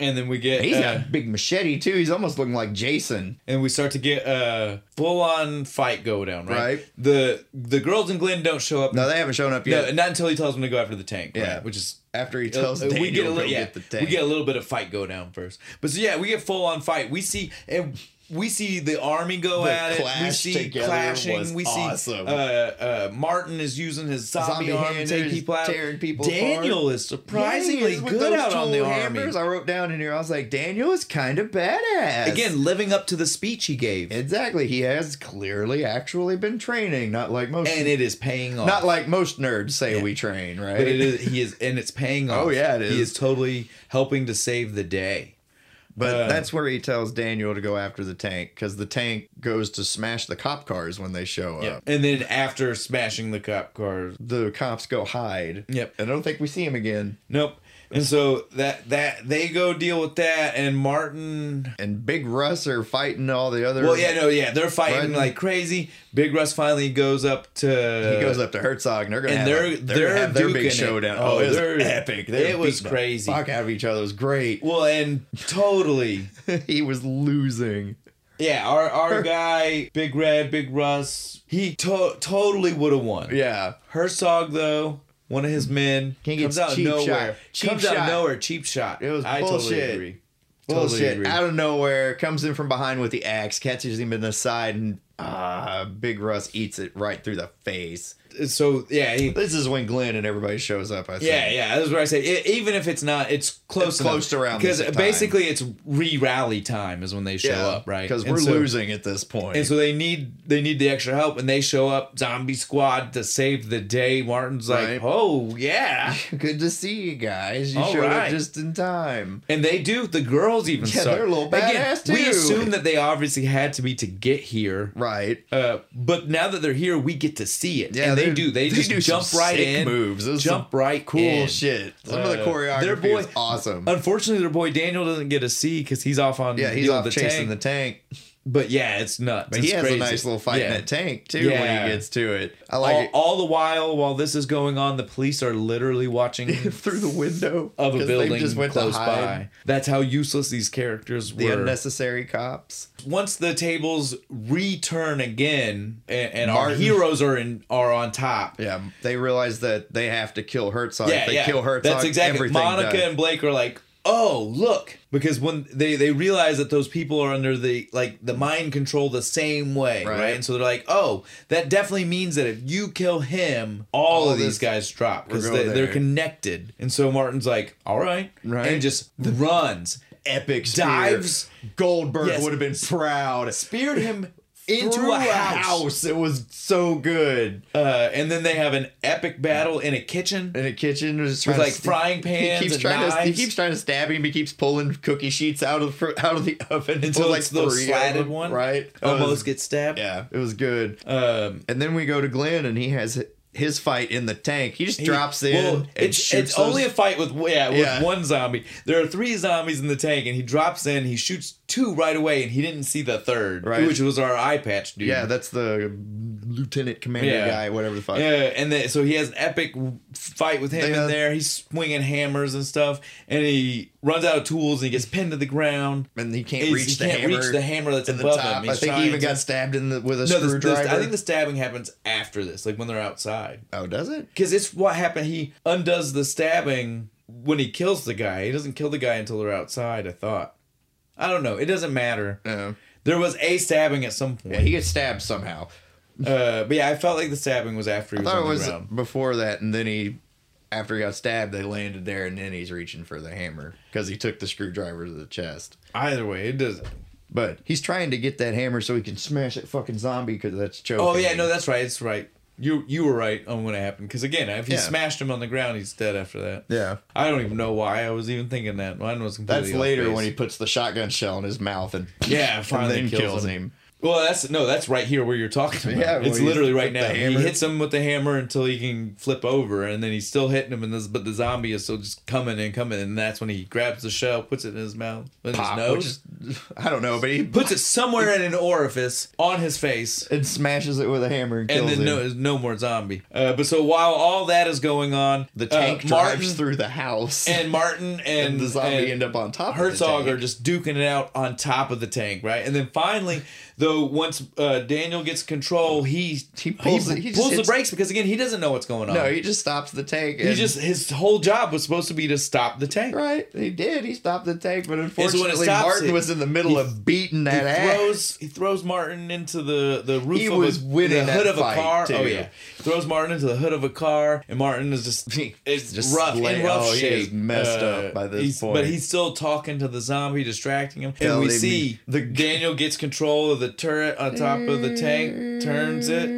S1: And then we get
S2: He's
S1: uh,
S2: got a big machete, too. He's almost looking like Jason.
S1: and we start to get a full on fight go down. Right?
S2: Right.
S1: The the girls and Glenn don't show up.
S2: No, they haven't shown up
S1: No,
S2: yet.
S1: not until he tells them to go after the tank. Yeah,
S2: Yeah.
S1: which is
S2: After he tells
S1: Uh,
S2: Daniel
S1: we get a
S2: to
S1: little,
S2: go
S1: yeah,
S2: get the tank.
S1: we get a little bit of fight go down first. But so yeah, we get full on fight. We see and we see the army go
S2: The
S1: at it. We
S2: clash
S1: see
S2: together
S1: clashing.
S2: was
S1: we
S2: awesome.
S1: see uh, uh, Martin is using his zombie,
S2: Zombie
S1: arm to take
S2: handers,
S1: people out.
S2: tearing people
S1: Daniel
S2: apart.
S1: is surprisingly
S2: Yeah, with
S1: good
S2: those
S1: out on the
S2: tool
S1: army.
S2: hammers I wrote down in here. I was like, Daniel is kind of badass.
S1: Again, living up to the speech he gave,
S2: exactly. He has clearly actually been training, not like most.
S1: and it is paying off.
S2: not like most nerds say we train, right?
S1: but it is he is, and it's paying off.
S2: Oh, yeah, it
S1: He
S2: is.
S1: is totally helping to save the day.
S2: But
S1: Uh,
S2: that's where he tells Daniel to go after the tank because the tank goes to smash the cop cars when they show up.
S1: And then after smashing the cop cars,
S2: The cops go hide.
S1: Yep.
S2: And I don't think we see him again.
S1: Nope. And so that that they go deal with that, and Martin.
S2: And Big Russ are fighting all the other.
S1: Well, yeah, no, yeah, they're fighting
S2: Martin-
S1: like crazy. Big Russ finally goes up to.
S2: He goes up to Herzog, and they're gonna
S1: uh, and
S2: have,
S1: they're
S2: a- they're gonna
S1: they're
S2: have their
S1: duking
S2: big
S1: it.
S2: showdown.
S1: Oh,
S2: Oh, it was
S1: they're-
S2: epic! They
S1: it
S2: were
S1: was
S2: beating the
S1: crazy.
S2: Fuck out of each other It was great.
S1: Well, and totally,
S2: he was losing.
S1: yeah. Our our guy, Big Red, Big Russ, he to- totally would have won.
S2: Yeah,
S1: Herzog though, one of his men,
S2: He gets
S1: comes out of
S2: cheap
S1: nowhere.
S2: shot. Cheap
S1: comes out of
S2: shot.
S1: nowhere, cheap shot.
S2: It was
S1: I Totally
S2: bullshit.
S1: agree. Totally
S2: bullshit.
S1: agree.
S2: out of nowhere, comes in from behind with the axe, catches him in the side, and ah, Big Russ eats it right through the face.
S1: So yeah, he
S2: This is when Glenn and everybody shows up. I think.
S1: Yeah, yeah, that's what I say. E- even if it's not, it's close.
S2: It's close to around
S1: because
S2: this time.
S1: basically it's re rally time is when they show up, right?
S2: Because
S1: And
S2: we're
S1: so-
S2: losing at this point.
S1: and so they need they need the extra help, and they show up, zombie squad to save the day. Martin's like,
S2: Right.
S1: oh yeah,
S2: Good to see you guys. You
S1: All
S2: showed
S1: right.
S2: up just in time.
S1: and they do. The girls even
S2: Yeah,
S1: start.
S2: they're a little badass,
S1: We
S2: too.
S1: assume that they obviously had to be to get here.
S2: Right.
S1: Uh, but now that they're here, we get to see it.
S2: Yeah,
S1: and they
S2: they're-
S1: do. They,
S2: they
S1: just
S2: do some
S1: jump right
S2: sick
S1: in.
S2: moves. Those are
S1: Jump
S2: some
S1: right
S2: Cool
S1: in.
S2: shit. Some of the
S1: Uh,
S2: choreography
S1: their boy- uh,
S2: is awesome.
S1: Unfortunately, their boy Daniel doesn't get a C because he's off on
S2: yeah, he's
S1: dealing
S2: off
S1: with
S2: chasing
S1: tank.
S2: the tank.
S1: But yeah, it's nuts.
S2: But he
S1: It's
S2: has
S1: crazy.
S2: a nice little fight
S1: Yeah.
S2: in that tank too
S1: Yeah.
S2: when he gets to it. I
S1: all,
S2: like
S1: all the while, while this is going on, the police are literally watching
S2: it through the window
S1: of
S2: 'cause
S1: a
S2: they
S1: building close
S2: hide.
S1: by. That's how useless these characters
S2: The
S1: were.
S2: unnecessary cops.
S1: Once the tables return again, and, and our
S2: Martin.
S1: heroes are in are on top.
S2: Yeah, they realize that they have to kill Herzog.
S1: Yeah,
S2: if they
S1: yeah.
S2: kill Herzog,
S1: That's exactly.
S2: everything
S1: Monica
S2: dies.
S1: and Blake are like, "Oh, look," because when they they realize that those people are under the like the mind control the same way, right?
S2: Right.
S1: And so they're like, "Oh, that definitely means that if you kill him, all,
S2: All
S1: of these
S2: these-
S1: guys drop because
S2: We're
S1: they,
S2: going
S1: they're
S2: there.
S1: connected." And so Martin's like, "All right,"
S2: Right.
S1: and just runs,
S2: epic spear.
S1: dives.
S2: Goldberg
S1: Yes.
S2: would have been proud.
S1: speared him into
S2: Through
S1: a house,
S2: It was so good.
S1: Uh, and then they have an epic battle in a kitchen.
S2: In a kitchen, was trying
S1: like,
S2: to st-
S1: frying pans
S2: He keeps
S1: and
S2: trying to he
S1: knives.
S2: keeps trying to stab him. He keeps pulling cookie sheets out of the fr- out of the oven
S1: Until
S2: Pulls,
S1: it's the
S2: three of
S1: slatted
S2: them,
S1: one,
S2: right?
S1: Almost
S2: It was-
S1: gets stabbed.
S2: Uh, yeah, it was good.
S1: Um,
S2: And then we go to Glenn, and he has his fight in the tank. He just drops in.
S1: Well,
S2: and
S1: it's
S2: shoots
S1: it's
S2: those-
S1: only a fight with yeah with
S2: Yeah.
S1: one zombie. There are three zombies in the tank, and he drops in. He shoots two right away, and he didn't see the third,
S2: Right.
S1: which was our eye patch dude.
S2: yeah. That's the lieutenant commander
S1: Yeah.
S2: guy, whatever the fuck.
S1: Yeah, and then, so he has an epic fight with him
S2: They
S1: in
S2: have-
S1: there. He's swinging hammers and stuff, and he runs out of tools and he gets pinned to the ground.
S2: And he can't
S1: He's-
S2: reach
S1: he
S2: the
S1: can't
S2: hammer.
S1: reach the hammer that's
S2: in the
S1: above
S2: top.
S1: him. He's
S2: I think
S1: trying
S2: he even
S1: to-
S2: got stabbed in the with a
S1: No, this,
S2: screwdriver.
S1: this, I think the stabbing happens after this, like when they're outside.
S2: oh, does it?
S1: Because it's what happened. He undoes the stabbing when he kills the guy. He doesn't kill the guy until they're outside, I thought. I don't know. It doesn't matter.
S2: No.
S1: There was a stabbing at some point.
S2: Yeah, he gets stabbed somehow.
S1: uh, but yeah, I felt like the stabbing was after he
S2: I
S1: was on
S2: thought it
S1: the
S2: was
S1: ground.
S2: before that, and then he, after he got stabbed, they landed there, and then he's reaching for the hammer because he took the screwdriver to the chest.
S1: Either way, it doesn't.
S2: But he's trying to get that hammer so he can smash that fucking zombie because that's choking.
S1: Oh, yeah,
S2: him.
S1: no, that's right. It's right. You you were right on when it happened because again, if you
S2: Yeah.
S1: smashed him on the ground, he's dead after that.
S2: Yeah.
S1: I don't even know why I was even thinking that. Mine was completely.
S2: That's
S1: off
S2: later
S1: base.
S2: when he puts the shotgun shell in his mouth and
S1: Yeah,
S2: and
S1: finally
S2: then
S1: kills, him. Well, that's no, that's right here where you're talking about.
S2: Yeah,
S1: Yeah, it's
S2: where he's
S1: literally right
S2: with the
S1: now. He
S2: hammer.
S1: hits him with the hammer until he can flip over, and then he's still hitting him. And this, but the zombie is still just coming and coming, and that's when he grabs the shell, puts it in his mouth, in
S2: Pop,
S1: his nose,
S2: which is- I don't know, but he
S1: puts it somewhere in an orifice on his face,
S2: and smashes it with a hammer and
S1: and
S2: kills
S1: then
S2: him.
S1: no, no more zombie. Uh, but so while all that is going on,
S2: the
S1: uh,
S2: tank drives
S1: Martin
S2: through the house
S1: and Martin and,
S2: the zombie
S1: and
S2: end up on top. of
S1: Herzog
S2: the
S1: are
S2: tank.
S1: just duking it out on top of the tank, right? And then finally, though, once uh, Daniel gets control, he
S2: He pulls it- he just
S1: pulls the
S2: hits-
S1: brakes because again, he doesn't know what's going on.
S2: no, he just stops the tank.
S1: he
S2: and-
S1: just his whole job was supposed to be to stop the tank.
S2: right. He did. He stopped the tank, but
S1: when it
S2: unfortunately,
S1: stops,
S2: Martin
S1: it-
S2: was in the middle
S1: he-
S2: of beating
S1: He
S2: that ass.
S1: throws he throws Martin into the the roof
S2: He
S1: of
S2: was
S1: a,
S2: winning
S1: the hood
S2: that
S1: of a
S2: fight,
S1: car.
S2: too.
S1: Oh yeah, throws Martin into the hood of a car, and Martin is just it's
S2: Just
S1: just rough
S2: lay-
S1: in rough
S2: oh, he
S1: shape. Uh,
S2: is messed up by this
S1: he's-
S2: point.
S1: but he's still talking to the zombie, distracting him.
S2: Telling
S1: and we
S2: me-
S1: see
S2: the-
S1: Daniel gets control of the turret on top of the tank, turns it,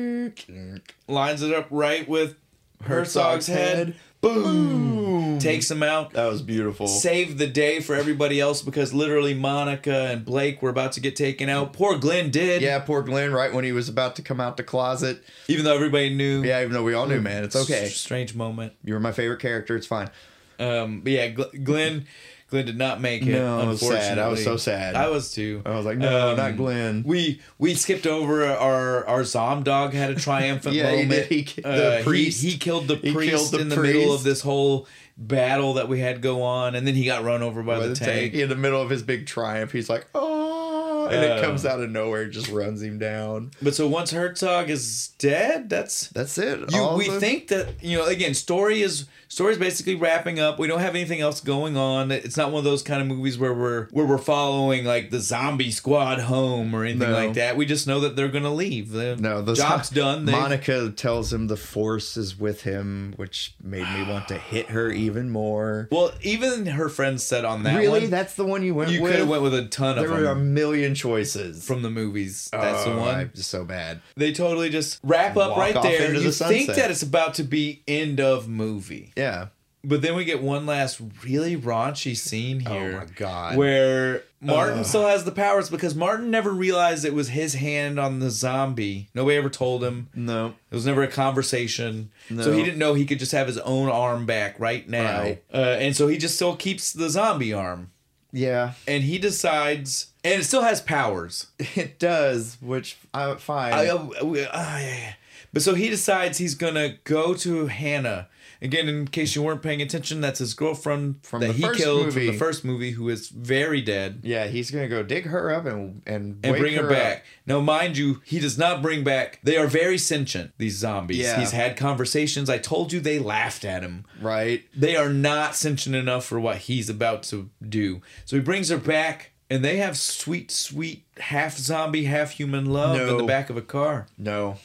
S1: lines it up right with Herzog's,
S2: Mm. Herzog's
S1: head.
S2: head.
S1: Boom! Takes him out
S2: That was beautiful.
S1: save the day for everybody else because literally Monica and Blake were about to get taken out. Poor Glenn did.
S2: yeah, poor Glenn. Right when he was about to come out the closet.
S1: Even though everybody knew.
S2: Yeah, even though we all knew, man, it's okay.
S1: S- Strange moment.
S2: You were my favorite character. It's fine.
S1: Um, but yeah, Gl- Glenn, Glenn did not make it.
S2: No, I was
S1: unfortunately.
S2: sad. I was so sad.
S1: I was too.
S2: I was like, no,
S1: Um,
S2: not Glenn.
S1: We we skipped over our our Zom dog had a triumphant
S2: Yeah, he did.
S1: moment.
S2: He ki- the
S1: Uh,
S2: priest.
S1: He, killed the
S2: He
S1: priest
S2: killed the
S1: in the middle
S2: priest.
S1: of this whole battle that we had go on, and then he got run over by,
S2: By
S1: the,
S2: the
S1: tank.
S2: tank. In the middle of his big triumph, he's like, oh, and it
S1: Uh,
S2: comes out of nowhere, just runs him down.
S1: But so once Herzog is dead, that's
S2: That's it.
S1: you,
S2: All
S1: we
S2: the-
S1: think that you know again story is story is basically wrapping up we don't have anything else going on it's not one of those kind of movies where we're where we're following like the zombie squad home or anything
S2: No.
S1: like that we just know that they're gonna leave the
S2: No, the
S1: job's done they,
S2: Monica tells him the force is with him, which made me want to hit her even more.
S1: well even her friends said on that
S2: really?
S1: one
S2: That's the one you went
S1: you
S2: with?
S1: could have went with a ton
S2: there
S1: of
S2: were a
S1: them
S2: million choices.
S1: from the movies that's
S2: Oh,
S1: the one
S2: I'm so bad.
S1: they totally just wrap up
S2: Walk
S1: right
S2: off
S1: there
S2: into the
S1: you think
S2: sunset.
S1: that it's about to be end of movie
S2: Yeah.
S1: But then we get one last really raunchy scene here.
S2: Oh, my God.
S1: Where Martin still has the powers because Martin never realized it was his hand on the zombie. Nobody ever told him.
S2: No.
S1: It was never a conversation. So
S2: No.
S1: he didn't know he could just have his own arm back right now.
S2: Right.
S1: Uh, and so he just still keeps the zombie arm.
S2: Yeah.
S1: And he decides, and it still has powers.
S2: It does, which I fine.
S1: I, uh, we- ah, yeah, yeah. But so he decides he's gonna go to Hannah again. In case you weren't paying attention, that's his girlfriend
S2: From
S1: that
S2: the
S1: he
S2: first
S1: killed from
S2: movie.
S1: the first movie, who is very dead,
S2: yeah, he's gonna go dig her up and and,
S1: and
S2: wake
S1: bring her,
S2: up.
S1: back. Now, mind you, he does not bring back. They are very sentient. These zombies.
S2: Yeah.
S1: He's had conversations. I told you they laughed at him.
S2: Right.
S1: They are not sentient enough for what he's about to do. So he brings her back. And they have sweet, sweet half zombie, half human love in the
S2: No.
S1: back of a car.
S2: No,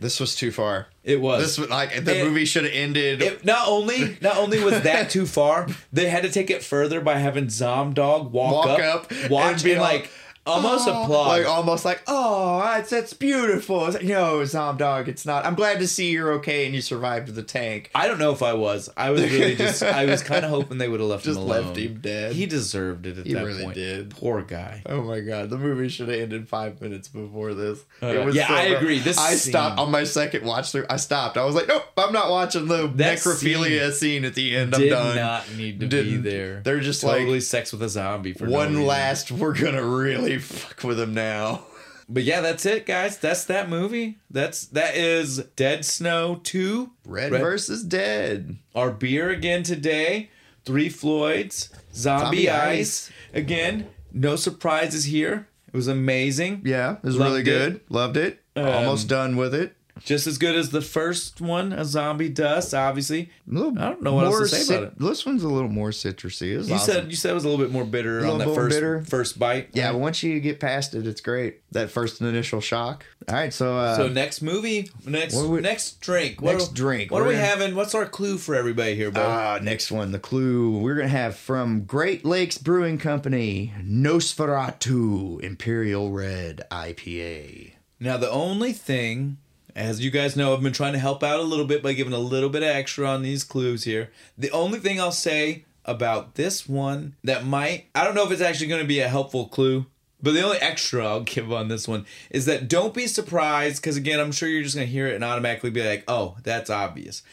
S2: this was too far.
S1: It was
S2: This was like the
S1: It-
S2: movie should have ended.
S1: it, not only not only was that too far, they had to take it further by having Zomdog walk, up,
S2: walk up,
S1: watch,
S2: and
S1: and,
S2: be like,
S1: like almost
S2: "Oh,"
S1: applaud.
S2: Like almost like, oh, that's that's beautiful. It's like, no, Zom Dog, it's not. I'm glad to see you're okay and you survived the tank.
S1: I don't know if I was. I was really just. I was kind of hoping they would have left
S2: Just
S1: him alone.
S2: left him dead.
S1: He deserved it at
S2: He
S1: that
S2: really
S1: point.
S2: did.
S1: Poor guy.
S2: Oh my god, the movie should have ended five minutes before this.
S1: Uh, yeah, I
S2: bad.
S1: agree. This
S2: I stopped
S1: scene-
S2: on my second watch through. I stopped. I was like, nope, I'm not watching the
S1: That
S2: necrophilia scene. at the end. I'm
S1: Did
S2: done.
S1: not need to
S2: Didn't.
S1: be there.
S2: They're just
S1: totally
S2: like
S1: sex with a zombie for no
S2: one
S1: reason.
S2: last. We're gonna really fuck with him now.
S1: But yeah, that's it, guys. That's that movie. That's that is Dead Snow Two.
S2: Red,
S1: Red-
S2: versus Dead.
S1: our beer again today. Three Floyds, Zombie,
S2: Zombie
S1: Ice.
S2: Ice.
S1: Again, no surprises here. It was amazing.
S2: Yeah, it was
S1: Loved
S2: really
S1: it. Um,
S2: good. Loved it. Almost done with it.
S1: Just as good as the first one, a zombie dust, obviously.
S2: A little
S1: I don't know what else
S2: more
S1: to say about
S2: cit- This one's a little more citrusy. It was
S1: You
S2: awesome.
S1: said you said it was a little bit more bitter
S2: little
S1: on that
S2: more
S1: first
S2: bitter.
S1: first bite.
S2: yeah, but once you get past it, it's great. That first initial shock. All right, so, uh,
S1: So next movie, next
S2: What we-
S1: next drink,
S2: Next
S1: what,
S2: drink.
S1: What are
S2: We're
S1: we
S2: gonna-
S1: having? What's our clue for everybody here, bro?
S2: Ah, next one, the clue. We're gonna have from Great Lakes Brewing Company, Nosferatu Imperial Red IPA.
S1: Now, the only thing As you guys know, I've been trying to help out a little bit by giving a little bit of extra on these clues here. The only thing I'll say about this one that might, I don't know if it's actually going to be a helpful clue, but the only extra I'll give on this one is that don't be surprised because, again, I'm sure you're just going to hear it and automatically be like, oh, that's obvious.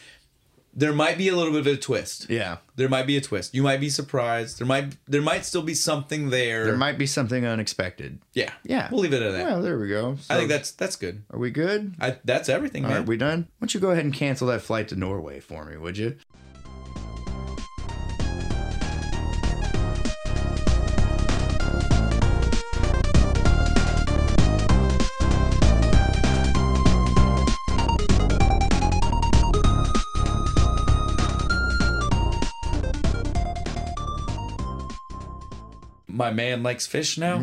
S1: There might be a little bit of a twist.
S2: Yeah.
S1: There might be a twist. You might be surprised. There might there might still be something there.
S2: There might be something unexpected.
S1: yeah.
S2: Yeah.
S1: We'll leave it at that.
S2: Well, there we go.
S1: I think
S2: So,
S1: that's that's good.
S2: Are we good?
S1: I that's everything,
S2: All
S1: man.
S2: right, we done? Why don't you go ahead and cancel that flight to Norway for me, would you?
S1: My man likes fish now.